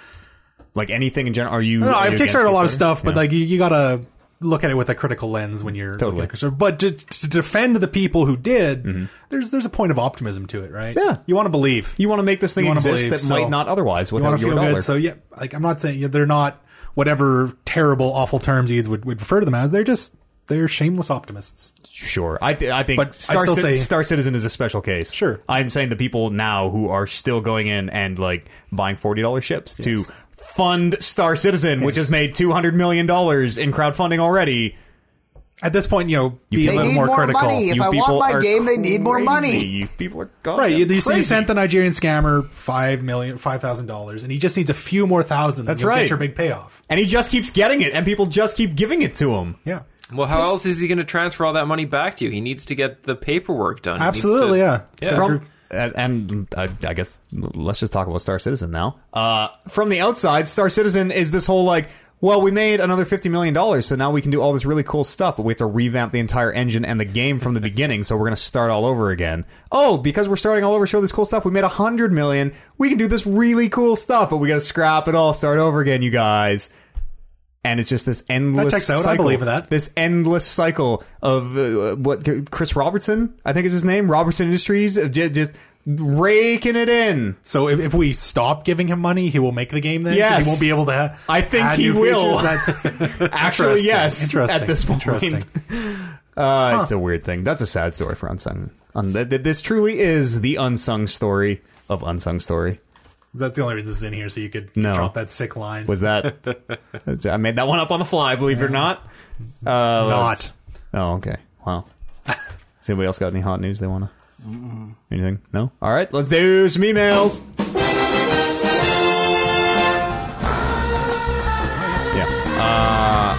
A: Like anything in general, are you?
D: no, no,
A: are
D: I've
A: you against
D: kickstarted a lot of
A: Kickstarter?
D: stuff, but
A: Yeah.
D: like you, you gotta look at it with a critical lens when you're
A: Totally.
D: looking at Kickstarter. But to, to defend the people who did, there's there's a point of optimism to it, right?
A: Yeah.
D: Mm-hmm. you want to believe.
A: you want to make this thing
D: You wanna
A: exist
D: believe,
A: that
D: so
A: might not otherwise
D: you want
A: without
D: to
A: your
D: feel
A: dollar.
D: good. So yeah, like I'm not saying yeah, they're not whatever terrible, awful terms you would would refer to them as. They're just they're shameless optimists.
A: sure, I th- I think
D: But I'd
A: Star,
D: still
A: Cit-
D: say-
A: Star Citizen is a special case.
D: Sure.
A: I'm saying the people now who are still going in and like buying forty dollars ships to fund Star Citizen, which has made two hundred million dollars in crowdfunding already.
D: At this point, you know, be a
C: They
D: little
C: need
D: more,
C: more
D: critical.
C: money. If
A: you
C: I want
A: people
C: my
A: are
C: game, they need more
A: crazy.
C: money.
A: You people are gone.
D: Right, you, you see,
A: crazy.
D: you sent the Nigerian scammer five million, five thousand dollars, and he just needs a few more thousand.
A: That's
D: and you'll
A: right.
D: Get your big payoff.
A: and he just keeps getting it, and people just keep giving it to him.
D: Yeah,
B: Well, how else is he going to transfer all that money back to you? He needs to get the paperwork done. He needs
D: absolutely.
B: to-
D: yeah,
B: Yeah.
A: from and, and I, I guess let's just talk about Star Citizen now. Uh, from the outside, Star Citizen is this whole like, well, we made another fifty million dollars, so now we can do all this really cool stuff, but we have to revamp the entire engine and the game from the beginning, so we're gonna start all over again. Oh, because we're starting all over, show this cool stuff. We made a hundred million. We can do this really cool stuff, but we gotta scrap it all, start over again, you guys. And it's just this endless
D: checks out. I
A: cycle.
D: believe that.
A: This endless cycle of uh, what Chris Robertson, I think is his name, Robertson Industries, uh, ju- just raking it in.
D: So if, if we stop giving him money, he will make the game. Then 'Cause
A: Yes.
D: he won't be able to.
A: I think
D: add
A: he
D: new
A: will.
D: features.
A: <laughs>
D: That's <laughs>
A: Actually,
D: Interesting.
A: yes.
D: Interesting.
A: At this point,
D: Interesting.
A: <laughs> Uh, it's a weird thing. That's a sad story for unsung. Un- th- th- this truly is the unsung story of unsung story.
D: That's the only reason this is in here, so you could
A: No.
D: drop that sick line.
A: Was
D: <laughs>
A: that? I made that one up on the fly. Believe it or not. Uh,
D: not.
A: Oh, okay. Wow. <laughs> Has anybody else got any hot news they want to? Anything? No? All right, let's do some emails. Yeah.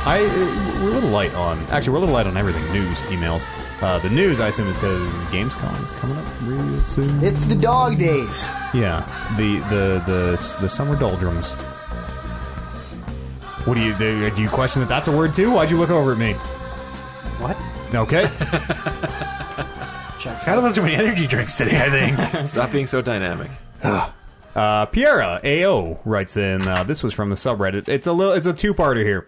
A: I uh, we're a little light on actually we're a little light on everything news emails. Uh, the news I assume is because Gamescom is coming up real soon.
C: It's the dog days.
A: yeah, the the the the summer doldrums. What do you do? Do you question that that's a word too? Why'd you look over at me?
D: What?
A: Okay,
C: Checks
D: I
C: out.
D: don't have too many energy drinks today. I think.
B: <laughs> Stop being so dynamic.
A: uh, Piera Ao writes in. Uh, this was from the subreddit. It's a little. It's a two-parter here.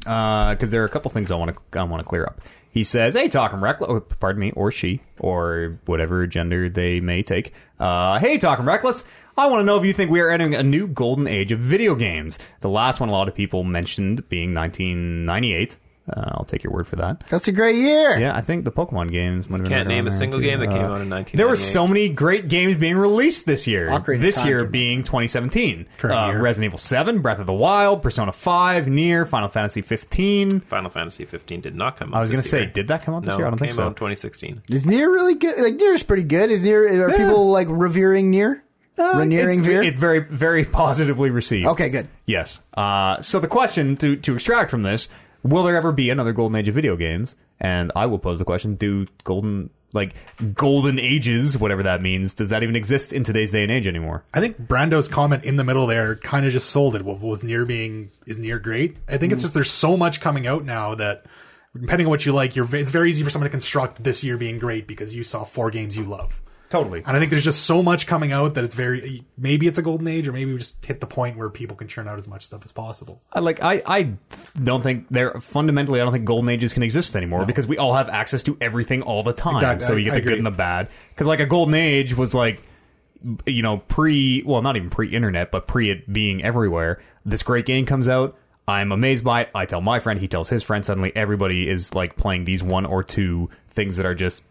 A: because there are a couple things I want to I want to clear up. He says, "Hey, Talking Reckless, oh, pardon me, or she, or whatever gender they may take. Uh, hey, Talking Reckless, I want to know if you think we are entering a new golden age of video games. The last one a lot of people mentioned being 1998. Uh, I'll take your word for that.
C: That's a great year.
A: Yeah, I think the Pokemon games. Might have been
B: Can't
A: right
B: name a
A: around there,
B: single
A: too.
B: game that came
A: Uh,
B: out in 1998.
A: There were so many great games being released this year.
C: Ocarina of
A: this
C: Time
A: year
C: came out.
A: being 2017.
D: Current
A: Uh,
D: year.
A: Resident Evil 7, Breath of the Wild, Persona 5, Near, Final Fantasy 15.
B: Final Fantasy 15 did not come out.
A: I was
B: going
A: gonna
B: to
A: say, did that come out this
B: no,
A: year? I don't think
B: it came
A: so.
B: out in 2016.
C: Is Near really good? Like Near's pretty good. Is Near are people like revering Near? Uh, Reniering
A: it's,
C: Veer?
A: it very very positively received.
C: okay, good.
A: Yes. Uh, so the question to to extract from this: Will there ever be another golden age of video games? And I will pose the question: Do golden like golden ages, whatever that means, does that even exist in today's day and age anymore?
D: I think Brando's comment in the middle there kind of just sold it. What was near being is near great. I think it's just there's so much coming out now that depending on what you like, you're it's very easy for someone to construct this year being great because you saw four games you love.
A: Totally.
D: And I think there's just so much coming out that it's very maybe it's a golden age or maybe we just hit the point where people can churn out as much stuff as possible.
A: I, like I, I don't think there fundamentally I don't think golden ages can exist anymore because we all have access to everything all the time.
D: Exactly.
A: So
D: I-
A: you get
D: I
A: the good
D: agree.
A: and the bad. Because like a golden age was like you know pre well not even pre internet but pre it being everywhere. This great game comes out. I'm amazed by it. I tell my friend, he tells his friend. Suddenly everybody is like playing these one or two things that are just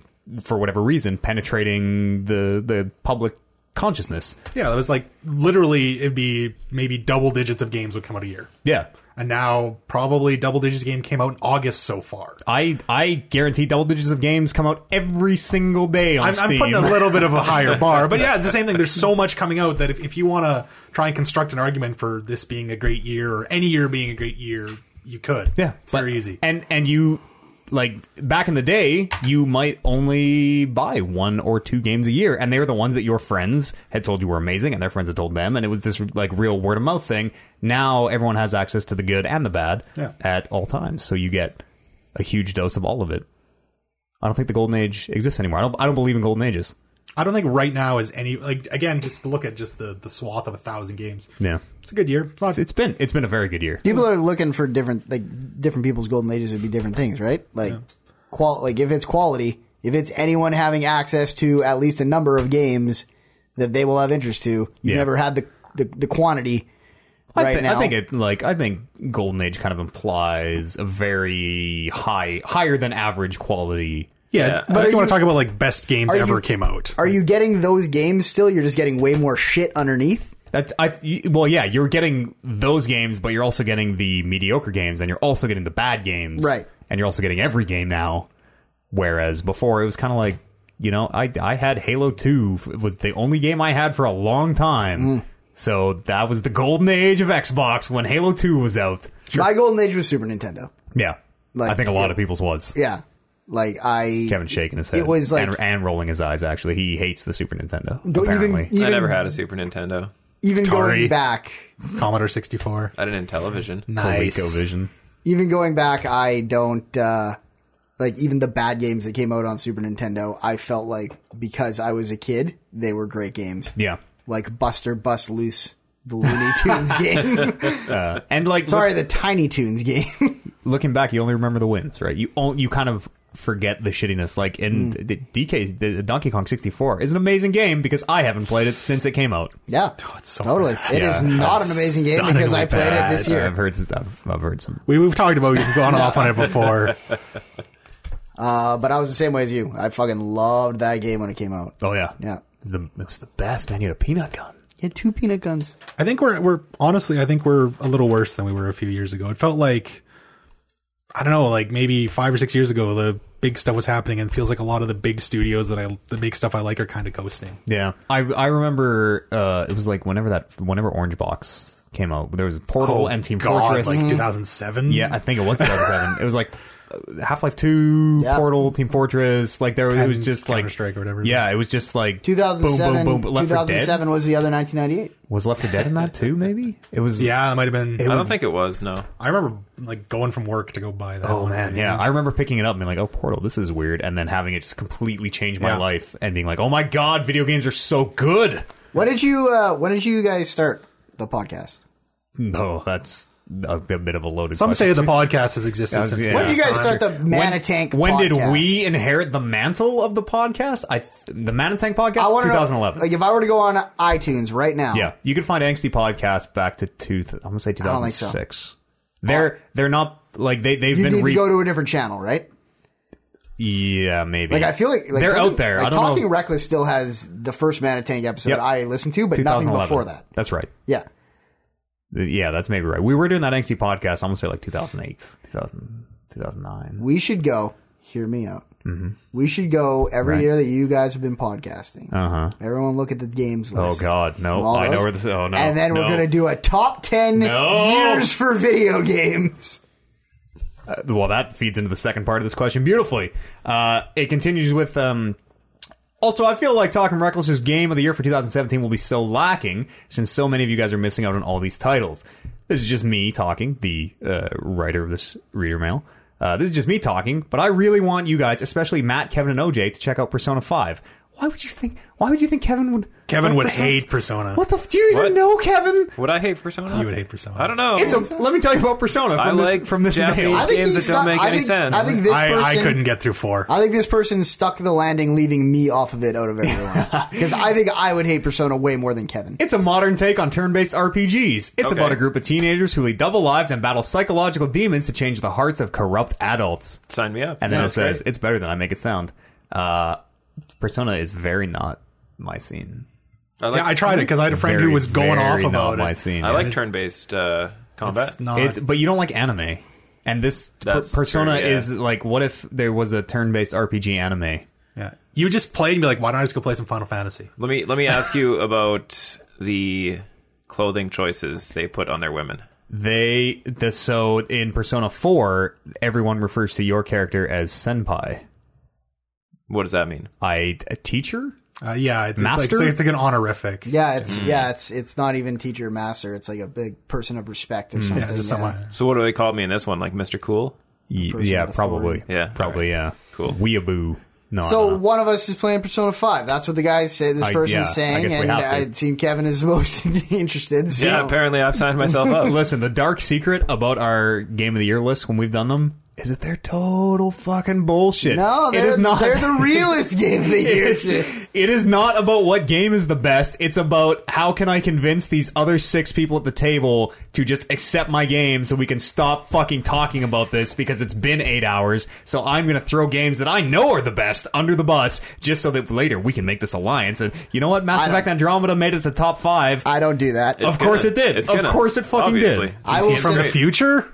A: for whatever reason penetrating the the public consciousness.
D: Yeah, that was like literally it'd be maybe double digits of games would come out a year.
A: Yeah.
D: And now probably double digits game came out in August so far.
A: I I guarantee double digits of games come out every single day on
D: I'm,
A: Steam.
D: I'm putting a little bit of a higher bar, but yeah, it's the same thing. There's so much coming out that if, if you want to try and construct an argument for this being a great year or any year being a great year, you could.
A: <laughs> Yeah,
D: it's
A: but-
D: very easy.
A: And and you like back in the day, you might only buy one or two games a year, and they were the ones that your friends had told you were amazing, and their friends had told them, and it was this like real word of mouth thing. Now everyone has access to the good and the bad
D: Yeah.
A: at all times, so you get a huge dose of all of it. I don't think the golden age exists anymore. I don't. I don't believe in golden ages.
D: I don't think right now is any like again. Just look at just the the swath of a thousand games.
A: Yeah,
D: It's a good year. It's not-
A: it's been it's been a very good year.
C: People are looking for different like different people's golden ages would be different things, right? Like qual like if it's quality, if it's anyone having access to at least a number of games that they will have interest to, you
A: Yeah.
C: never had the the, the quantity
A: I,
C: right
A: thi-
C: now.
A: I think it like I think Golden Age kind of implies a very high, higher than average quality.
D: yeah,
B: Yeah.
D: but
C: But are
D: if you want
C: you-
D: to talk about like best games
C: are
D: ever
C: you-
D: came out,
C: are you getting those games still? You're just getting way more shit underneath.
A: That's I you- well, yeah, you're getting those games, but you're also getting the mediocre games, and you're also getting the bad games,
C: Right.
A: And you're also getting every game now, whereas before it was kind of like you know I I had Halo Two f- was the only game I had for a long time.
C: Mm.
A: So that was the golden age of Xbox when Halo 2 was out.
C: My golden age was Super Nintendo.
A: Yeah.
C: Like-
A: I think a lot of people's was.
C: Yeah, like I
A: Kevin shaking his head.
C: It was like-
A: and, and rolling his eyes. Actually, he hates the Super Nintendo.
C: Go-
A: apparently,
C: even,
B: I
C: even,
B: never had a Super Nintendo.
C: even going
A: Atari.
C: back,
D: Commodore 64,
B: I didn't television.
D: nice.
A: ColecoVision.
C: even going back, I don't uh, like even the bad games that came out on Super Nintendo. I felt like because I was a kid, they were great games.
A: Yeah,
C: like Buster Bust Loose, the Looney
A: <laughs>
C: Tunes game.
A: and like
C: Sorry,
A: look-
C: the Tiny
A: <laughs>
C: Tunes game.
A: looking back, you only remember the wins, right? You on, you kind of forget the shittiness. Like in
C: Hmm.
A: the DK, the Donkey Kong 64 is an amazing game because I haven't played it since it came out.
C: yeah,
D: it's so
C: totally.
D: bad.
C: It is
A: Yeah.
C: not an amazing game because I
D: Stunningly
C: played it this
D: bad.
C: year.
A: I've heard I've, I've heard some.
D: We, we've talked about you've gone off on it before.
C: Uh, but I was the same way as you. I fucking loved that game when it came out.
A: Oh yeah,
C: Yeah.
A: It was the, it was the best man. You had a peanut gun.
C: You had two peanut guns.
D: I think we're we're honestly, I think we're a little worse than we were a few years ago. It felt like I don't know, like maybe five or six years ago, the big stuff was happening, and it feels like a lot of the big studios that I the big stuff I like are kind of ghosting.
A: Yeah, I I remember uh, it was like whenever that whenever Orange Box came out. There was
C: Oh,
A: Portal Oh, and Team
D: God,
A: Fortress.
D: like 2007.
A: yeah, I think it was 2007. it was like Half Life 2,
C: Yeah.
A: Portal, Team Fortress. Like there, was- it was just like
D: Counter-Strike or whatever.
A: Yeah, it was just like boom, boom,
C: 2007.
A: boom, Left 4 Dead
C: 2007 was the other 1998.
A: was Left 4 Dead in that too. Maybe it was.
D: yeah, that might have been.
B: I don't think it was. No,
D: I remember like going from work to go buy that.
A: Oh
D: Oh
A: man, yeah. I remember picking it up and being like, "Oh, Portal, this is weird," and then having it just completely change my
D: Yeah.
A: life and being like, "Oh my god, video games are so good."
C: When did you uh, When did you guys start the podcast?
A: No, that's a, a bit of a loaded.
D: Some
A: question.
D: say the podcast has existed
A: Yeah,
D: since.
A: yeah.
C: When did you guys
D: time.
C: start the
A: when,
C: Manitank?
A: when
C: podcast?
A: did we inherit the mantle of the podcast? I th- the Manitank
C: I
A: podcast,
C: wanna know-
A: two thousand eleven.
C: like if I were to go on iTunes right now,
A: yeah, you can find Angsty podcast back to two. Th- I'm gonna say two
C: don't
A: thousand
C: think so.
A: six. They're they're not like they they've
C: you
A: been
C: need
A: re-
C: to go to a different channel, right?
A: yeah maybe
C: Like I feel like, like
A: they're
C: doesn't-
A: out there.
C: Like,
A: I don't
C: Talking
A: know.
C: Reckless still has the first Manitank episode
A: Yep.
C: I listened to, but nothing
A: 2011.
C: before that.
A: That's right.
C: Yeah,
A: Yeah, that's maybe right. We were doing that angsty podcast. I'm gonna say like 2008, 2000, 2009.
C: we should go. Hear me out. We should go every
A: Mm-hmm. Right.
C: year that you guys have been podcasting.
A: Uh huh.
C: Everyone look at the games
A: Oh
C: list.
A: God,
C: from
A: no!
C: all
A: I know
C: those.
A: where this. Oh no!
C: and then we're
A: no.
C: gonna do a top ten
A: No.
C: years for video games.
A: well, that feeds into the second part of this question beautifully. Uh, it continues with. Um, also, I feel like Talking Reckless's game of the year for 2017 will be so lacking since so many of you guys are missing out on all these titles. This is just me talking, the uh, writer of this reader mail. Uh, this is just me talking, but I really want you guys, especially Matt, Kevin, and OJ, to check out Persona 5. Why would you think? Why would you think Kevin would?
D: Kevin
A: like
D: would hate Persona.
A: What the? f- Do you even
B: What?
A: know Kevin?
B: would I hate Persona?
D: You would hate Persona.
B: I don't know.
A: It's a. Let me tell you about Persona. From
B: I
A: this,
B: like
A: from this mail.
B: Japanese
C: I think
B: games
C: he's
B: that don't
C: stuck-
B: make
C: I
B: any
C: think-
B: sense.
C: I think this
D: I,
C: person.
D: I couldn't get through four.
C: I think this person stuck the landing, leaving me off of it out of everyone. Because I think I would hate Persona way more than Kevin.
A: It's a modern take on turn-based RPGs. It's
B: Okay.
A: about a group of teenagers who lead double lives and battle psychological demons to change the hearts of corrupt adults.
B: Sign me up.
A: And then it
B: Sounds
A: says,
B: great.
A: "It's better than I make it sound." Uh, Persona is very not my scene.
B: I like,
D: yeah, I tried it because I had a friend
A: Very,
D: who was going
A: very
D: off
A: not
D: about
A: my
D: it.
A: scene.
B: <laughs> I
A: yeah.
B: like turn-based uh, combat.
D: It's not.
A: It's, but you don't like anime, and this per-
B: That's
A: Persona
B: true, yeah.
A: is like, what if there was a turn-based RPG anime?
D: yeah. You just played and be like, why don't I just go play some Final Fantasy?
B: Let me let me ask you about the clothing choices they put on their women.
A: They the so in Persona Four, everyone refers to your character as senpai.
B: What does that mean?
A: I a teacher.
D: Uh, yeah, it's, it's like,
A: Master?
D: it's, like, it's like an honorific.
C: Yeah, it's
A: Mm.
C: yeah, it's it's not even teacher or master. It's like a big person of respect or
A: Mm.
C: something.
D: Yeah, just
C: yeah.
D: someone.
B: So what do they call me in this one? Like Mr. Cool?
A: Ye-
C: person
A: yeah,
C: with
A: probably.
B: Yeah.
A: probably. Yeah,
B: Cool.
A: Weeaboo. No,
C: So
A: no.
C: one of us is playing Persona Five. That's what the guy said. This
A: I-
C: person's
A: yeah, I
C: saying,
A: guess we
C: and
A: have to.
C: I seem Kevin is <laughs> most interested. So.
B: Yeah, apparently I've signed myself
A: <laughs>
B: up.
A: listen, the dark secret about our game of the year list when we've done them is that they're total fucking bullshit.
C: No,
A: it
C: they're,
A: is not.
C: they're the
A: <laughs>
C: realest game of the
A: It
C: year.
A: is-
C: shit.
A: it is not about what game is the best. It's about how can I convince these other six people at the table to just accept my game so we can stop fucking talking about this because it's been eight hours. So I'm going to throw games that I know are the best under the bus just so that later we can make this alliance. And you know what? Mass
C: I don't-
A: Effect Andromeda made it to the top five.
C: I don't do that.
A: of course it did.
B: It's
A: of
B: gonna,
A: course it fucking
B: obviously.
A: did.
C: I will
D: From
C: say-
D: the future?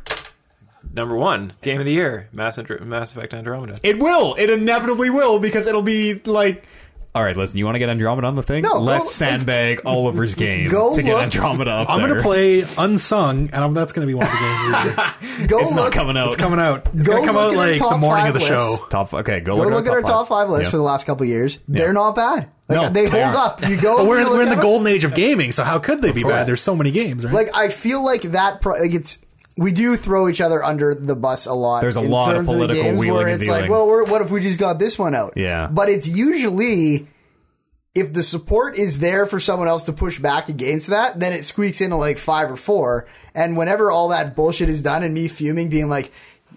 B: Number one, game of the year, Mass, Andro- Mass Effect Andromeda.
A: It will. It inevitably will because it'll be like. All right, listen. You want to get Andromeda on the thing?
C: No, go-
A: Let's sandbag Oliver's game
C: Go
A: to get
C: look-
A: Andromeda up
D: I'm
A: there.
D: going to play Unsung, and I'm, that's going to be one of the games. of the
C: <laughs>
D: year.
C: Go
A: It's not
C: look.
A: coming out.
D: It's coming out. It's going
C: Go
D: to come
C: look
D: out
C: at our
D: like the
C: top
D: morning
C: five
D: of the
C: list.
D: show.
A: Top. Okay, go,
C: Go look at our top five list
A: Yeah.
C: for the last couple of years. They're not bad. Like,
A: No,
C: they
A: they
C: hold
A: aren't.
C: up. You go.
D: But
C: and
D: we're,
C: you
D: in-
C: look
D: we're in the
C: at it.
D: golden age of gaming, so how could they be
C: course.
D: bad? There's so many games, right?
C: Like I feel like that. Pro- like it's we do throw each other under the bus a lot.
A: There's a
C: in
A: lot of
C: terms the
A: political
C: games
A: wheeling
C: where
A: and
C: it's like,
A: dealing.
C: well, we're, what if we just got this one out?
A: Yeah.
C: but it's usually. If the support is there for someone else to push back against that, then it squeaks into like five or four. And whenever all that bullshit is done and me fuming, being like,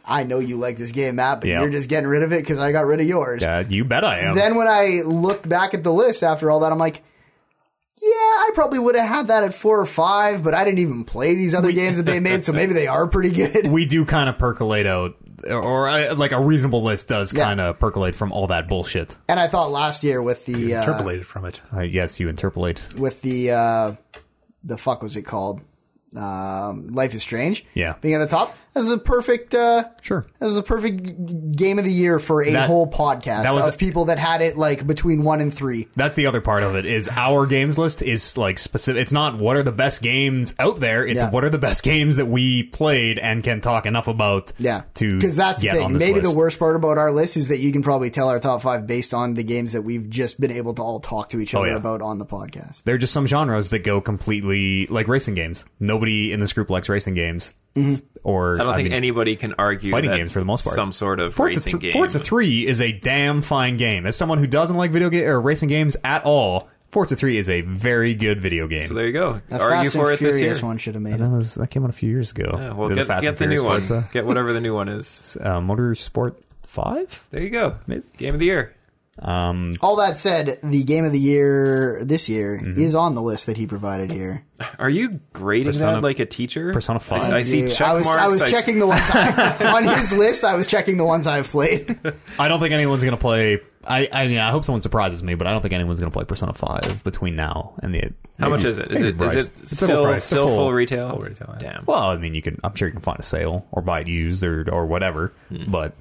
C: I know you like this game, Matt, but
A: Yeah.
C: you're just getting rid of it because I got rid of yours.
A: Yeah, you bet I am.
C: Then when I look back at the list after all that, I'm like, yeah, I probably would have had that at four or five, but I didn't even play these other games that they made, so maybe they are
A: <laughs>
C: pretty good.
A: we do kind of percolate out, or uh, like a reasonable list does
C: Yeah.
A: kind of percolate from all that bullshit.
C: And I thought last year with the uh,
D: Interpolated from it.
A: Uh, yes, you interpolate.
C: with the uh, the fuck was it called? Um, Life is Strange.
A: Yeah.
C: being at the top. This is a perfect. Uh,
A: Sure.
C: This is a perfect g- g- game of the year for a
A: That-
C: whole podcast
A: that was-
C: of people that had it like between one and three.
A: That's the other part of it is our games list is like specific. It's not what are the best games out there. It's
C: Yeah.
A: what are the best games that we played and can talk enough about.
C: Yeah,
A: to
C: because that's the
A: get on
C: thing.
A: this
C: Maybe
A: list.
C: the worst part about our list is that you can probably tell our top five based on the games that we've just been able to all talk to each other
A: Oh, yeah.
C: about on the podcast.
A: There are just some genres that go completely like racing games. Nobody in this group likes racing games,
C: Mm-hmm.
A: or
B: I don't think
A: mean,
B: anybody can argue
A: fighting
B: that
A: games for the most part.
B: Some sort of
A: Forza,
B: racing
A: th-
B: game.
A: Forza Three is a damn fine game. As someone who doesn't like video game or racing games at all, Forza Three is a very good video game.
B: So there you go.
C: That
B: argue
C: Fast
B: for
C: and
B: it this year.
C: Furious one should have made
A: that
C: it.
A: was that came out a few years ago.
B: Yeah, well, get,
A: Fast
B: get
A: and
B: the new
A: Furious
B: one.
A: Forza.
B: Get whatever the new one is.
A: uh, Motorsport Five.
B: There you go.
A: Maybe.
B: Game of the year.
A: Um,
C: All that said, the game of the year this year
A: Mm-hmm.
C: is on the list that he provided here.
B: Are you grading
A: Persona-
B: that like a teacher?
A: Persona
B: I-
A: five.
B: I, see
C: Yeah,
B: check
C: I was,
B: marks.
C: I was
B: s-
C: checking the ones
B: <laughs>
C: I, <laughs> on his list. I was checking the ones I've played. <laughs>
A: I don't think anyone's gonna play. I I mean, I hope someone surprises me, but I don't think anyone's gonna play Persona Five between now and the.
B: How
A: maybe-
B: much is it? Is
A: maybe
B: it,
A: Bryce.
B: is it
A: It's a full
B: still
A: price.
B: still
A: It's a
B: full, retail?
D: full retail, yeah.
B: Damn.
A: Well, I mean, you can. I'm sure you can find a sale or buy it used or or whatever.
B: Hmm.
A: But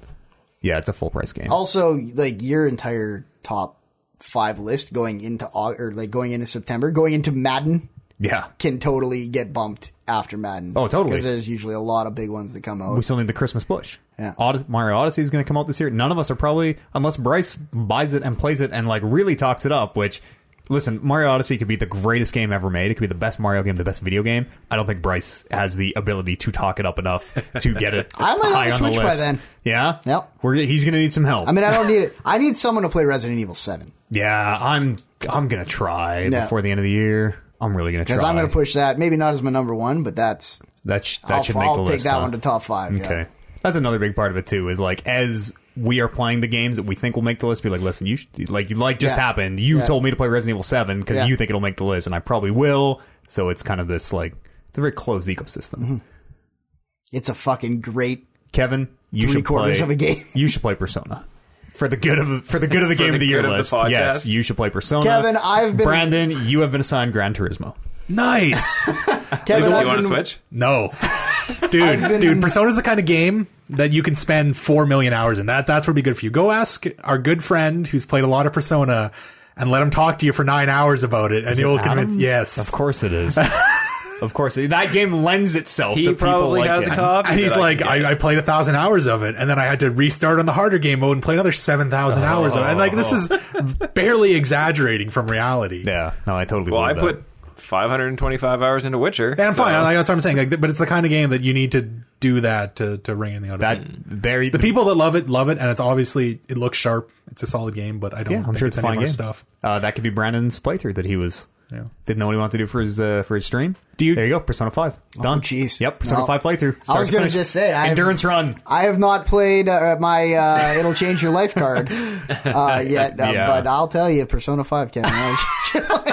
A: yeah, it's a full price game.
B: Oh.
C: also like your entire top five list going into Au- or like going into September, going into Madden
A: yeah,
C: can totally get bumped after Madden.
A: Oh, totally.
C: Because there's usually a lot of big ones that come out.
A: we still need the Christmas push.
C: Yeah.
A: Odys- Mario Odyssey is going to come out this year. None of us are probably, unless Bryce buys it and plays it and like really talks it up. Which, listen, Mario Odyssey could be the greatest game ever made. It could be the best Mario game, the best video game. I don't think Bryce has the ability to talk it up enough to get it
C: <laughs> I might have
A: high
C: a
A: on the
C: Switch by
A: list.
C: then.
A: Yeah.
C: Yep.
A: We're, he's going to need some help.
C: I mean, I don't need it. I need someone to play Resident Evil Seven
A: yeah, I'm. I'm going to try
C: No.
A: before the end of the year. I'm really going to try.
C: because I'm going to push that. Maybe not as my number one, but that's
A: That sh- that
C: I'll,
A: should make
C: I'll
A: the
C: take
A: list.
C: that
A: huh?
C: one to top five. yeah.
A: Okay, that's another big part of it too. Is like as we are playing the games that we think will make the list, be like, listen, you should, like like just
C: Yeah.
A: happened. You
C: Yeah.
A: told me to play Resident Evil Seven because
C: Yeah.
A: you think it'll make the list, and I probably will. So it's kind of this like it's a very closed ecosystem.
C: It's a fucking great
A: Kevin, you
C: Three
A: should
C: quarters
A: play,
C: of a game.
A: <laughs> you should play Persona. For the good of for the good of the game
B: the
A: of the year
B: good of the
A: list,
B: podcast.
A: yes, you should play Persona.
C: Kevin, I've been-
A: Brandon. You have been assigned Gran Turismo.
C: <laughs>
D: Nice.
C: Kevin,
B: Do
C: I've
B: you want to
C: been-
B: switch?
A: <laughs>
D: No. Dude, dude, Persona's the kind of game that you can spend four million hours in. That that's what'd be good for you. Go ask our good friend who's played a lot of Persona and let him talk to you for nine hours about it, and he'll
A: Adam?
D: convince. Yes,
A: Um, Of course it is. of course, that game lends itself.
B: He
A: to people
B: probably
A: like
B: has
A: it.
B: a copy.
D: and he's
B: that I
D: like,
B: can get.
D: I, I played a thousand hours of it, and then I had to restart on the harder game mode and play another seven
A: Oh.
D: thousand hours of it. And like, this is barely exaggerating from reality.
A: Yeah, no, I totally.
B: well, I
A: believe that.
B: put 525 hours into Witcher.
D: And I'm
B: so-
D: fine. I, that's what I'm saying. Like, but it's the kind of game that you need to do that to to ring in the other.
A: that
D: people.
A: very
D: The people that love it love it, and it's obviously it looks sharp. It's a solid game, but I don't.
A: Yeah, I'm
D: think
A: sure
D: it's,
A: it's a fine
D: any of our
A: game.
D: stuff.
A: Uh, that could be Brandon's playthrough that he was
D: Yeah.
A: didn't know what he wanted to do for his uh, for his stream. Do
D: you-
A: There you go. Persona Five done.
C: Oh, jeez.
A: Yep. Persona
C: No.
A: Five playthrough.
C: I
A: Start
C: was
A: to
C: gonna
A: finish.
C: just say, I've-
A: endurance
C: <laughs>
A: run.
C: I have not played uh, my
A: <laughs>
C: uh, "It'll Change Your Life" card uh, yet, uh,
A: Yeah.
C: but I'll tell you, Persona Five, Kevin. <laughs>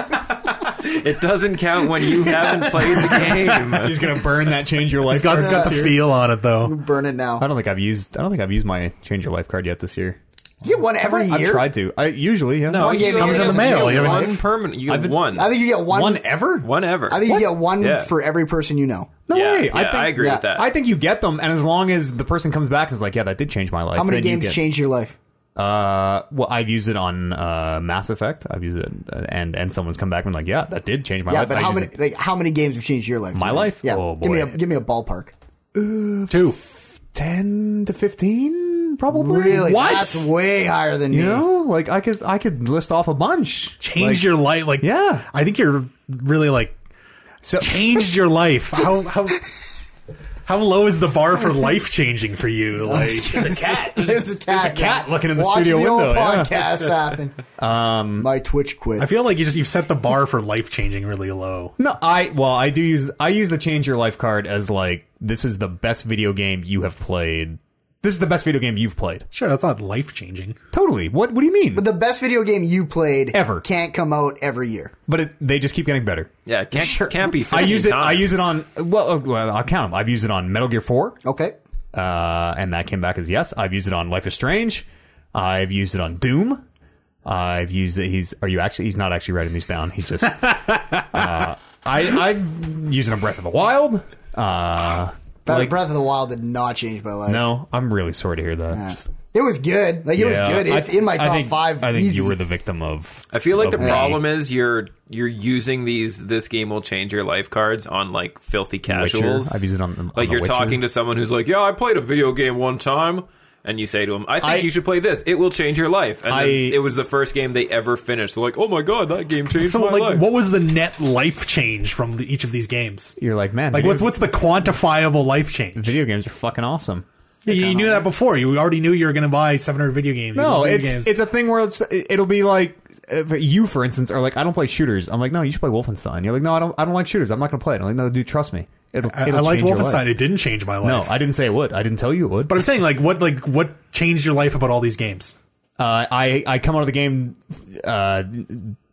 B: It doesn't count when you haven't played the game.
A: He's gonna burn that change your life.
D: It's got, it's got the feel on it though.
C: burn it now.
A: I don't think I've used. I don't think I've used my change your life card yet this year.
C: You get one every
A: I've
C: year.
A: tried to. I usually. Yeah.
B: No,
C: One
B: you
C: game a
B: comes
C: year
B: in the
C: doesn't
D: mail,
C: kill
D: you
C: your
D: know?
B: One
C: life.
B: permanent. You
A: I've
B: get
A: been-
B: one.
C: I think you get one.
A: one ever.
B: one ever.
C: I think you get one
B: Yeah.
C: for every person you know.
A: No
B: yeah,
A: way. I
B: yeah,
A: think
B: I agree
C: yeah,
B: with that.
A: I think you get them, and as long as the person comes back and is like, "Yeah, that did change my life."
C: How many
A: then you
C: games
A: get-
C: changed your life?
A: Uh, well, I've used it on uh, Mass Effect. I've used it, uh, and and someone's come back and like, yeah, that did change my
C: Yeah,
A: life.
C: but
A: I
C: how
A: used
C: many?
A: it-
C: Like how many games have changed your life?
A: My
C: Kevin?
A: life?
C: Yeah.
A: Oh,
C: Give me a
A: boy.
C: give me a ballpark.
D: Two.
A: Ten to fifteen, probably.
C: Really?
A: What?
C: That's way higher than
A: you
C: me. <laughs>
A: know, like I could I could list off a bunch.
D: Changed
A: Like,
D: your life, like
A: Yeah.
D: I think you're really like
A: so, <laughs>
D: changed your life. How how how low is the bar
A: <laughs>
D: for life changing for you? Like
A: There's a cat.
C: There's a cat.
A: cat
C: man.
A: looking in the
C: Watching
A: studio
C: the
A: window.
C: Old
A: yeah. <laughs>
C: podcast happen. Um, my Twitch quit.
D: I feel like you just you've set the bar for life changing really low.
A: No, I well, I do use I use the change your life card as like this is the best video game you have played. This is the best video game you've played.
D: Sure, that's not life changing.
A: Totally. What What do you mean? But,
C: the best video game you played
A: Ever.
C: can't come out every year.
A: it, they just keep getting better.
B: yeah, it can't, can't be.
A: I
B: 15
A: use it. I
B: times.
A: use it on. Well, uh, well, I'll count them. I've used it on Metal Gear Four.
C: Okay.
A: uh, and that came back as yes. I've used it on Life is Strange. I've used it on Doom. I've used it. He's are you actually? He's not actually writing these down. He's
B: <laughs>
A: just. uh, I I've used it on Breath of the Wild. Uh,
C: Battle
A: Like-
C: Breath of the Wild did not change my life.
A: No, I'm really sorry to hear that. Just-
C: It was good. Like it was
A: yeah,
C: good.
A: I-
C: It's in my
A: I
C: top
A: think-
C: five.
A: I think
C: easy.
A: you were the victim of.
B: I feel like
A: of
B: the
A: me.
B: problem is you're you're using these this game will change your life cards on like filthy casuals.
A: I've used it on the- on
B: like
A: The
B: you're
A: Witcher.
B: talking to someone who's like, "Yeah, I played a video game one time." And you say to them, "I think
A: I-
B: you should play this. It will change your life." And
A: I-
B: then it was the first game they ever finished. They're like, "Oh my god, that game changed
D: So,
B: my
D: like,
B: life."
D: what was the net life change from the, each of these games?
A: You're like, man,
D: Like,
A: video,
D: what's what's the quantifiable life change?
A: video games are fucking awesome.
D: You knew that before. You already knew you were going to buy 700 video games. You
A: No,
D: love video
A: it's
D: games.
A: it's a thing where it's it'll be like uh, but you, for instance, are like, I don't play shooters. I'm like, no, you should play Wolfenstein. You're like, no, I don't, I don't like shooters. I'm not gonna play it. I'm like, no, dude, trust me. It'll,
D: I,
A: it'll
D: I liked
A: change your life."
D: Wolfenstein. It didn't change my
A: No,
D: life.
A: I didn't say it would. I didn't tell you it would.
D: but I'm saying, like, what like what changed your life about all these games?
A: uh, I I come out of the game uh,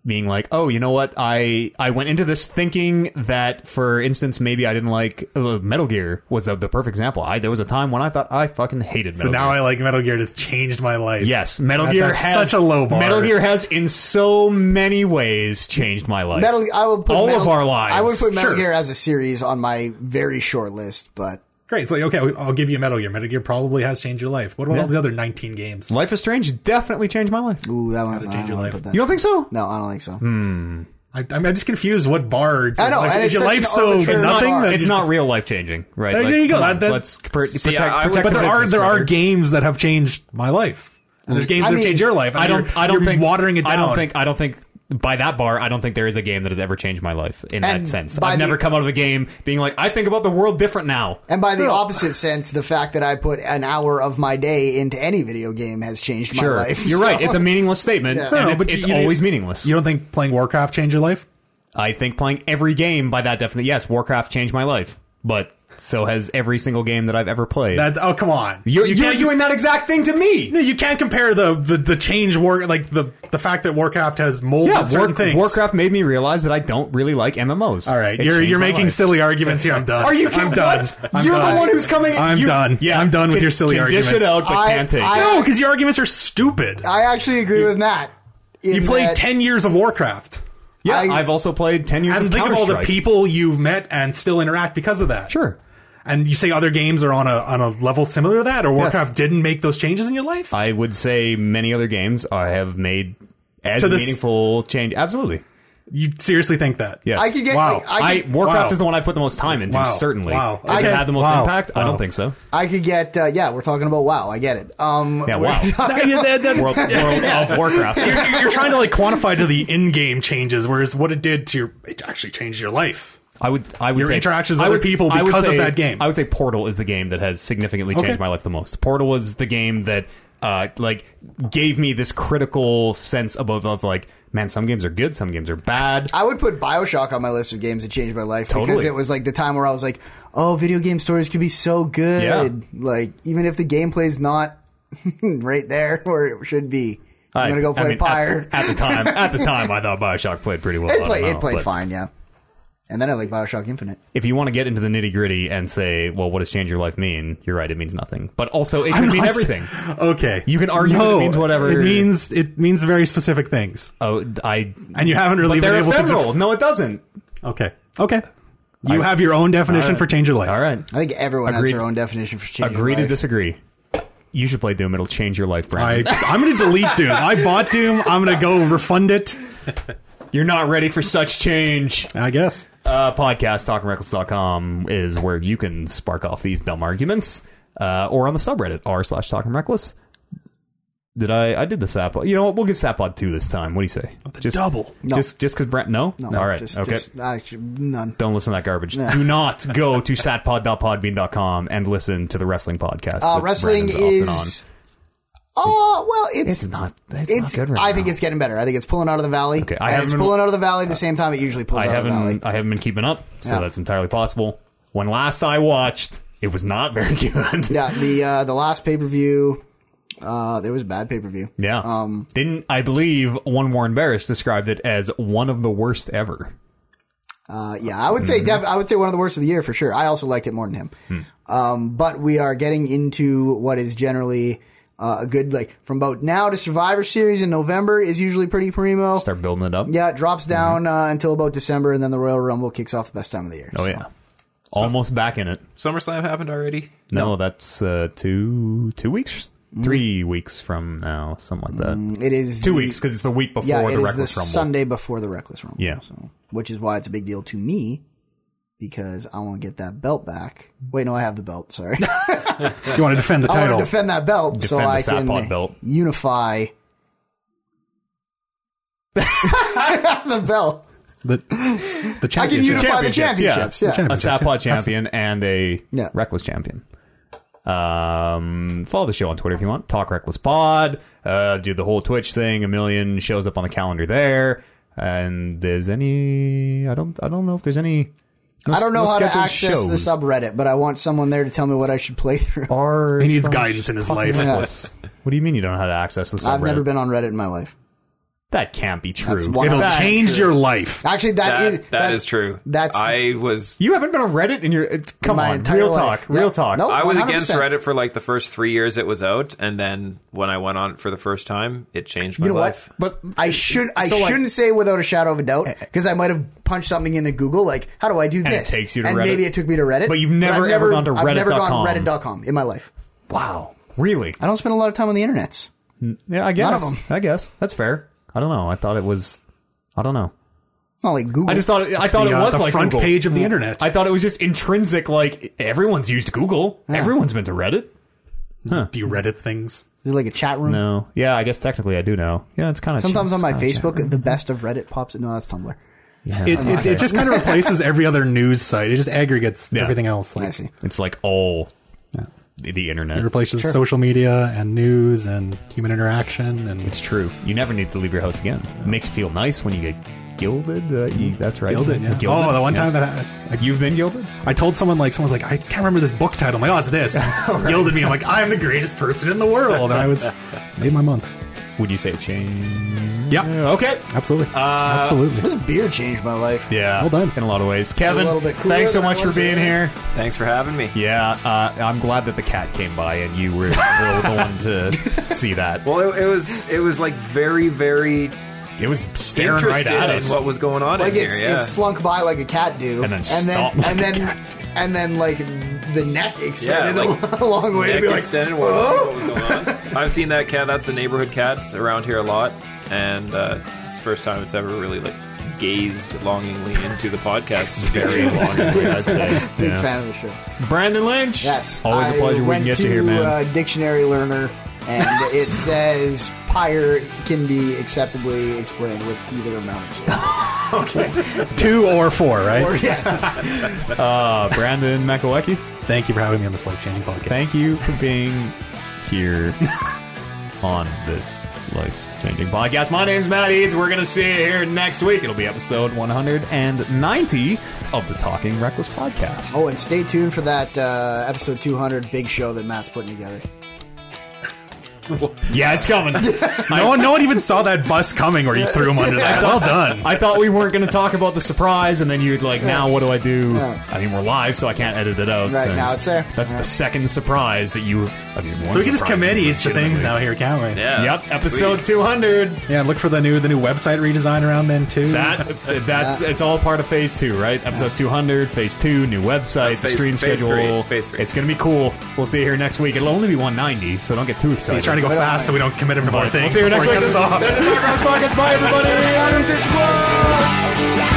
A: being like, oh, you know what? I I went into this thinking that, for instance, maybe I didn't like uh, Metal Gear was the, the perfect example. I there was a time when I thought I fucking hated. Metal
D: So now
A: Gear.
D: I like Metal Gear. It's changed my life.
A: Yes, Metal
D: That-
A: Gear
D: that's
A: has
D: such a low bar.
A: Metal Gear has, in so many ways, changed my life.
C: Metal, I would put
A: all
C: Metal-
A: of our lives.
C: I would put Metal
D: Sure.
C: Gear as a series on my very short list, but
D: Great. It's like okay, I'll give you Metal Gear. Metal Gear probably has changed your life. What about all the other 19 games?
A: Life is Strange definitely changed my life. You
C: ooh, that one's
D: change your life.
A: don't think Hmm. so?
C: No, I don't think so.
D: I, I'm just confused. What bar?
C: I know, and
D: Like,
C: it's
D: is your
C: such
D: life
C: an
D: so
C: arbitrary
D: nothing?
C: bar.
D: that
A: It's
D: you-
A: not real life changing, right?
D: There you go.
A: come on,
D: That- that-
A: let's pr-
B: See,
A: protect,
B: I- I would-
A: protect
D: But
A: the
D: there are
A: business,
D: there are
A: brother.
D: games that have changed my life. And there's games
C: I
D: that have
C: mean,
D: changed your life. and
A: I don't.
D: you're-
A: I don't
D: you're
A: think
D: watering it down.
A: I don't think. I don't think. By that bar, I don't think there is a game that has ever changed my life in that
C: And
A: sense.
C: by
A: I've
C: the-
A: never come out of a game being like, I think about the world different now.
C: And by the opposite sense, the fact that I put an hour of my day into any video game has changed
A: Sure,
C: my life.
A: you're
C: <laughs> so-
A: right. It's a meaningless statement,
C: Yeah.
A: and
C: No,
D: no,
A: it's,
D: but you-
A: it's
D: you-
A: always meaningless.
D: You don't think playing Warcraft changed your life?
A: I think playing every game by that definition, yes, Warcraft changed my life, but so has every single game that I've ever played.
D: That's oh come on.
A: you're,
D: You
A: you're
D: can't-
A: doing that exact thing to me.
D: No, you can't compare the, the, the change war like the the fact that Warcraft has molded
A: Yeah,
D: certain
A: War-
D: things.
A: Warcraft made me realize that I don't really like MMOs.
D: All right,
A: It
D: you're
A: changed
D: you're
A: my
D: making
A: life.
D: silly arguments here. I'm done.
A: Are you kidding-
D: I'm done.
A: what?
D: I'm
A: You're the
D: done.
A: one who's coming-
D: I'm
A: you-
D: done.
A: Yeah.
D: I'm done with
A: Can-
D: your silly
A: can dish
D: arguments.
A: it out, but
C: I-
A: can't take.
C: I-
A: it.
D: no, because your arguments are stupid.
C: I actually agree with Matt.
D: you played ten years of Warcraft.
A: yeah,
C: I-
A: I've also played ten years
D: And
A: of
D: think of all the
A: Counter-Strike.
D: people you've met and still interact because of that.
A: Sure.
D: And you say other games are on a on a level similar to that, or Warcraft didn't make those changes in your life.
A: I would say many other games I have made as
D: To this-
A: meaningful change. Absolutely.
D: you seriously think that?
A: Yes.
C: I could get.
D: Wow.
C: Like, I
A: I,
C: could,
A: Warcraft
D: Wow.
A: is the one I put the most time into,
D: Wow.
A: certainly.
D: Wow.
A: Does
D: Okay.
A: it have the most
D: Wow.
A: impact? I
D: Wow.
A: don't think so.
C: I could get. Uh, yeah, we're talking about WoW. I get it. Um,
A: Yeah,
C: we're <laughs>
D: <laughs>
A: wow.
C: talking-
A: World, World of Warcraft.
D: you're, you're trying to like quantify to the in-game changes, whereas what it did to your it actually changed your life.
A: I would, I would
D: Your
A: say,
D: interactions with
A: I
D: other
A: would-
D: people
A: I would
D: because of
A: say-
D: that game.
A: I would say Portal is the game that has significantly changed
D: Okay.
A: my life the most. Portal was the game that, uh, like, gave me this critical sense above of like, man, some games are good, some games are bad.
C: I would put Bioshock on my list of games that changed my life because
A: Totally.
C: it was like the time where I was like, "Oh, video game stories could be so good."
A: Yeah.
C: Like even if the gameplay's not <laughs> right there where it should be, I'm gonna
A: I-
C: go
A: I
C: play
A: mean, at-
C: Pyre.
A: At, the time, at the time, I thought Bioshock played pretty well. I
C: it
A: don't
C: played.
A: know,
C: it played
A: but-
C: fine. Yeah. And then I like Bioshock Infinite.
A: if you want to get into the nitty gritty and say, well, what does change your life mean? You're right, it means nothing. But also, it could mean
D: not-
A: everything.
D: Okay,
A: You can argue
D: No,
A: that it means whatever-
D: It means it means very specific things,
A: Oh, I.
D: and you haven't really
A: But
D: been
A: they're
D: able
A: ephemeral.
D: to.
A: no, it doesn't.
D: def- okay, okay. You have your own definition
A: Alright.
D: for change your life.
A: All right.
C: I think everyone
A: Agreed.
C: has their own definition for changing.
A: Agree to
C: life.
A: disagree. You should play Doom. It'll change your life,
D: I,
A: Brandon.
D: I'm going to delete Doom. I bought Doom. I'm going to go refund it.
A: You're not ready for such change.
D: I guess.
A: Uh, podcast, talkingreckless.com is where you can spark off these dumb arguments uh, or on the subreddit, r slash talking reckless. Did I? I did the Sapod. You know what? We'll give Sapod two this time. What do you say? Just
D: double.
C: No.
A: Just just because Brent? No.
C: No,
A: All right.
C: Just,
A: okay.
C: Just, actually, none.
A: Don't listen to that garbage. Do not go to satpod.podbean.com and listen to the wrestling podcast.
C: Uh,
A: that
C: wrestling
A: Brandon's often
C: is. Oh well, it's,
A: It's not- it's not
C: it's
A: good right
C: I think
A: now.
C: it's getting better. I think it's pulling out of the valley.
A: Okay, I
C: and
A: haven't
C: it's
A: been-
C: pulling out of the valley the same time it usually pulls
A: I
C: out of the valley.
A: haven't I haven't been keeping up, so
C: Yeah.
A: that's entirely possible. When last I watched, it was not very <laughs> good.
C: Yeah, the uh, the last pay per view, uh, there was a bad pay per view.
A: yeah. Um, Didn't I believe one Warren Barris described it as one of the worst ever?
C: Uh, yeah, I would say def- I would say one of the worst of the year for sure. I also liked it more than him.
A: Hmm.
C: Um, but we are getting into what is generally uh, a good like from about now to Survivor Series in November is usually pretty primo.
A: Start Mhm. building it up.
C: Yeah, it drops down uh, until about December, and then the Royal Rumble kicks off the best time of the year.
A: Oh yeah. almost back in it.
B: SummerSlam happened already.
A: No, that's uh, two two weeks,
C: Mm.
A: three weeks from now, something like that.
C: It is
A: Two
C: the-
A: weeks because it's the week before
C: Yeah, it
A: the
C: is
A: Reckless
C: the
A: Rumble.
C: Sunday before the Reckless Rumble.
A: Yeah.
C: so, which is why it's a big deal to me because I want to get that belt back. Wait, no, I have the belt. Sorry, I
E: You want to defend the
C: want
E: title?
C: to defend that belt so
A: Defend the
C: I
A: Sat
C: can
A: Pod belt.
C: unify <laughs> the belt.
E: the, the
C: I can
E: championship.
C: unify
A: Championships, yeah.
C: the championships. Yeah,
E: champion-
A: a
E: Championships, yeah.
A: Sapod champion and a
C: Yeah.
A: Reckless champion. Um, follow the show on Twitter if you want. Talk Reckless Pod. Uh, do the whole Twitch thing. A million shows up on the calendar there. And there's any? I don't. I don't know if there's any. no-
C: I don't know
A: no
C: how to
A: scheduled
C: access the
A: shows. Oh,
C: subreddit, but I want someone there to tell me what I should play through.
A: Are
D: He needs
A: some-
D: guidance in his life.
C: Yeah.
A: What do you mean you don't know how to access the subreddit?
C: <laughs> I've never been on Reddit in my life.
A: That can't be true.
C: That's wild.
D: It'll
A: That-
D: change your life.
C: Actually, that
B: That,
C: is
B: that
C: that's-
B: is true.
C: That's
B: I was
A: You haven't been on Reddit in your. It's, come
C: My
A: on,
C: entire
A: real
C: life.
A: talk,
C: Yeah.
A: real talk.
C: Nope.
B: I was against
C: 100%.
B: Reddit for like the first three years it was out, and then when I went on it for the first time, it changed my
C: You know what?
B: life.
A: But
C: I should I
A: So, like- Eh,
C: shouldn't say without a shadow of a doubt because I might have punched something into Google like how do I do
A: it
C: this
A: takes you to
C: and
A: Reddit.
C: maybe it took me to Reddit
A: But you've never
C: I've
A: ever gone to
C: I've never gone
A: reddit.com.
C: reddit.com in my life
A: wow, really?
C: I don't spend a lot of time on the internets
A: Yeah, I guess.
C: of 'em.
A: I guess that's fair. I don't know. I thought it was. I don't know.
C: it's not like Google
A: I just thought. It, I thought
D: The,
A: it
D: uh,
A: was
D: the
A: like
D: front
A: Google.
D: page of the internet.
A: I thought it was just intrinsic. Like everyone's used Google. Everyone's been to Reddit.
D: Do you Reddit things?
C: is it like a chat room
A: No. Yeah, I guess technically I do know. Yeah, it's kind of
C: sometimes on my Facebook the best of Reddit pops no that's Tumblr
D: It, it, it just kind of replaces every other news site. It just aggregates
A: Yeah.
D: everything else. Like,
C: I see
A: It's like all the, the internet.
E: It replaces social media and news and human interaction and
A: It's true. You never need to leave your house again. It makes you feel nice when you get gilded. Uh, you- that's right.
E: gilded. Yeah.
A: Gilded,
E: Oh, the one
A: yeah.
E: time that I,
A: You've been gilded?
E: I, I told someone like someone was like I can't remember this book title. I'm like oh it's this. Gilded me. I'm like I'm the greatest person in the world. And I was <laughs> made my month.
A: Would you say it changed?
E: Yeah.
A: Okay.
E: Absolutely. Absolutely.
C: this beer changed my life
A: Yeah.
E: Well done.
A: In a lot of ways. Kevin,
C: A little bit cooler
A: thanks so
C: than I
A: much for
C: was
A: being
C: earlier.
A: here.
B: Thanks for having me.
A: Yeah, uh, I'm glad that the cat came by and you were, were the one to
C: <laughs>
A: see that.
B: Well, it, it was it was like very very
A: It was staring right
B: interested
A: at
B: in
A: us. <laughs>
B: what was going on
C: like
B: in here.
C: it's,
B: yeah.
C: it slunk by like a cat do
A: And then
C: and
A: stopped
C: then
A: like
C: and
A: a
C: then and then like the neck extended a
B: like,
C: lo- <laughs> a long way to
B: neck
C: be like
B: extended. what, what was going on? I've seen that cat. That's the neighborhood cats around here a lot, and uh, it's the first time it's ever really like gazed longingly into the podcast.
A: <laughs>
B: It's very long.
A: Yeah, I'd say.
C: <laughs> big
A: Yeah.
C: fan of the show
A: Brandon Lynch.
C: Yes.
A: Always a
C: I
A: pleasure we
C: went
A: can get
C: to,
A: you here, man.
C: Uh, dictionary learner, and <laughs> it says pyre can be acceptably explained with either amount of salt.
E: Two or four, right?
C: Or- yes.
A: Uh, Brandon McAlecky,
E: Thank you for having me on this life changing podcast.
A: thank you for being here
C: <laughs>
A: on this life changing podcast. My name's Matt Eads. We're going to see you here next week. It'll be episode 190 of the Talking Reckless podcast.
C: Oh, and stay tuned for that uh, episode 200 big show that Matt's putting together.
A: Yeah, it's
C: <laughs>
A: coming.
D: No one, no one even saw that bus coming, or you threw him under that. Well done.
A: I thought we weren't going to talk about the surprise, and then you'd like, now what do I do?
C: Yeah.
A: I mean, we're live, so I can't edit it out.
C: Right,
A: so
C: now it's there.
A: That's
C: Yeah.
A: the second surprise that you. I mean, one
E: So we can just
A: surprise
E: commit
A: is
E: eats to things now here, can't we?
B: Yeah.
A: Yep, episode
B: Sweet.
A: 200.
E: Yeah, look for the new the new website redesign around then too.
C: <laughs>
A: That that's it's all part of phase two, right? Episode 200, phase two, new website,
B: That's
A: the
B: phase-
A: stream
B: phase
A: schedule.
B: three, phase three.
A: It's gonna be cool. We'll see you here next week. It'll only be 190, so don't get too excited.
E: He's trying to go fast so we don't commit him to more
A: We'll
E: things.
A: see you next
E: before
A: week.
E: he
A: This
E: cuts
A: is
E: us off.
C: <laughs>
A: there's the Talk Rocks Podcast. Bye, everybody. I'm Chris Blow.